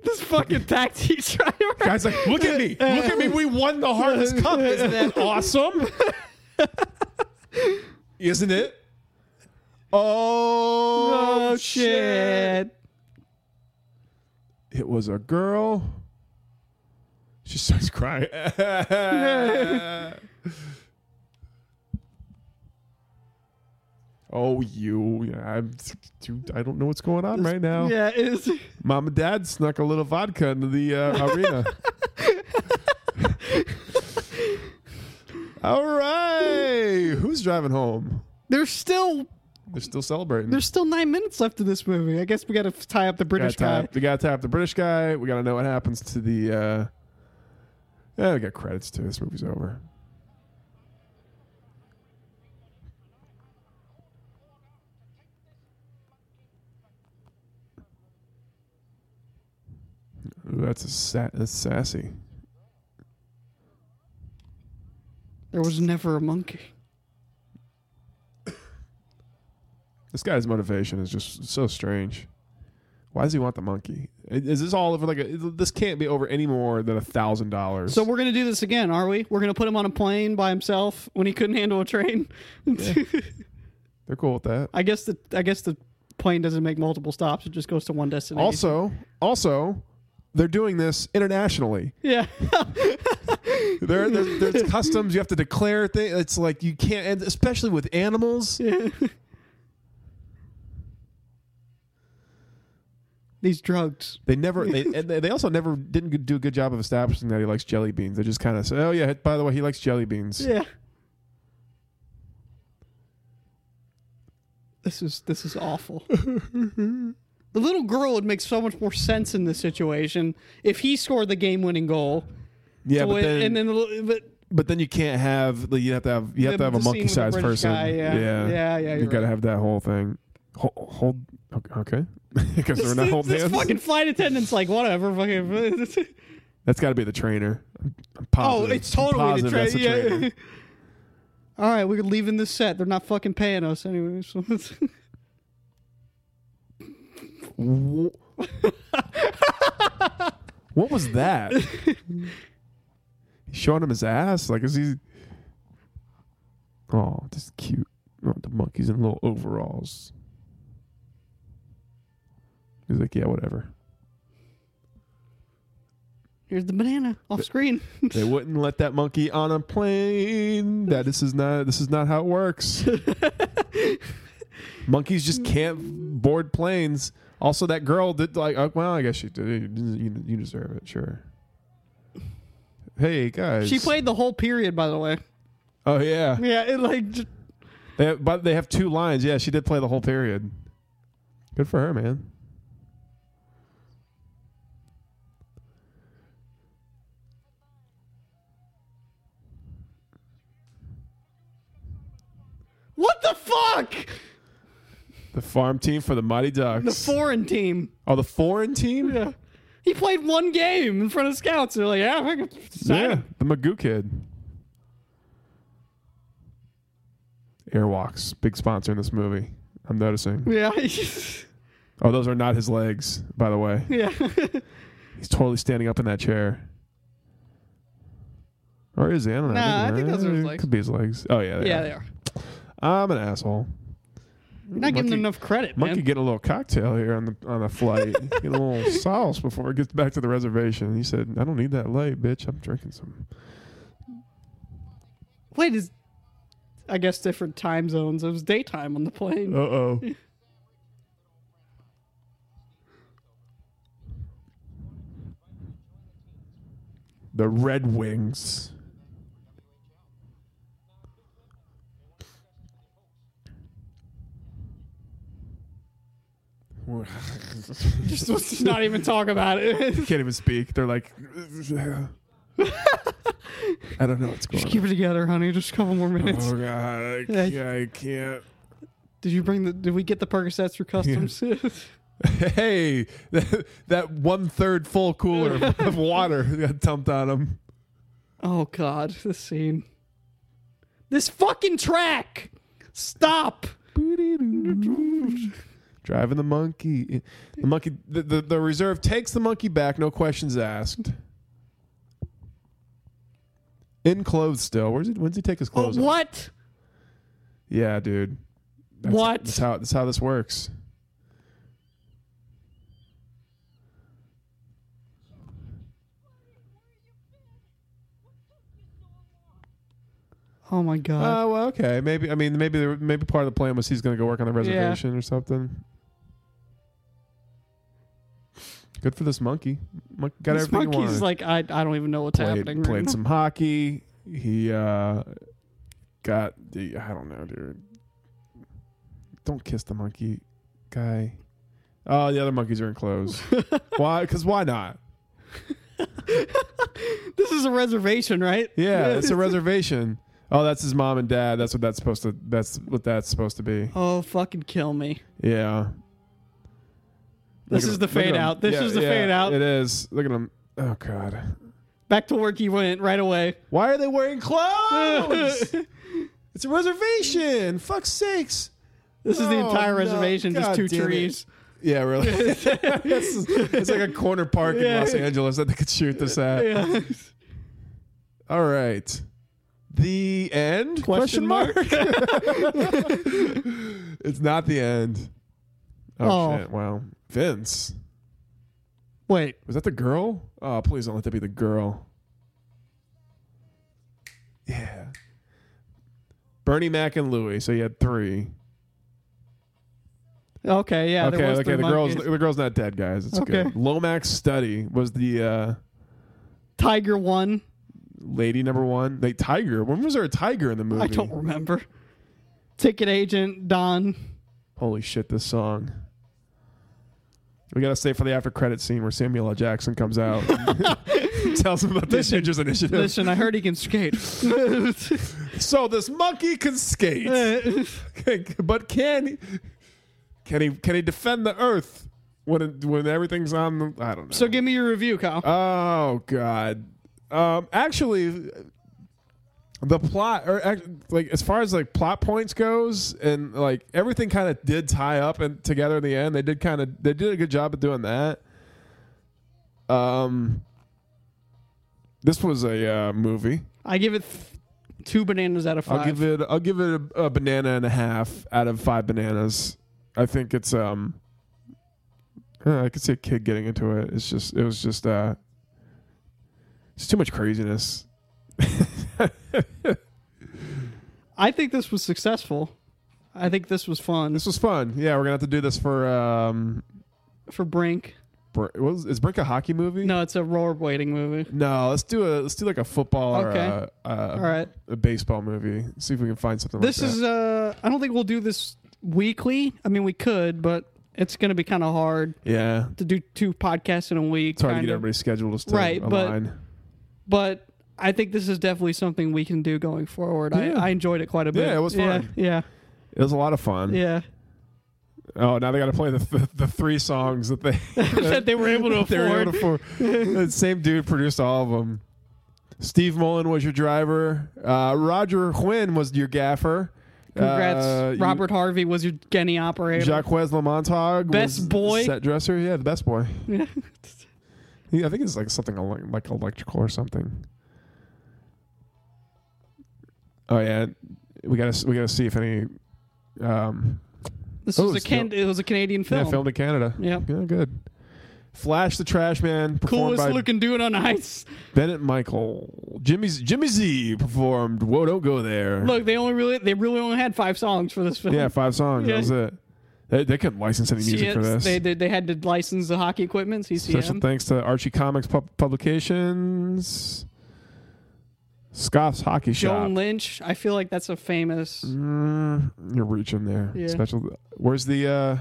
Speaker 2: This fucking taxi driver.
Speaker 1: Guy's like, look at me, look at me. We won the Heartless Cup. Isn't that awesome? Isn't it? Oh,
Speaker 2: Oh shit!
Speaker 1: It was a girl. She starts crying. oh, you! I'm. Dude, I don't know what's going on right now.
Speaker 2: Yeah, it's
Speaker 1: Mom and Dad snuck a little vodka into the uh, arena. All right, who's driving home?
Speaker 2: there's still
Speaker 1: They're still celebrating.
Speaker 2: there's still nine minutes left of this movie. I guess we got to tie up the
Speaker 1: gotta
Speaker 2: British guy.
Speaker 1: tap, we gotta tap the British guy. We gotta know what happens to the. Uh, yeah, we got credits too. This movie's over. Ooh, that's a sa- that's sassy.
Speaker 2: There was never a monkey.
Speaker 1: This guy's motivation is just so strange. Why does he want the monkey? Is this all over like a, this can't be over any more than a thousand dollars?
Speaker 2: So we're gonna do this again, are we? We're gonna put him on a plane by himself when he couldn't handle a train.
Speaker 1: they're cool with that.
Speaker 2: I guess the I guess the plane doesn't make multiple stops; it just goes to one destination.
Speaker 1: Also, also, they're doing this internationally.
Speaker 2: yeah,
Speaker 1: There, there there's customs you have to declare. Thing. It's like you can't, and especially with animals.
Speaker 2: these drugs.
Speaker 1: They never. They, and they they also never didn't do a good job of establishing that he likes jelly beans. They just kind of say, "Oh yeah, by the way, he likes jelly beans."
Speaker 2: Yeah. This is this is awful. the little girl would make so much more sense in this situation if he scored the game-winning goal.
Speaker 1: Yeah,
Speaker 2: to
Speaker 1: but
Speaker 2: win-
Speaker 1: then,
Speaker 2: and then the, li- but
Speaker 1: but then you can't have like, you have to have you have to
Speaker 2: The-
Speaker 1: have a
Speaker 2: the scene
Speaker 1: monkey
Speaker 2: with the
Speaker 1: sized
Speaker 2: British
Speaker 1: person.
Speaker 2: guy, yeah.
Speaker 1: yeah,
Speaker 2: Yeah, yeah,
Speaker 1: You
Speaker 2: you're
Speaker 1: got to
Speaker 2: right.
Speaker 1: have that whole thing. Hold, hold okay, because they're not
Speaker 2: this,
Speaker 1: holding
Speaker 2: this
Speaker 1: hands.
Speaker 2: fucking flight attendant's like whatever. Fucking.
Speaker 1: That's got to be the trainer. I'm- I'm
Speaker 2: oh,
Speaker 1: positive.
Speaker 2: it's
Speaker 1: I'm
Speaker 2: totally
Speaker 1: positive
Speaker 2: the
Speaker 1: that's
Speaker 2: trade.
Speaker 1: the
Speaker 2: Yeah.
Speaker 1: trainer.
Speaker 2: All right, we're leaving this set. They're not fucking paying us anyway. So
Speaker 1: Wh- what was that? He's showing him his ass? Like, is he. Oh, this is cute. Oh, the monkey's in little overalls. He's like, yeah, whatever.
Speaker 2: here's the banana off screen.
Speaker 1: They wouldn't let that monkey on a plane. That this is not this is not how it works. Monkeys just can't board planes. Also, that girl did like. Uh, well, I guess she did. You, you deserve it, sure. Hey guys,
Speaker 2: she played the whole period, by the way.
Speaker 1: Oh yeah,
Speaker 2: Yeah, it like j-
Speaker 1: they have, but they have two lines. Yeah, she did play the whole period. Good for her, man.
Speaker 2: what the fuck?
Speaker 1: The farm team for the Mighty Ducks.
Speaker 2: The foreign team.
Speaker 1: oh, the foreign team.
Speaker 2: Yeah. He played one game in front of scouts. They're like, yeah, fucking sign
Speaker 1: Yeah,
Speaker 2: him.
Speaker 1: the Magoo kid. Airwalks, big sponsor in this movie. I'm noticing.
Speaker 2: yeah,
Speaker 1: Oh, those are not his legs, by the way.
Speaker 2: yeah.
Speaker 1: He's totally standing up in that chair. Or is he? I don't know.
Speaker 2: Nah,
Speaker 1: Maybe
Speaker 2: I think
Speaker 1: not.
Speaker 2: those are his
Speaker 1: It
Speaker 2: legs.
Speaker 1: Could be his legs. Oh yeah, they
Speaker 2: yeah,
Speaker 1: are.
Speaker 2: they are.
Speaker 1: I'm an asshole.
Speaker 2: You're not giving
Speaker 1: Monkey-
Speaker 2: them enough credit,
Speaker 1: Monkey
Speaker 2: man.
Speaker 1: get a little cocktail here on the on the flight. get a little sauce before it gets back to the reservation. He said, "I don't need that light, bitch. I'm drinking some."
Speaker 2: Wait, is I guess different time zones. It was daytime on the plane.
Speaker 1: Uh oh. the Red Wings.
Speaker 2: Just let's just not even talk about it.
Speaker 1: Can't even speak. They're like, I don't know what's going
Speaker 2: Just keep
Speaker 1: on.
Speaker 2: it together, honey. Just a couple more minutes.
Speaker 1: Oh god, I can't. I can't.
Speaker 2: Did you bring the? Did we get the Percocets through customs?
Speaker 1: Hey, that, that one third full cooler of- of water got dumped on him.
Speaker 2: oh God, this scene. This fucking track. Stop.
Speaker 1: Driving the monkey. The monkey. The, the, the reserve takes the monkey back, no questions asked. In clothes still. Where's he? When's he take his
Speaker 2: Oh,
Speaker 1: clothes? off?
Speaker 2: what?
Speaker 1: Yeah, dude. That's,
Speaker 2: What?
Speaker 1: That's how. That's how this works.
Speaker 2: Oh my God.
Speaker 1: Oh well, okay. Maybe I mean maybe there- maybe part of the plan was he's going to go work on the reservation or something. Good for this monkey. Mon- got
Speaker 2: this
Speaker 1: everything he
Speaker 2: monkey's
Speaker 1: wanted.
Speaker 2: like I. I don't even know what's
Speaker 1: played
Speaker 2: happening.
Speaker 1: played
Speaker 2: right now.
Speaker 1: some hockey. He uh, got the I don't know, dude. Don't kiss the monkey guy. Oh, the other monkeys are in clothes. why? Because why not?
Speaker 2: This is a reservation, right?
Speaker 1: Yeah, it's a reservation. Oh, that's his mom and dad. That's what that's supposed to. That's what that's supposed to be.
Speaker 2: Oh, fucking kill me.
Speaker 1: Yeah.
Speaker 2: This
Speaker 1: Look at
Speaker 2: is
Speaker 1: him-
Speaker 2: the
Speaker 1: look at
Speaker 2: fade
Speaker 1: him.
Speaker 2: out. This
Speaker 1: Yeah,
Speaker 2: is the
Speaker 1: yeah,
Speaker 2: fade out.
Speaker 1: It is. Look at him. Oh god.
Speaker 2: Back to work he went right away.
Speaker 1: Why are they wearing clothes? it's a reservation. Fuck's sakes.
Speaker 2: This is the
Speaker 1: Oh,
Speaker 2: entire
Speaker 1: no.
Speaker 2: reservation,
Speaker 1: God
Speaker 2: just two
Speaker 1: damn it.
Speaker 2: trees.
Speaker 1: Yeah, really. it's, it's like a corner park in
Speaker 2: Yeah.
Speaker 1: Los Angeles that they could shoot this at.
Speaker 2: Yeah.
Speaker 1: All right. The end?
Speaker 2: Question mark?
Speaker 1: it's not the end. Oh,
Speaker 2: Oh.
Speaker 1: shit. Wow. Vince.
Speaker 2: Wait,
Speaker 1: Was that the girl? Oh, please don't let that be the girl. Yeah. Bernie Mac and Louie. So you had three.
Speaker 2: okay, yeah.
Speaker 1: okay,
Speaker 2: there was
Speaker 1: okay.
Speaker 2: three
Speaker 1: The girl's
Speaker 2: monkeys.
Speaker 1: the girl's not dead, guys. It's
Speaker 2: Okay.
Speaker 1: good. Lomax Study was the uh,
Speaker 2: Tiger one.
Speaker 1: lady number one. They tiger. When was there a tiger in the movie?
Speaker 2: I don't remember. Ticket agent Don.
Speaker 1: Holy shit! This song. We gotta stay for the after credit scene where Samuel L. Jackson comes out, and tells him about the Avengers Initiative.
Speaker 2: Listen, I heard he can skate.
Speaker 1: So this monkey can skate.
Speaker 2: Eh.
Speaker 1: but can he, can he can he defend the earth when it, when everything's on the I don't know.
Speaker 2: so give me your review, Kyle.
Speaker 1: oh god. Um actually the plot or act- like as far as like plot points goes and like everything kind of did tie up and together in the end. They did kind of they did a good job of doing that. Um this was a uh, movie.
Speaker 2: I give it th- two bananas out of
Speaker 1: I'll
Speaker 2: 5
Speaker 1: give it. I'll give it a, a banana and a half out of five bananas. I think it's um. uh, I could see a kid getting into it. It's just. It was just. uh It's too much craziness.
Speaker 2: I think this was successful. I think this was fun
Speaker 1: This was fun. Yeah, we're gonna have to do this for. um
Speaker 2: for Brink.
Speaker 1: Br- what was, Is Brink a hockey movie?
Speaker 2: No, it's a rollerblading movie.
Speaker 1: No. Let's do a. Let's do like a football or
Speaker 2: Okay.
Speaker 1: a, a,
Speaker 2: All right.
Speaker 1: a baseball movie. See if we can find Uh, something.
Speaker 2: This
Speaker 1: like
Speaker 2: is
Speaker 1: That.
Speaker 2: uh I don't think we'll do this weekly. I mean, we could, but it's going to be kind of hard
Speaker 1: yeah.
Speaker 2: to do two podcasts in a week.
Speaker 1: It's hard to get
Speaker 2: kinda.
Speaker 1: everybody's schedule to stay
Speaker 2: Right, but-
Speaker 1: aligned.
Speaker 2: But I think this is definitely something we can do going forward.
Speaker 1: Yeah.
Speaker 2: I, I enjoyed it quite a bit.
Speaker 1: Yeah, it was
Speaker 2: yeah,
Speaker 1: fun.
Speaker 2: Yeah.
Speaker 1: It was a lot of fun.
Speaker 2: Yeah.
Speaker 1: Oh, now they got to play the, the the three songs that they
Speaker 2: that they were able to
Speaker 1: they were
Speaker 2: afford.
Speaker 1: able to afford. the same dude produced all of them. Steve Mullen was your driver. Uh, Roger Quinn was your gaffer.
Speaker 2: Congrats.
Speaker 1: Uh, you-
Speaker 2: Robert Harvey was your Genny operator.
Speaker 1: Jacques Lamontag.
Speaker 2: Best
Speaker 1: was
Speaker 2: boy.
Speaker 1: Set dresser. Yeah, the best boy. He- I think it's like something ele- like electrical or something. Oh yeah, we gotta we gotta see if any. Um,
Speaker 2: this
Speaker 1: Oh,
Speaker 2: was a
Speaker 1: it's
Speaker 2: can- it was a Canadian film.
Speaker 1: yeah, filmed in Canada.
Speaker 2: Yep.
Speaker 1: yeah, good. Flash the Trash Man, performed
Speaker 2: Coolest
Speaker 1: by
Speaker 2: looking dude on ice.
Speaker 1: Bennett Michael. Jimmy's Jimmy Z performed Whoa Don't Go There.
Speaker 2: Look, they only really they really only had five songs for this film.
Speaker 1: Yeah, five songs.
Speaker 2: Yeah.
Speaker 1: That was it. They, they couldn't license any music
Speaker 2: See,
Speaker 1: for
Speaker 2: it's-
Speaker 1: this.
Speaker 2: They, they they had to license the hockey equipment,
Speaker 1: Special
Speaker 2: CCM.
Speaker 1: thanks to Archie Comics pub- Publications, Scoff's Hockey Shop.
Speaker 2: Joan Lynch, I feel like that's a famous.
Speaker 1: Mm, you're reaching there.
Speaker 2: Yeah.
Speaker 1: Special. Where's the uh,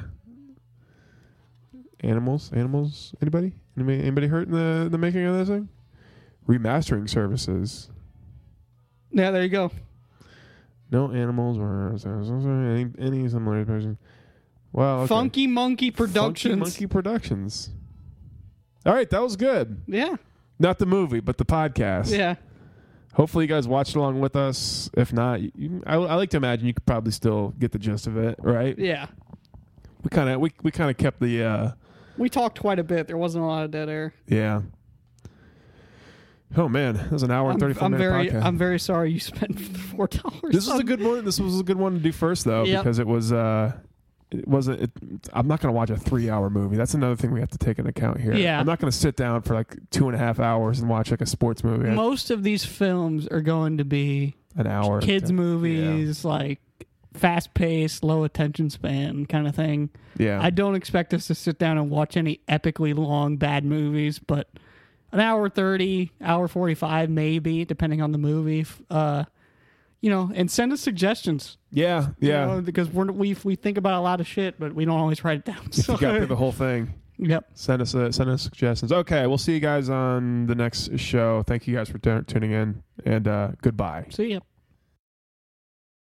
Speaker 1: animals? Animals? Anybody? Anybody? Anybody hurt in the the making of this thing? Remastering services.
Speaker 2: Yeah, there you go.
Speaker 1: No animals or any, any similar person. Wow. Oh, Okay.
Speaker 2: Funky Monkey
Speaker 1: Funky
Speaker 2: Productions.
Speaker 1: Monkey Productions. All right, that was good.
Speaker 2: Yeah,
Speaker 1: Not the movie, but the podcast.
Speaker 2: yeah.
Speaker 1: Hopefully, you guys watched along with us. If not, you- you, I, I like to imagine you could probably still get the gist of it, right?
Speaker 2: Yeah.
Speaker 1: We kind of we, we kind of kept the uh,
Speaker 2: We talked quite a bit. There wasn't a lot of dead air.
Speaker 1: yeah. Oh man, that was an hour
Speaker 2: I'm,
Speaker 1: and thirty four
Speaker 2: I'm
Speaker 1: minute
Speaker 2: very
Speaker 1: podcast.
Speaker 2: I'm very sorry you spent four dollars.
Speaker 1: this is a good one. This was a good one to do first though,
Speaker 2: Yep.
Speaker 1: because it was uh, it wasn't. It, I'm not going to watch a three hour movie. That's another thing we have to take into account here.
Speaker 2: Yeah.
Speaker 1: I'm not going to sit down for like two and a half hours and watch like a sports movie. I-
Speaker 2: Most of these films are going to be
Speaker 1: an hour.
Speaker 2: kids
Speaker 1: Yeah.
Speaker 2: movies, like fast paced, low attention span kind of thing.
Speaker 1: Yeah.
Speaker 2: I don't expect us to sit down and watch any epically long bad movies, but an hour 30, hour 45 maybe, depending on the movie. F- Uh you know, and send us suggestions.
Speaker 1: yeah.
Speaker 2: you
Speaker 1: Yeah.
Speaker 2: know, because we're, we we think about a lot of shit, but we don't always write it down. So.
Speaker 1: you got through the whole thing.
Speaker 2: yep.
Speaker 1: Send us a, send us suggestions. Okay, we'll see you guys on the next show. Thank you guys for tu- tuning in, and uh, goodbye.
Speaker 2: See ya.